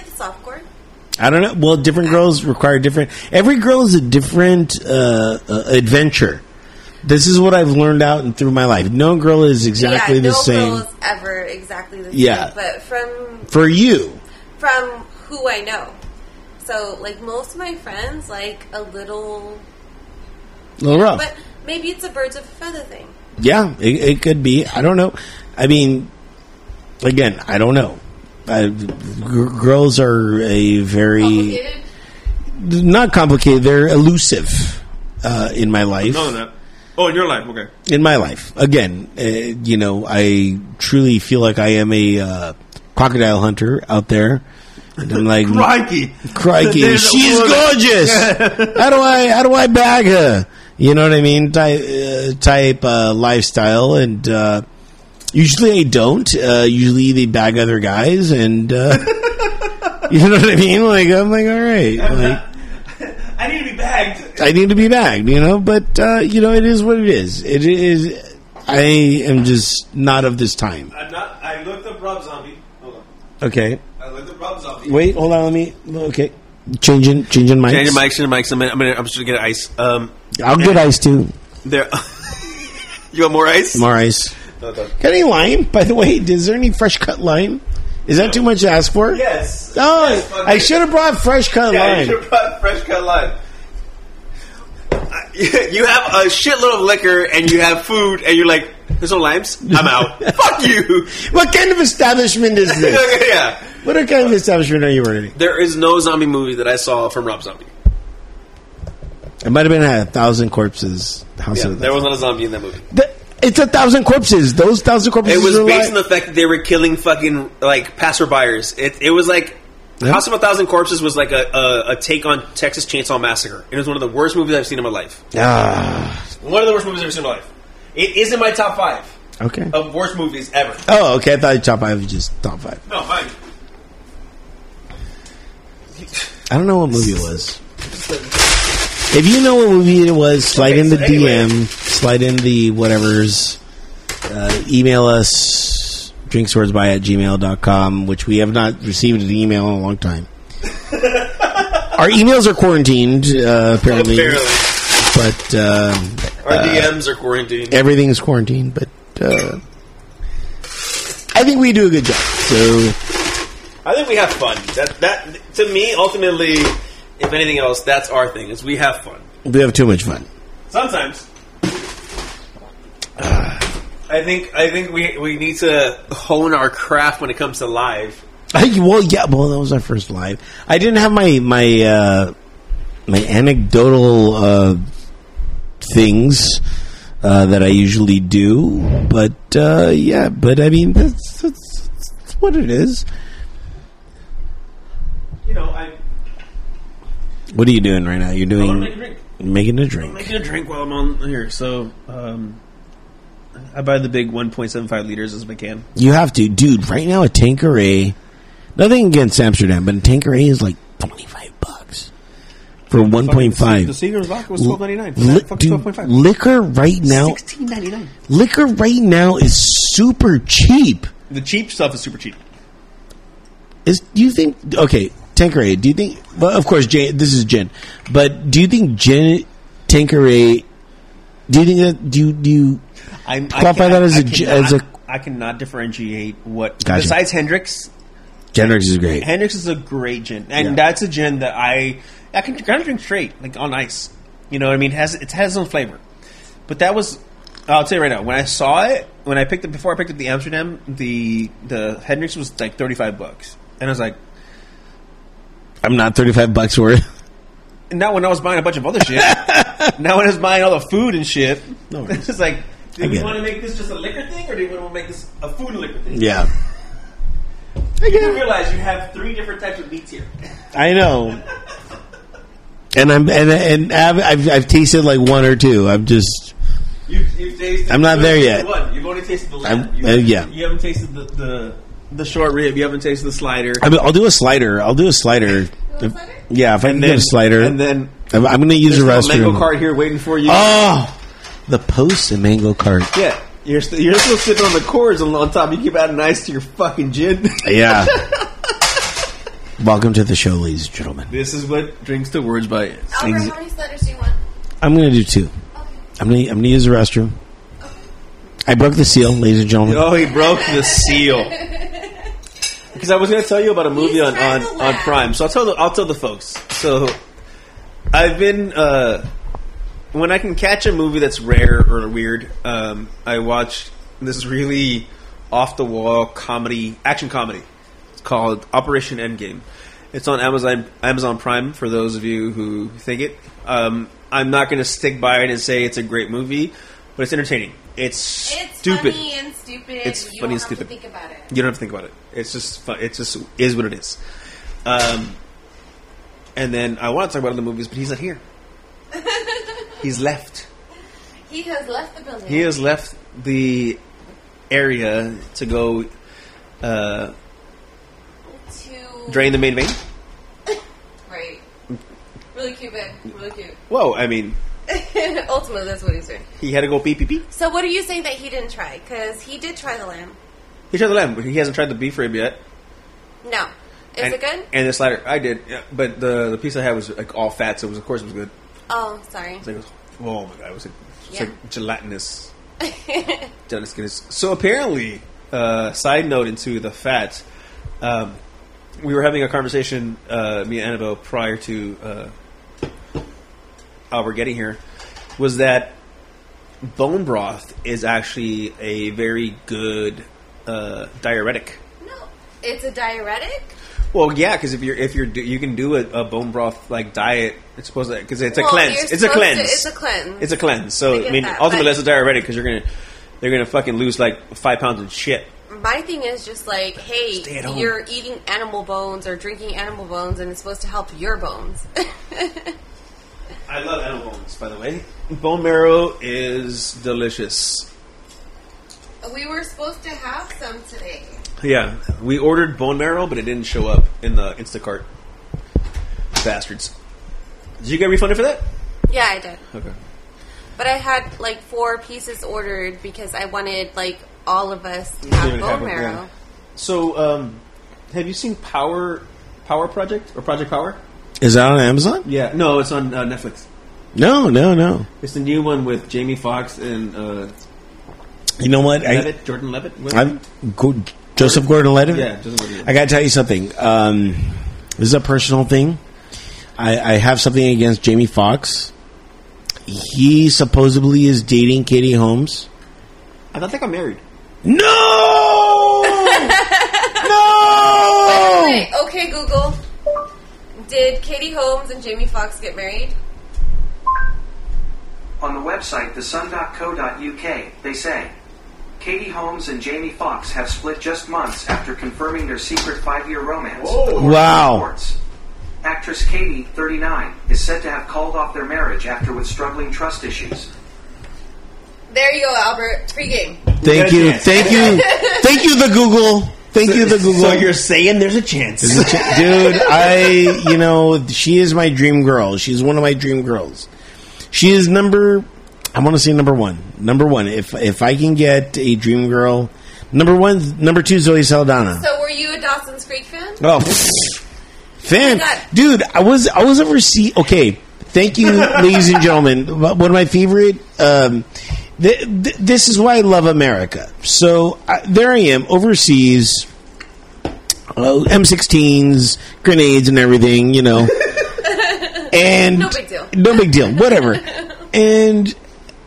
C: softcore?
A: I don't know. Well, different girls require different. Every girl is a different uh, uh, adventure. This is what I've learned out and through my life. No girl is exactly
C: yeah,
A: the
C: no
A: same
C: girl is ever exactly the same.
A: Yeah.
C: But from
A: for you.
C: from who I know. So like most of my friends like a little
A: Little rough.
C: but maybe it's a birds of a feather thing.
A: Yeah, it, it could be. I don't know. I mean, again, I don't know. I, g- girls are a very
C: Complicated?
A: not complicated. They're elusive uh, in my life.
F: No, no. Oh, in your life, okay.
A: in my life. Again, uh, you know, I truly feel like I am a uh, crocodile hunter out there. And I'm like,
F: Crikey.
A: crikey,
F: There's a
A: she's
F: woman.
A: gorgeous. how do I how do I bag her? You know what I mean? Type uh, type uh, lifestyle, and uh, usually I don't. Uh, usually they bag other guys, and uh, you know what I mean. Like I'm like, all right, like
F: I need to be bagged.
A: I need to be bagged, you know. But uh, you know, it is what it is. It is. I am just not of this time.
F: I'm not. I looked up Rob Zombie. Hold on.
A: Okay,
F: I looked up Rob Zombie.
A: wait, hold on. Let me. Okay, changing changing mics.
B: Change your mics, change your mics. I'm gonna, I'm gonna, I'm just gonna get ice. Um,
A: I'll get ice too.
B: there. you want more ice?
A: More ice.
B: Okay.
A: Got any lime? By the way, is there any fresh cut lime? Is that too much to ask for?
F: Yes.
A: Oh,
F: Yes, fuck
A: I
F: it.
A: should have brought fresh cut
F: Yeah, you
A: lime.
F: should have fresh cut lime.
B: you have a shitload of liquor and you have food and you're like, there's no limes. I'm out. Fuck you.
A: What kind of establishment is this?
B: yeah.
A: what kind of establishment are you running?
B: There is no zombie movie that I saw from Rob Zombie.
A: It might have been a thousand corpses. House
B: Yeah,
A: of
B: there was not a zombie in that movie.
A: Th- it's a thousand corpses. Those thousand corpses.
B: It was
A: are
B: based
A: alive.
B: on the fact that they were killing fucking like passerbyers. It it was like
A: Yeah.
B: House of a Thousand Corpses was like a, a, a take on Texas Chainsaw Massacre. It was one of the worst movies I've seen in my life.
A: Ah,
B: One of the worst movies I've ever seen in my life. It is in my top five
A: okay. Oh.
B: of worst movies ever.
A: okay. I thought top five was just top five.
B: No, mine.
A: I don't know what movie it was. If you know what movie it was, slide
B: Okay,
A: in the
B: so anyway.
A: DM, slide in the whatever's, uh, email us drinkswordsby at gmail.com, which we have not received an email in a long time. Our emails are quarantined, uh, apparently,
B: Apparently,
A: but uh,
B: our DMs are quarantined.
A: everything is quarantined, but uh, I think we do a good job. So
B: I think we have fun. That that to me ultimately, if anything else, that's our thing. Is we have fun.
A: we have too much fun.
B: Sometimes. I think I think we we need to hone our craft when it comes to live.
A: I, well, yeah, well, that was our first live. I didn't have my my uh, my anecdotal uh, things uh, that I usually do, but uh, yeah, but I mean that's, that's, that's what it is.
F: You know, I
A: What are you doing right now? You're
F: I want to make a
A: doing
F: drink.
A: making a
F: I'm
A: drink.
F: making a drink while I'm on here. So, um, I buy the big 1.75 liters as I can.
A: You have to, dude. Right now, a Tanqueray. Nothing against Amsterdam, but a Tanqueray is like twenty five bucks for one point five.
F: The Seagram's vodka was 12.99.
A: Li-
F: Fuck,
A: dude,
F: 12.5.
A: liquor right now
F: 16.99.
A: liquor right now is super cheap.
F: The cheap stuff is super cheap.
A: Is do you think okay, Tanqueray, do you think well of course gin, this is gin. But do you think gin Tanqueray do you think that do you, do you
F: I'm,
A: Qualify that as a j-
F: cannot,
A: as a-
F: I cannot differentiate what.
A: Gotcha.
F: Besides Hendrix,
A: Hendrix is great.
F: Hendrix is a great gin, and
A: Yeah.
F: that's a gin that I I can kind of drink straight, like on ice. You know what I mean? It has it has some flavor, but that was I'll tell you right now. When I saw it, when I picked up before I picked up the Amsterdam, the the Hendrix was like thirty five bucks, and I was like,
A: I'm not thirty five bucks worth.
F: and not when I was buying a bunch of other shit. now when I was buying all the food and shit,
A: No worries.
F: it's like.
A: I
F: Do we
A: get
F: want
A: it.
F: to make this just a liquor thing, or do we want to make this a food and liquor thing?
A: Yeah.
F: You realize you have three different types of meats here.
A: I know. And I'm and and I've, I've I've tasted like one or two. I'm just
F: You, you've tasted.
A: I'm not
F: you've only
A: there
F: tasted
A: yet.
F: One. You've only tasted the
A: I'm-
F: lamb. You
A: uh,
F: haven't-
A: yeah.
F: You haven't tasted the, the the short rib. You haven't tasted the slider.
A: I mean, I'll do a slider. I'll do a slider.
C: You want a slider?
A: Yeah, if I can get a slider.
F: And then
A: I'm, I'm going to use a
F: there's a
A: restroom.
F: mango card here waiting for you.
A: Oh, the post and mango cart.
F: yeah. You're st- you're still sipping on the cords on, on top. You keep adding ice to your fucking gin.
A: Yeah. Welcome to the show, ladies and gentlemen.
B: This is what drinks to words by is.
C: Albert, how many sliders do you want?
A: I'm going to do two.
C: Okay.
A: I'm going to I'm going to use the restroom. I broke the seal, ladies and gentlemen.
B: Oh, he broke the seal. Because I was going to tell you about a movie
C: He's
B: on, on,
C: trying to
B: on
C: laugh.
B: Prime, so I'll tell the I'll tell the folks. So I've been uh, when I can catch a movie that's rare or weird, um, I watch this really off the wall comedy action comedy. It's called Operation Endgame. It's on Amazon Amazon Prime for those of you who think it. Um, I'm not going to stick by it and say it's a great movie, but it's entertaining. It's,
C: It's
B: stupid.
C: funny and stupid.
B: It's funny
C: you don't
B: and
C: have
B: stupid.
C: To think about it.
B: You don't have to think about it. It's just fun. It's just is what it is. Um, and then I want to talk about other movies, but he's not here. he's left.
C: He has left the building.
B: He has left the area to go uh,
C: to
B: drain the main vein.
C: Right. Really cute, babe. Really cute.
B: Whoa! I mean,
C: Ultimately, that's what he's doing.
B: he had to go pee pee pee.
C: So, what are you saying that he didn't try? Because he did try the lamb.
B: He tried the lamb, but he hasn't tried the beef rib yet.
C: No. Is
B: and,
C: it good?
B: And the slider, I did, yeah, but the the piece I had was like all fat, so it was of course it was good.
C: Oh, sorry.
B: It's like, oh my god, it was like, it's
C: Yeah.
B: like gelatinous. gelatinous skin. It's- So apparently, uh, side note into the fat, um, we were having a conversation, uh, me and Annabelle, prior to uh, Albert getting here, was that bone broth is actually a very good uh, diuretic.
C: No. It's a diuretic?
B: Well, yeah, because if you're if you're do- you can do a, a bone broth like diet, it's supposed to because it's a
C: Well,
B: cleanse.
C: you're
B: It's a
C: supposed
B: cleanse.
C: to- it's a cleanse.
B: It's a cleanse. So
C: get
B: I mean,
C: that,
B: ultimately,
C: but-
B: that's a diuretic because you're gonna they're gonna fucking lose like five pounds of shit.
C: My thing is just like,
B: Stay at
C: hey,
B: home.
C: you're eating animal bones or drinking animal bones, and it's supposed to help your bones.
B: I love animal bones, by the way. Bone marrow is delicious.
C: we were supposed to have some today.
B: Yeah, we ordered bone marrow, but it didn't show up in the Instacart. Bastards! Did you get refunded for that?
C: Yeah, I did.
B: Okay.
C: But I had like four pieces ordered because I wanted like all of us to
B: Didn't
C: have
B: even
C: bone
B: have it,
C: marrow.
B: yeah. So, um, have you seen Power Power Project or Project Power?
A: Is that on Amazon?
B: Yeah, no, it's on uh, Netflix.
A: No, no, no.
B: It's the new one with Jamie Foxx and uh,
A: You know what? I,
B: Levitt, Jordan Levitt. what?
A: I'm go, Joseph Gordon-Levitt.
B: yeah, Jordan Levitt.
A: I got to tell you something. Um, this is a personal thing. I, I have something against Jamie Foxx. He supposedly is dating Katie Holmes.
B: I don't think I'm married.
A: No! no!
C: Wait, okay, Google. Did Katie Holmes and Jamie Foxx get married?
E: On the website thesun.co.uk, they say Katie Holmes and Jamie Foxx have split just months after confirming their secret five year romance. according to
A: Wow.
E: reports. Actress Katie, 39, is said to have called off their marriage after with struggling trust issues.
C: There you go, Albert. Pre-game.
A: Thank
B: You
A: you,
B: got a chance.
A: thank you, thank you, the Google. Thank you, the Google.
B: So you're saying there's a chance?
A: dude i you know she is my dream girl she's one of my dream girls she is number i want to say number one number one if if i can get a dream girl number one number two zoe saldana
C: So were you a Dawson's Creek fan?
A: oh pfft. fan
C: Why not?
A: dude i was i was ever see okay thank you ladies and gentlemen one of my favorite um th- th- this is why i love america so I, there i am overseas uh, M16s, grenades, and everything, you know. and
C: No big deal.
A: No big deal. Whatever. and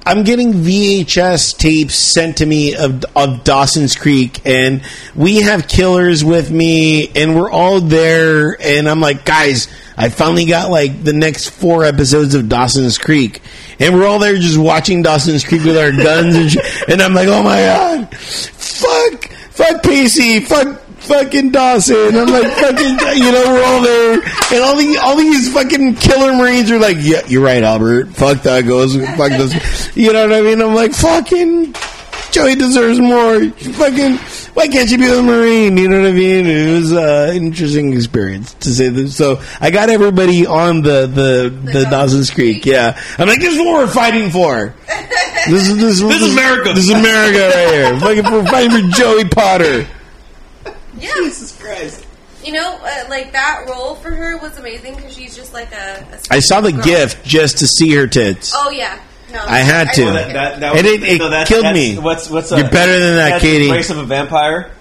A: I'm getting VHS tapes sent to me of of Dawson's Creek, and we have killers with me, and we're all there, and I'm like, guys, I finally got like the next four episodes of Dawson's Creek, and we're all there just watching Dawson's Creek with our guns, and, sh- and I'm like, oh my god, fuck, fuck PC, fuck fucking Dawson. I'm like fucking, you know, we're all there, and all the all these fucking killer Marines are like, yeah, you're right, Albert. Fuck that goes. Fuck this. You know what I mean? I'm like fucking. Joey deserves more. Fucking, why can't you be a Marine? You know what I mean? It was uh, an interesting experience to say this. So I got everybody on the the, the Dawson's Creek. Yeah, I'm like, this is what we're fighting for. This is this, this
B: is America.
A: This is America right here. Fucking, we're fighting for Joey Potter.
C: Yeah.
B: Jesus Christ!
C: you know, uh, like that role for her was amazing because she's just like a. a
A: I saw the
C: girl.
A: gift just to see her tits.
C: Oh yeah, no,
A: I had to.
C: don't
A: That-
C: care.
B: That, that
A: It-
B: was,
A: it- it
B: that's-
A: killed
B: that's-
A: me.
B: What's what's
A: You're
B: uh,
A: better than that,
B: that's the
A: Katie.
B: Grace of a vampire.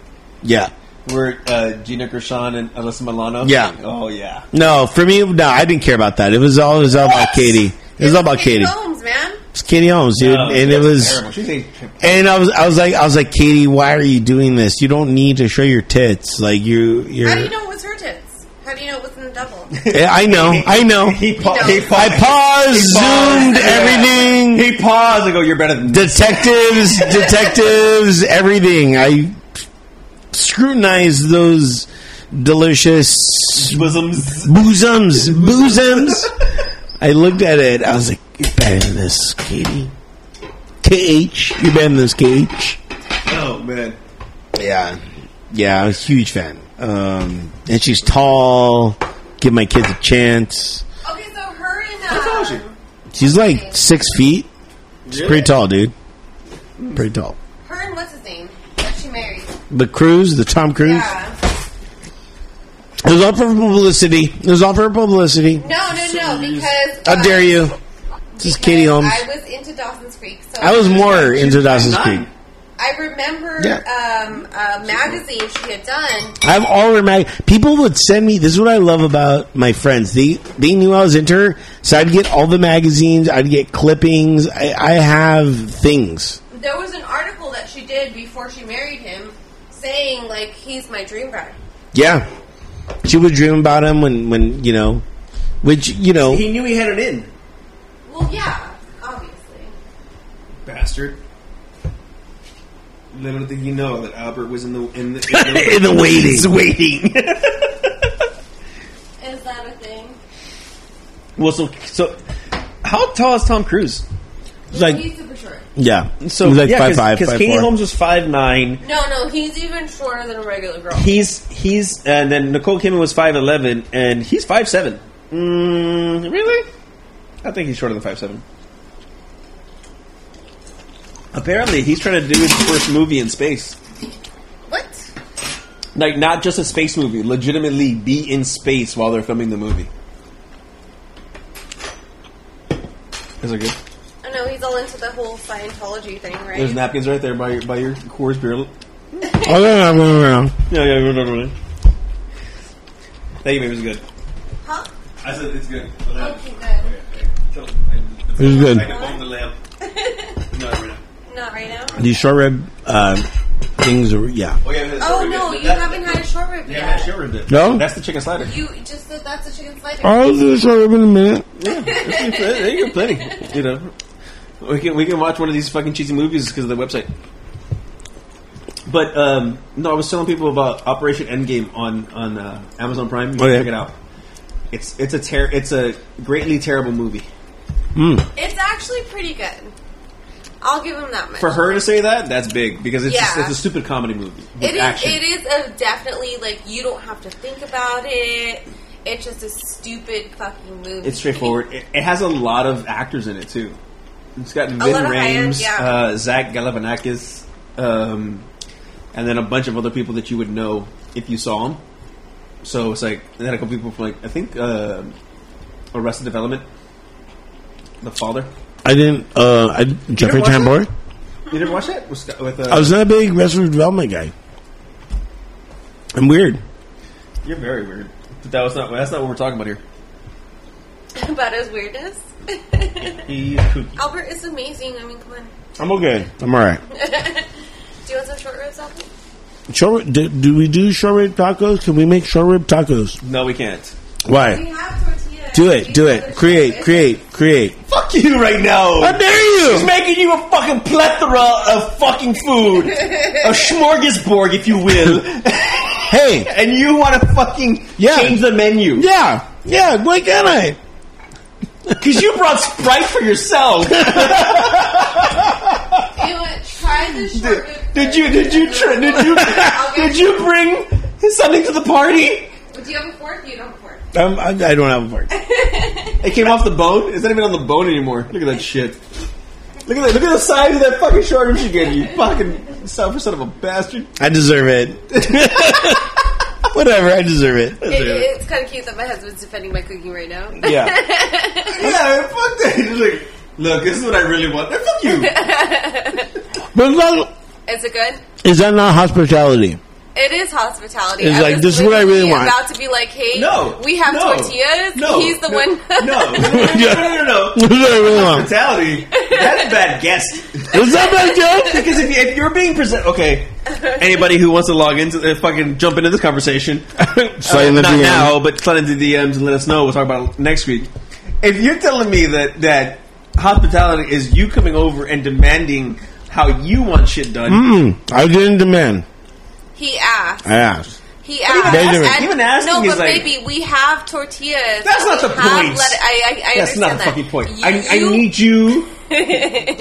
A: Yeah.
B: Where uh, Gina Gershon and Alyssa Milano.
A: Yeah.
B: Oh yeah.
A: No, for me, no, I didn't care about that. It was all it was all about Katie. It was all about
C: Katie
A: Katie.
C: Holmes, man.
A: It's Katie Holmes, dude,
B: Oh,
A: and it
B: that's
A: was.
B: terrible. She's a-
A: And I was, I was like, I was like, Katie, why are you doing this? You don't need to show your tits. Like you, you're.
C: How do you know it was her tits? How do you know it wasn't a double?
A: Eh, I know, I know.
B: He, pa-
C: knows.
B: he pa-
A: I paused, zoomed everything.
B: He paused and go, "You're better than
A: detectives, detectives, everything. I scrutinized those delicious
B: bosoms."
A: bosoms, bosoms. I looked at it. I was like, "You're better than this, Katie." KH, you're better than this, KH.
B: Oh man.
A: Yeah, yeah, I was a huge fan. Um, and she's tall. Give my kids a chance.
C: Okay, so her and um,
B: tall is she?
A: She's like six feet. She's pretty tall, dude. Pretty tall.
C: her and what's his name? That she married.
A: The Cruise, the Tom Cruise.
C: Yeah.
A: It was all for publicity. It was all for publicity.
C: No, no, no. Because um,
A: How dare you? This is
C: Because
A: Katie Holmes.
C: I was into Dawson's Creek, so
A: I was more into Dawson's
B: nine.
A: Creek.
C: I remember
A: Yeah.
C: um, a magazine she had done.
A: I've already mag- people would send me. This is what I love about my friends. They they knew I was into her, so I'd get all the magazines. I'd get clippings. I, I have things.
C: There was an article that she did before she married him, saying like he's my dream bride.
A: Yeah, she would dream about him when when you know, which you know.
B: He knew he had it in.
C: Well, yeah, obviously.
B: Bastard. Little did you know that Albert was in the in the
A: In the waiting.
B: He's waiting.
C: Is that a thing?
B: well, so so how tall is Tom Cruise?
A: Like-
C: he's super short.
A: Yeah,
B: So
A: He was
B: yeah,
A: five five,
B: because
A: five
B: Katie
A: four.
B: Holmes was five nine.
C: No, no, he's even shorter than a regular girl.
B: He's he's and then Nicole Kidman was five eleven, and he's five seven. Mm, really? I think he's shorter than five seven. Apparently, he's trying to do his first movie in space.
C: what?
B: Like, not just a space movie. Legitimately, be in space while they're filming the movie. Is that good?
C: Oh no, he's all into the whole Scientology thing, right?
B: There's napkins right there by your by your Coors beer.
A: Oh, no, no, no, no.
B: Yeah, yeah, no, no, no, no. Thank you, baby. It was good.
C: Huh?
B: I said it's good.
C: Okay, good.
A: It was good. I
C: can bone the Not right now.
A: These short rib uh, things are yeah.
C: Oh no, you haven't had a short rib yet.
A: No?
B: That's the chicken slider.
C: You just said that's a chicken slider.
A: I'll do short rib in a minute.
B: there you go, plenty. You know, we can we can watch one of these fucking cheesy movies because of the website. But um, no, I was telling people about Operation Endgame on on uh, Amazon Prime. You can
A: Okay.
B: check it out. It's it's a ter- it's a greatly terrible movie.
C: It's actually pretty good. I'll give him that much.
B: For her to say that, that's big because it's
C: Yeah.
B: just, it's a stupid comedy movie. with
C: it is.
B: action.
C: It is a definitely like you don't have to think about it. It's just a stupid fucking movie.
B: It's straightforward. It, it has a lot of actors in it too. It's got Vin
C: lot of
B: Rames,
C: high-end, yeah.
B: uh, Zach Galifianakis, um, and then a bunch of other people that you would know if you saw them. So it's like, and then a couple people from like I think uh, Arrested Development, the father.
A: I didn't. Uh, I, Jeffrey
B: watch it?
A: Tambor.
B: You didn't watch it with, Scott- with uh,
A: I was not a big Western Development guy. I'm weird.
B: You're very weird. But that was not. That's not what we're talking about here.
C: about his weirdness.
B: He's kooky.
C: Albert is amazing. I mean, come on.
A: I'm okay. I'm all right.
C: Do you want some short ribs, Albert?
A: Short, do, do we do short rib tacos? Can we make short rib tacos?
B: No, we can't.
C: We
A: Why?
C: have tortillas.
A: Do it. Do it. Create. Create. Create.
B: Fuck you right now.
A: How dare you?
B: making you a fucking plethora of fucking food, a smorgasbord, if you will,
A: Hey.
B: and you want to fucking
A: Yeah.
B: change the menu
A: Yeah. Yeah. Why can't I?
B: because you brought Sprite for yourself.
C: You know what? Try the short rib.
B: did you? Did you? Tr- did you? Did you bring something to the party?
C: Do you have a fork? You don't have a fork.
A: I'm, Um, I, I don't have a fork.
B: It came off the bone. It's not even on the bone anymore. Look at that shit. Look at that. Look at the size of that fucking short rib she gave you. Fucking selfish son of a bastard.
A: I deserve it. Whatever, I deserve it.
C: It, it's kind of cute that my husband's defending my cooking right now.
A: Yeah.
B: yeah, fuck that. He's like, look, this is what I really want. Eh, Fuck you.
A: But not,
C: Is it good?
A: is that not hospitality?
C: It is hospitality.
A: It's
C: I
A: like,
C: was
A: this is what I really
C: literally
A: want.
C: About to be like, hey,
B: No,
C: we have
B: no,
C: tortillas.
B: no,
C: He's the
B: no,
C: one.
B: No, no, no, no, no, no, no.
A: That's what I really want.
B: Hospitality. That's bad guest.
A: Is that bad, Joe?
B: Because if, you, if you're being presented, okay. Anybody who wants to log into, uh, fucking jump into this conversation.
A: Slide in the
B: not
A: DM.
B: now, but slide into the DMs and let us know. We'll talk about it next week. If you're telling me that that hospitality is you coming over and demanding how you want shit done,
A: Mm, I didn't demand.
C: he asked.
A: I asked.
C: He asked.
A: even asking-
C: and-
B: even asking
C: no,
B: is
C: but
B: like-
C: baby, we have tortillas.
B: That's
C: We
B: not the
C: have
B: point.
C: let- I, I, I
B: That's
C: understand
B: not the
C: that.
B: fucking point. I, I
C: You-
B: need you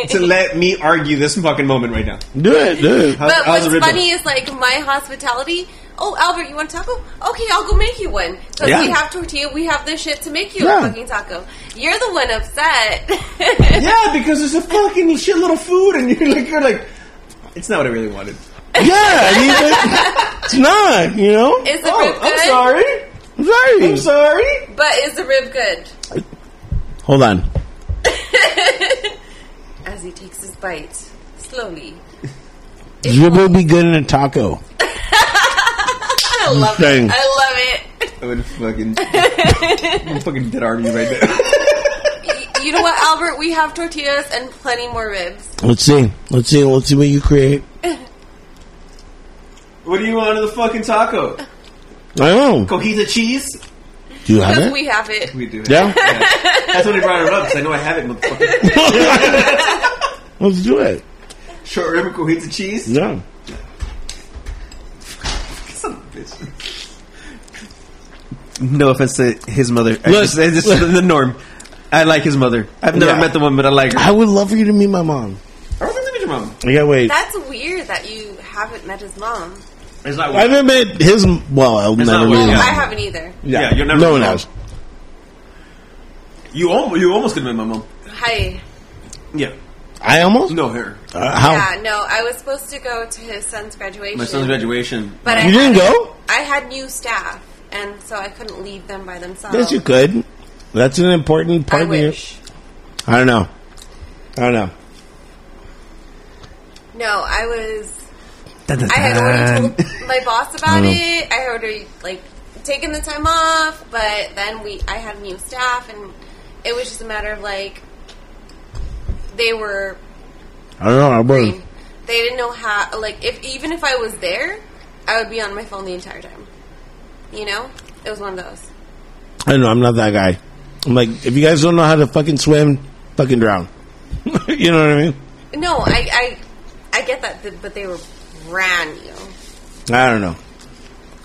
B: to let me argue this fucking moment right now.
A: Do it, do it.
B: How's-
C: But
B: how's the
C: what's
B: rhythm?
C: funny is like my hospitality. Oh, Albert, you want a taco? Okay, I'll go make you one. Because
B: Yeah.
C: we have tortilla, we have the shit to make you
A: Yeah.
C: a fucking taco. You're the one upset.
B: Yeah, because it's a fucking shitload of food, and you're like, you're like, it's not what I really wanted.
A: Yeah, I mean, like, it's not, you know?
C: Is the
B: Oh,
C: rib good?
B: I'm sorry.
A: I'm sorry.
B: I'm sorry.
C: But is the rib good?
A: Hold on.
C: As he takes his bite slowly.
A: Dribble would be good in a taco.
C: I love
A: Dang.
C: it. I love
B: I would fucking, I'm fucking dead arm you right now.
C: it. Y- You know what, Albert? We have tortillas and plenty more ribs.
A: Let's see. Let's see. Let's see what you create.
B: What do you want of the fucking
A: I
B: taco?
A: don't know.
B: Cojita cheese?
A: Do you have
C: Because
A: it?
C: we have it.
B: We do.
A: Yeah?
B: That's when he brought it up because I know I have it. Motherfucker.
A: Let's do it.
B: Short rib and cojita cheese.
A: Yeah.
B: Son of a bitch. No offense to his mother. I
A: Look,
B: just- it's just the norm. I like his mother. I've never
A: Yeah.
B: met the one, but I like her.
A: I would love for you to meet my mom.
B: I was meet your mom.
A: I gotta wait.
C: That's weird that you haven't met his mom.
B: It's not
A: I haven't met his. Well, I'll never
B: not
A: meet
B: what-
A: his
C: Well,
B: Yeah.
A: mom.
C: I haven't either.
B: Yeah, you'll never
A: No
B: meet
A: one
B: mom.
A: else.
B: You almost, you almost could have met my mom.
C: Hi.
B: Yeah.
A: I almost.
B: No, her.
A: Uh, how?
C: Yeah, no, I was supposed to go to his son's graduation.
B: My son's graduation.
C: But I
A: You didn't
C: had,
A: go?
C: I had new staff, and so I couldn't leave them by themselves.
A: Yes, you could. That's an important part
C: I
A: of your-
C: wish.
A: I don't know. I don't know.
C: No, I was. I had already told my boss about
A: Oh.
C: it. I had already like taken the time off, but then we I had new staff, and it was just a matter of like they were
A: I don't know. I
C: they
A: was.
C: didn't know how like if even if I was there, I would be on my phone the entire time. You know, it was one of those.
A: I don't know. I'm not that guy. I'm like, if you guys don't know how to fucking swim, fucking drown. you know what I mean?
C: No, I I, I get that, th- but they were brand new.
A: I don't know.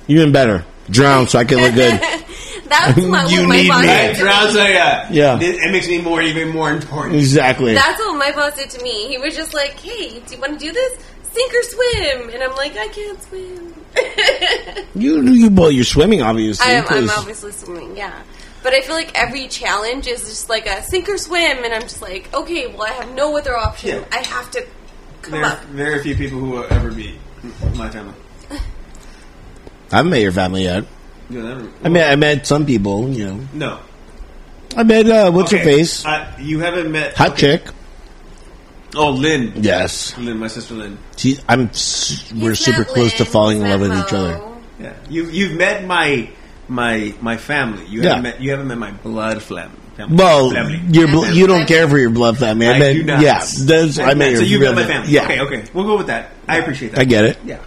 A: Even better. Drown so I can look good.
C: That's my,
A: You
C: what my
A: need
C: boss
A: me.
C: did to
B: Drowns, uh, yeah.
A: Yeah.
B: It, it makes me more, even more important.
A: exactly.
C: That's what my boss did to me. He was just like, "Hey, do you want to do this? Sink or swim?" And I'm like, "I can't swim.
A: you, you, well, you're swimming, obviously.
C: I am, I'm
A: 'cause-
C: obviously swimming, yeah." But I feel like every challenge is just like a sink or swim, and I'm just like, "Okay, well, I have no other option.
B: Yeah.
C: I have to come
B: There,
C: up."
B: there are few people who will ever be my family.
A: I haven't met your family yet.
B: You'll never.
A: I mean, I met some people, you know.
B: no.
A: I met, uh, what's her
B: Okay.
A: face?
B: I, you haven't met.
A: Hot chick.
B: Oh, Lynn.
A: Yes.
B: Lynn, my sister Lynn.
A: She, I'm, s- we're
C: He's
A: super
C: met
A: close to
C: Lynn,
A: falling
C: he's
A: in love
C: met
A: with each
C: Mo.
A: other.
B: Yeah. You, you've met my my my family. You haven't
A: Yeah.
B: met you haven't met my blood fam- family.
A: Well,
B: family.
A: your bl-
C: Family.
A: you don't care for your blood family. I,
B: I
A: meant,
B: do not.
A: Yeah, those, I, meant
B: so
A: your
B: you met
A: real
B: my
A: fam-
B: family.
A: Yeah,
B: Okay, okay. We'll go with that. I appreciate that.
A: I get it.
B: Yeah.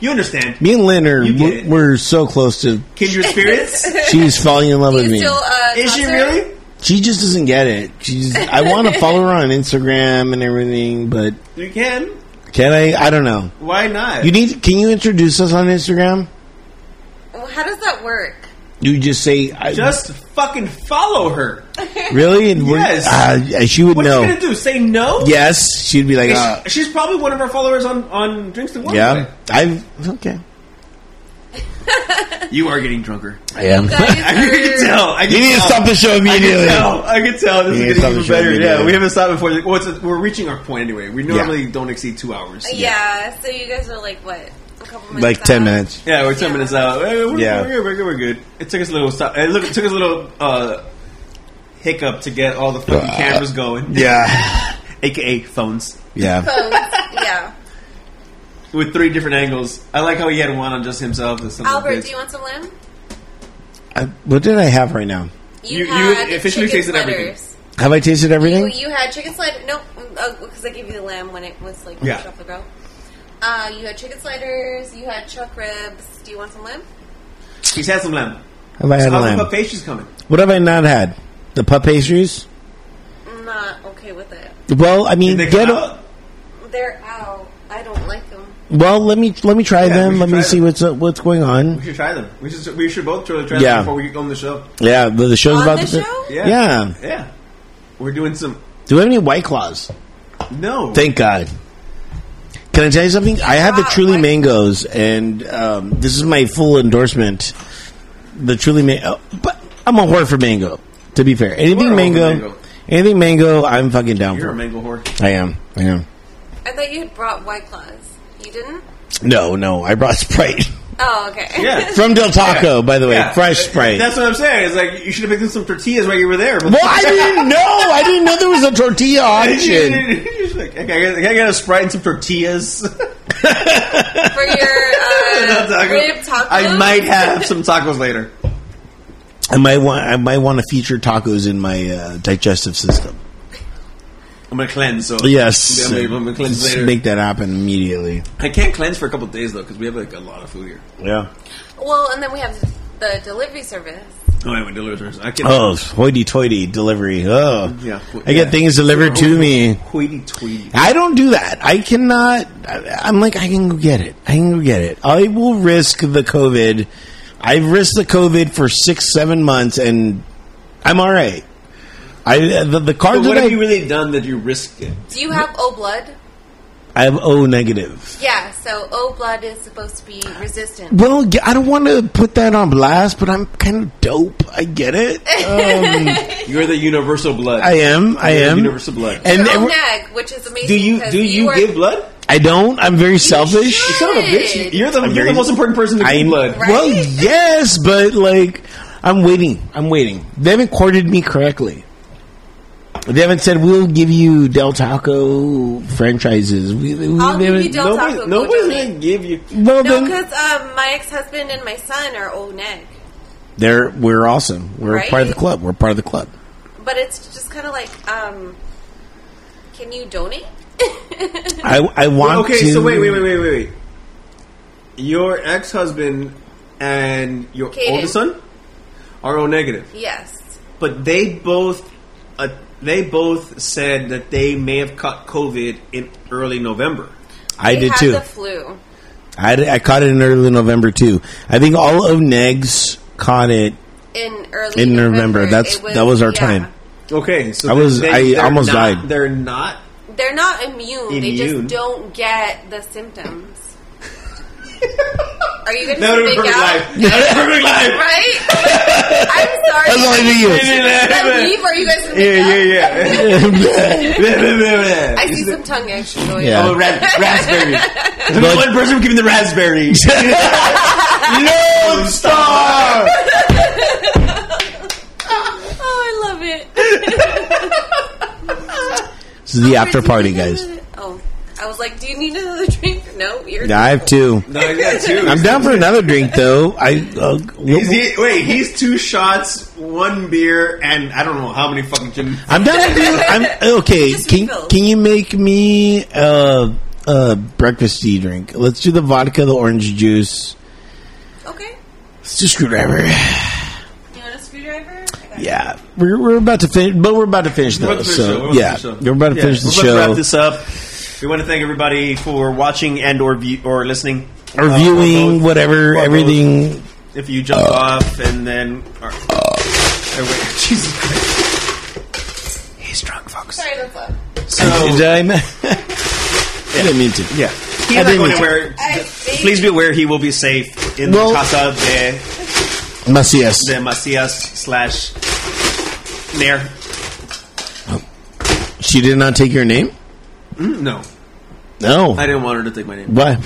B: You understand.
A: Me and Lynn are
B: You get
A: we're,
B: it.
A: we're so close to.
B: Kindred spirits?
A: She's falling in love
C: Do
A: with
C: you
A: me.
C: still, uh,
B: Is she
C: concert?
B: really?
A: she just doesn't get it. She's. I want to follow her on Instagram and everything, but
B: You can.
A: can I? I don't know.
B: Why not?
A: You need. Can you introduce us on Instagram?
C: Well, How does that work?
A: You just say I,
B: just fucking follow her.
A: really. And we're-
B: Yes.
A: Uh, she would
B: What's she
A: know.
B: gonna do? Say no?
A: Yes, she'd be like,
B: Is
A: uh,
B: she- she's probably one of our followers on on drinks and water.
A: yeah. I've okay.
B: You are getting drunker.
A: I am.
C: Guys,
B: I can
C: we're-
B: tell. I can
A: you need to
B: tell.
A: stop the show
B: I
A: immediately.
B: can tell. I can tell. This
A: You need to
B: is
A: stop
B: getting
A: the
B: even
A: show
B: better.
A: immediately.
B: Yeah, we haven't stopped before. Well, it's we're reaching our point anyway. We normally don't exceed two hours.
C: Yeah, so you guys were like, what, a couple minutes.
A: like ten
C: out.
A: minutes.
B: Yeah, we're ten
C: Yeah.
B: minutes out. Hey, We're,
A: Yeah.
B: we're, good, we're good. We're good. It took us a little stop. It look- it took us a little uh, hiccup to get all the fucking
A: Uh,
B: cameras going,
A: Yeah,
B: aka phones
A: yeah.
C: Phones, yeah.
B: with three different angles. I like how he had one on just himself. And some of the
C: Albert,
B: bitch.
C: do you want some lemon?
A: I, what did I have right now?
C: You,
B: You- you
C: had
B: officially
C: chicken
B: tasted everything.
C: sweaters.
A: Have I tasted everything?
C: You, you had chicken slider. No, because I gave you the lamb when it was like
B: Yeah.
C: fresh off the grill. Uh, you had chicken sliders. You had chuck ribs. Do you want some lamb?
B: He's had some lamb.
A: Have I had a
B: How's the
A: lamb?
B: pastry's coming?
A: What have I not had? The pup pastries.
C: I'm not okay with it.
A: Well, I mean,
B: Did they
A: get
B: come
A: a,
B: out?
C: They're out. I don't like them.
A: well. Let me let me try
B: Yeah, we
A: them.
B: should
A: Let me
B: try
A: see
B: them.
A: what's uh, what's going on.
B: We should try them. We should we should both try them
A: Yeah.
B: before we go on the show.
A: Yeah, the, the show's
C: On
A: about
C: the
A: to.
C: show?
B: Yeah.
A: yeah.
B: Yeah, we're doing some.
A: Do we have any white claws?
B: No,
A: Thank God. Can I tell you something? I had the
C: Wow,
A: Truly
C: what?
A: Mangoes, and um, this is my full endorsement. The Truly Mango, but I'm a whore for mango. To be fair,
B: You are
A: anything
B: a whore for
A: mango,
B: mango.
A: anything mango, I'm fucking down
B: you're
A: for.
B: a mango whore.
A: I am. I am.
C: I thought you had brought white claws. You didn't.
A: No, no, I brought Sprite
C: Oh, okay.
B: Yeah.
A: from Del Taco, by the way,
B: Yeah.
A: fresh Sprite.
B: That's what I'm saying. It's like you should have picked up some tortillas while you were there.
A: well, I didn't know. I didn't know there was a tortilla option.
B: You're just like, okay, I gotta- I got a sprite and some tortillas.
C: For your uh,
B: Taco.
C: rib tacos.
B: I might have some tacos later.
A: I might want. I might want to feature tacos in my uh, digestive system.
B: I'm gonna cleanse. So
A: Yes,
B: I'm gonna, I'm gonna cleanse
A: Just
B: later.
A: make that happen immediately.
B: I can't cleanse for a couple days though because we have like a lot of food here.
A: Yeah.
C: Well, and then we have the delivery service.
B: Oh, I went delivers. I can't.
A: Oh, hoity-toity delivery. Oh,
B: Yeah.
A: I get things delivered to me.
B: Tweety tweety.
A: I don't do that. I cannot. I- I'm like, I can go get it. I can go get it. I will risk the COVID. I've risked the COVID for six, seven months, and I'm all right. I the, the
B: But
A: card
B: what
A: that I
B: have you really done that you risked it?
C: Do you have O blood?
A: I have O negative.
C: Yeah, so O blood is supposed to be resistant.
A: Well, g- I don't want to put that on blast, but I'm kind of dope. I get it. Um,
B: You're the universal blood.
A: I am. I
B: You're the
A: am.
B: universal blood.
A: And
C: Your O
A: every-
C: neg, which is amazing.
B: do you
C: because
B: do you
C: are-
B: give blood?
A: I don't. I'm very selfish.
C: should.
B: Son of a bitch! You're the
A: I'm
B: you're
A: very-
B: the most important person to
A: I
B: give blood.
C: Right.
A: well, yes, but like, I'm waiting. I'm waiting. They haven't courted me correctly. They haven't said we'll give you Del Taco franchises. We, we-
C: I'll
A: they
C: give you
A: haven't-
C: Del Taco,
B: Nobody,
C: go
B: nobody's
C: donate.
B: gonna give you.
A: Well,
C: No,
A: then
C: because um, my ex husband and my son are O neg.
A: they're we're awesome. We're
C: Right?
A: part of the club. We're part of the club.
C: But it's just kind of like, um, can you donate?
A: I I want
B: okay,
A: to.
B: so wait, wait, wait, wait, wait, wait. Your ex husband and your
C: Kaden.
B: oldest son are O negative,
C: yes.
B: but they both uh, they both said that they may have caught COVID in early November.
A: I
C: They
A: did
C: had
A: too.
C: the flu.
A: I, did- I caught it in early November too. I think all of Negs caught it.
C: In early
A: In November, that's-
C: It
A: that was our time.
B: Okay, so
A: I was- I
B: they're
A: almost
B: not-
A: died.
B: They're not.
C: They're not immune. They
B: Immune.
C: just don't get the symptoms. Are you going
B: That
C: to
B: would have been
C: speak
B: perfect
C: out?
B: life. That would have been perfect life.
C: Right? I'm sorry.
A: That's all I do.
C: That leave, are you guys gonna make
B: Yeah,
C: up?
B: yeah, yeah.
C: I see some tongue action going
A: Yeah.
C: on.
B: Oh, ra- raspberry. There's only one person giving the raspberry. Lone Star.
C: Oh, I love it.
A: This is the after party, guys.
C: Oh, I was like, do you need another drink? No, you're.
A: I have two.
B: No, I got two.
A: I'm down for another drink, though. I uh,
B: He's, he, wait, he's two shots, one beer, and I don't know how many fucking gin.
A: I'm down to do. I'm okay.
C: Just
A: Can
C: refill.
A: can you make me a a breakfasty drink? Let's do the vodka, the orange juice.
C: Okay.
A: Let's do screwdriver.
C: You want a screwdriver? I got
A: Yeah, we're we're about to finish, but we're about to finish
B: We're
A: though.
B: about to finish the show. We're
A: So yeah,
B: about to finish the show.
A: we're about to
B: Yeah,
A: finish the
B: we're about to
A: show.
B: wrap this up. We want to thank everybody for watching and or view, or listening,
A: Or
B: Uh,
A: viewing
B: both. Or
A: whatever,
B: both.
A: everything. Uh,
B: If you jump off and then, or, oh, wait, Jesus Christ. He's drunk, folks.
C: it. Sorry, that's loud.
B: So
A: Did I? I didn't mean to.
B: yeah, he's
A: I didn't
B: not going
A: mean to.
B: anywhere.
C: I
B: Please be aware he will be safe in
A: Well-
B: the casa de
A: Macias.
B: de Macias slash Nair.
A: She did not take your name.
B: Mm, No,
A: No.
B: I didn't want her to take my name.
A: Why?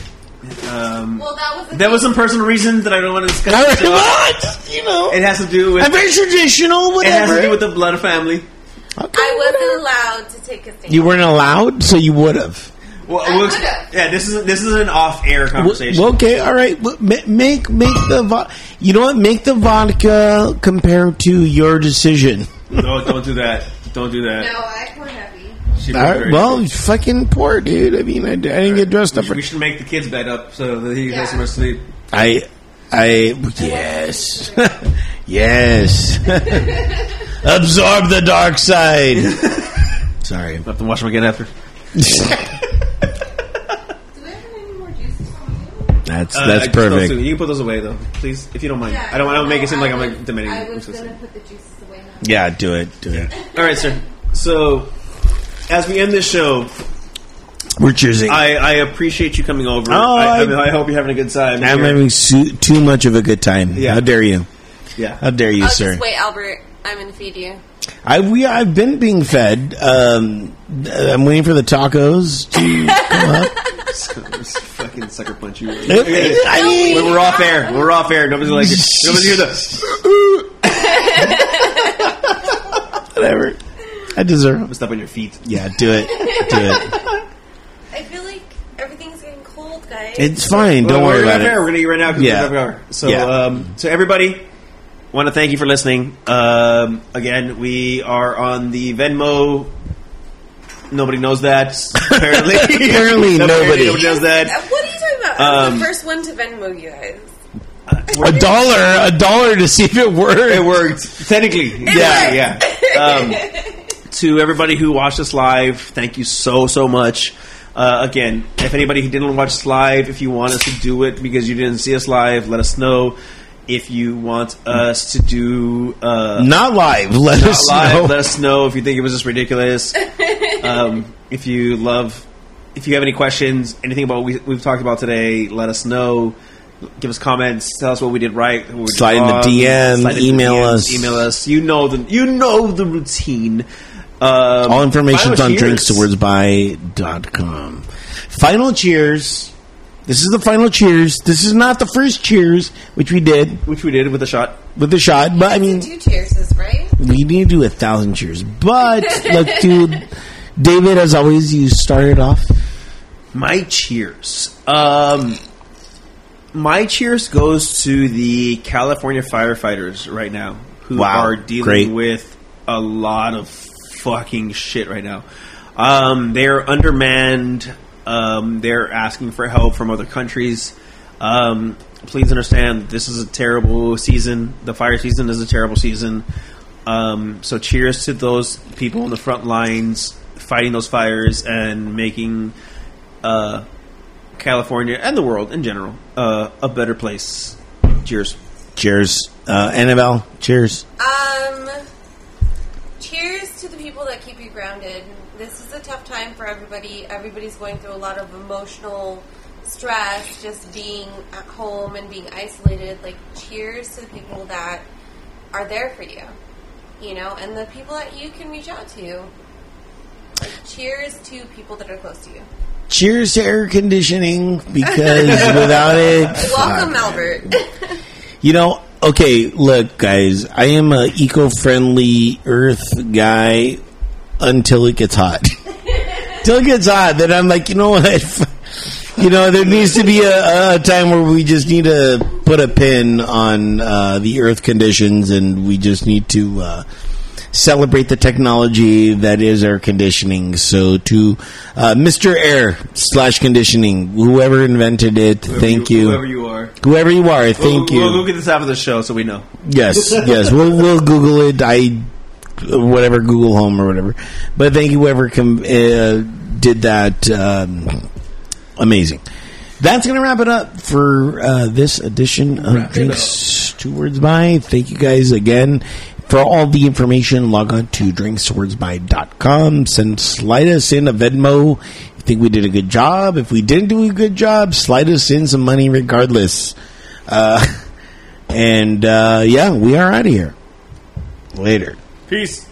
B: Um,
C: Well, that was the
B: that was
C: thing.
B: some personal reasons that I don't want to discuss.
A: Come on, just, you know.
B: It has to do with
A: I'm very traditional,
B: it has
A: whatever.
B: to do with the blood family.
A: Okay,
C: I
A: whatever.
C: wasn't allowed to take a stand.
A: You weren't allowed, so you would have.
B: Well,
C: I
B: we'll-
C: would've.
B: yeah, this is this is an off-air conversation.
A: Well, okay, all right. Well, ma- Make make the vo- you know what? Make the vodka compare to your decision.
B: no, don't do that. Don't do that.
C: No, I were happy.
B: She
A: All
B: feels
A: right,
B: very-
A: well, fucking poor dude. I mean, I, I didn't get dressed
B: we
A: up
B: should,
A: for.
B: we should make the kids bed up so that he
C: Yeah.
B: has some more sleep.
A: I, I yes, yes. Absorb the dark side. Sorry.
B: Have to wash them again after. Uh,
C: Do we have any more juices?
A: That's that's
B: Uh, I- those two,
A: perfect.
B: You can put those away though, please, if you don't mind. I don't. I don't make it seem like I'm like demanding.
C: I was
B: I'm so
C: gonna
B: sorry.
C: put the juices away now.
A: Yeah, do it. Do it.
B: All right, sir. So, as we end this show,
A: We're choosing.
B: I, I appreciate you coming over.
A: Oh,
B: I, I,
A: I-
B: mean, I hope you're having a good time.
A: I'm
B: here.
A: having su- too much of a good time.
B: Yeah.
A: How dare you?
B: yeah.
A: How dare you,
C: Oh,
A: sir?
C: just wait, Albert. I'm gonna feed you.
A: I we I've been being fed. Um, I'm waiting for the tacos. To come up.
B: fucking sucker punch you.
A: I mean,
B: We're off air. We're off air. Nobody's like it. Nobody's here. The
A: whatever. I deserve.
B: stop on your feet.
A: Yeah, do it. Do it.
C: I feel like everything's getting cold, guys.
A: It's fine. Don't
B: Well,
A: worry
B: we're
A: about
B: off air.
A: it.
B: We're gonna eat right now. 'cause
A: Yeah.
B: We're off air. So,
A: Yeah.
B: um, so everybody, want to thank you for listening. Um, again, we are on the Venmo. Nobody knows that. Apparently,
A: Apparently nobody.
B: nobody knows that.
C: What are you talking about? I was
B: Um,
C: the first one to Venmo you guys.
A: A dollar, a dollar to see if it works.
B: It worked. Technically. yeah, yeah. Um, to everybody who watched us live, thank you so, so much. Uh, again, if anybody who didn't watch us live, if you want us to do it because you didn't see us live, let us know. If you want us to do uh,
A: Not live. Let
B: not
A: us
B: live,
A: know.
B: let us know if you think it was just ridiculous. um, if you love, if you have any questions, anything about what we, we've talked about today, let us know. Give us comments. Tell us what we did right. What we did
A: Slide in the
B: wrong.
A: DM,
B: Slide in the
A: email
B: DMs,
A: us.
B: Email us. You know the you know the routine. Um,
A: All information's
B: final
A: on
B: cheers.
A: drinkstowardsby.com. Final cheers. This is the final cheers. This is not the first cheers, which we did
B: which we did with a shot.
A: with the shot, but I mean,
C: Two cheerses, right?
A: we need to do a thousand cheers. But, like, dude, David, as always, you started off.
B: My cheers. Um, my cheers goes to the California firefighters right now, who
A: Wow,
B: are dealing
A: great.
B: with a lot of fucking shit right now. Um, they're undermanned. Um, they're asking for help from other countries. Um, please understand, this is a terrible season. The fire season is a terrible season. Um, so, cheers to those people on the front lines fighting those fires and making uh, California and the world in general uh, a better place. Cheers.
A: Cheers. Uh, Annabelle, cheers.
C: Um, cheers to the people that keep you grounded. This is a tough time for everybody. Everybody's going through a lot of emotional stress, just being at home and being isolated. Like, cheers to the people that are there for you, you know, and the people that you can reach out to. Like, cheers to people that are close to you.
A: Cheers to air conditioning because without it,
C: Welcome, Albert.
A: You know, okay, look, guys, I am a eco-friendly Earth guy until it gets hot. Until it gets hot, then I'm like, you know what? you know, there needs to be a, a time where we just need to put a pin on uh, the Earth conditions, and we just need to uh, celebrate the technology that is air conditioning. So, to uh, Mr. Air slash conditioning, whoever invented it, thank you.
B: Whoever you are.
A: Whoever you are, thank
B: we'll,
A: you.
B: We'll look at this after the show so we know.
A: Yes, yes. We'll we'll Google it. I whatever Google Home or whatever. But thank you whoever com- uh, did that. Um, amazing. That's going to wrap it up for uh, this edition of Drinks Two Words By. Thank you guys again for all the information. Log on to drinkswordsby.com. Send slide us in a Venmo. If you think we did a good job, if we didn't do a good job, slide us in some money regardless. Uh, and uh, yeah, we are out of here. Later.
B: Peace.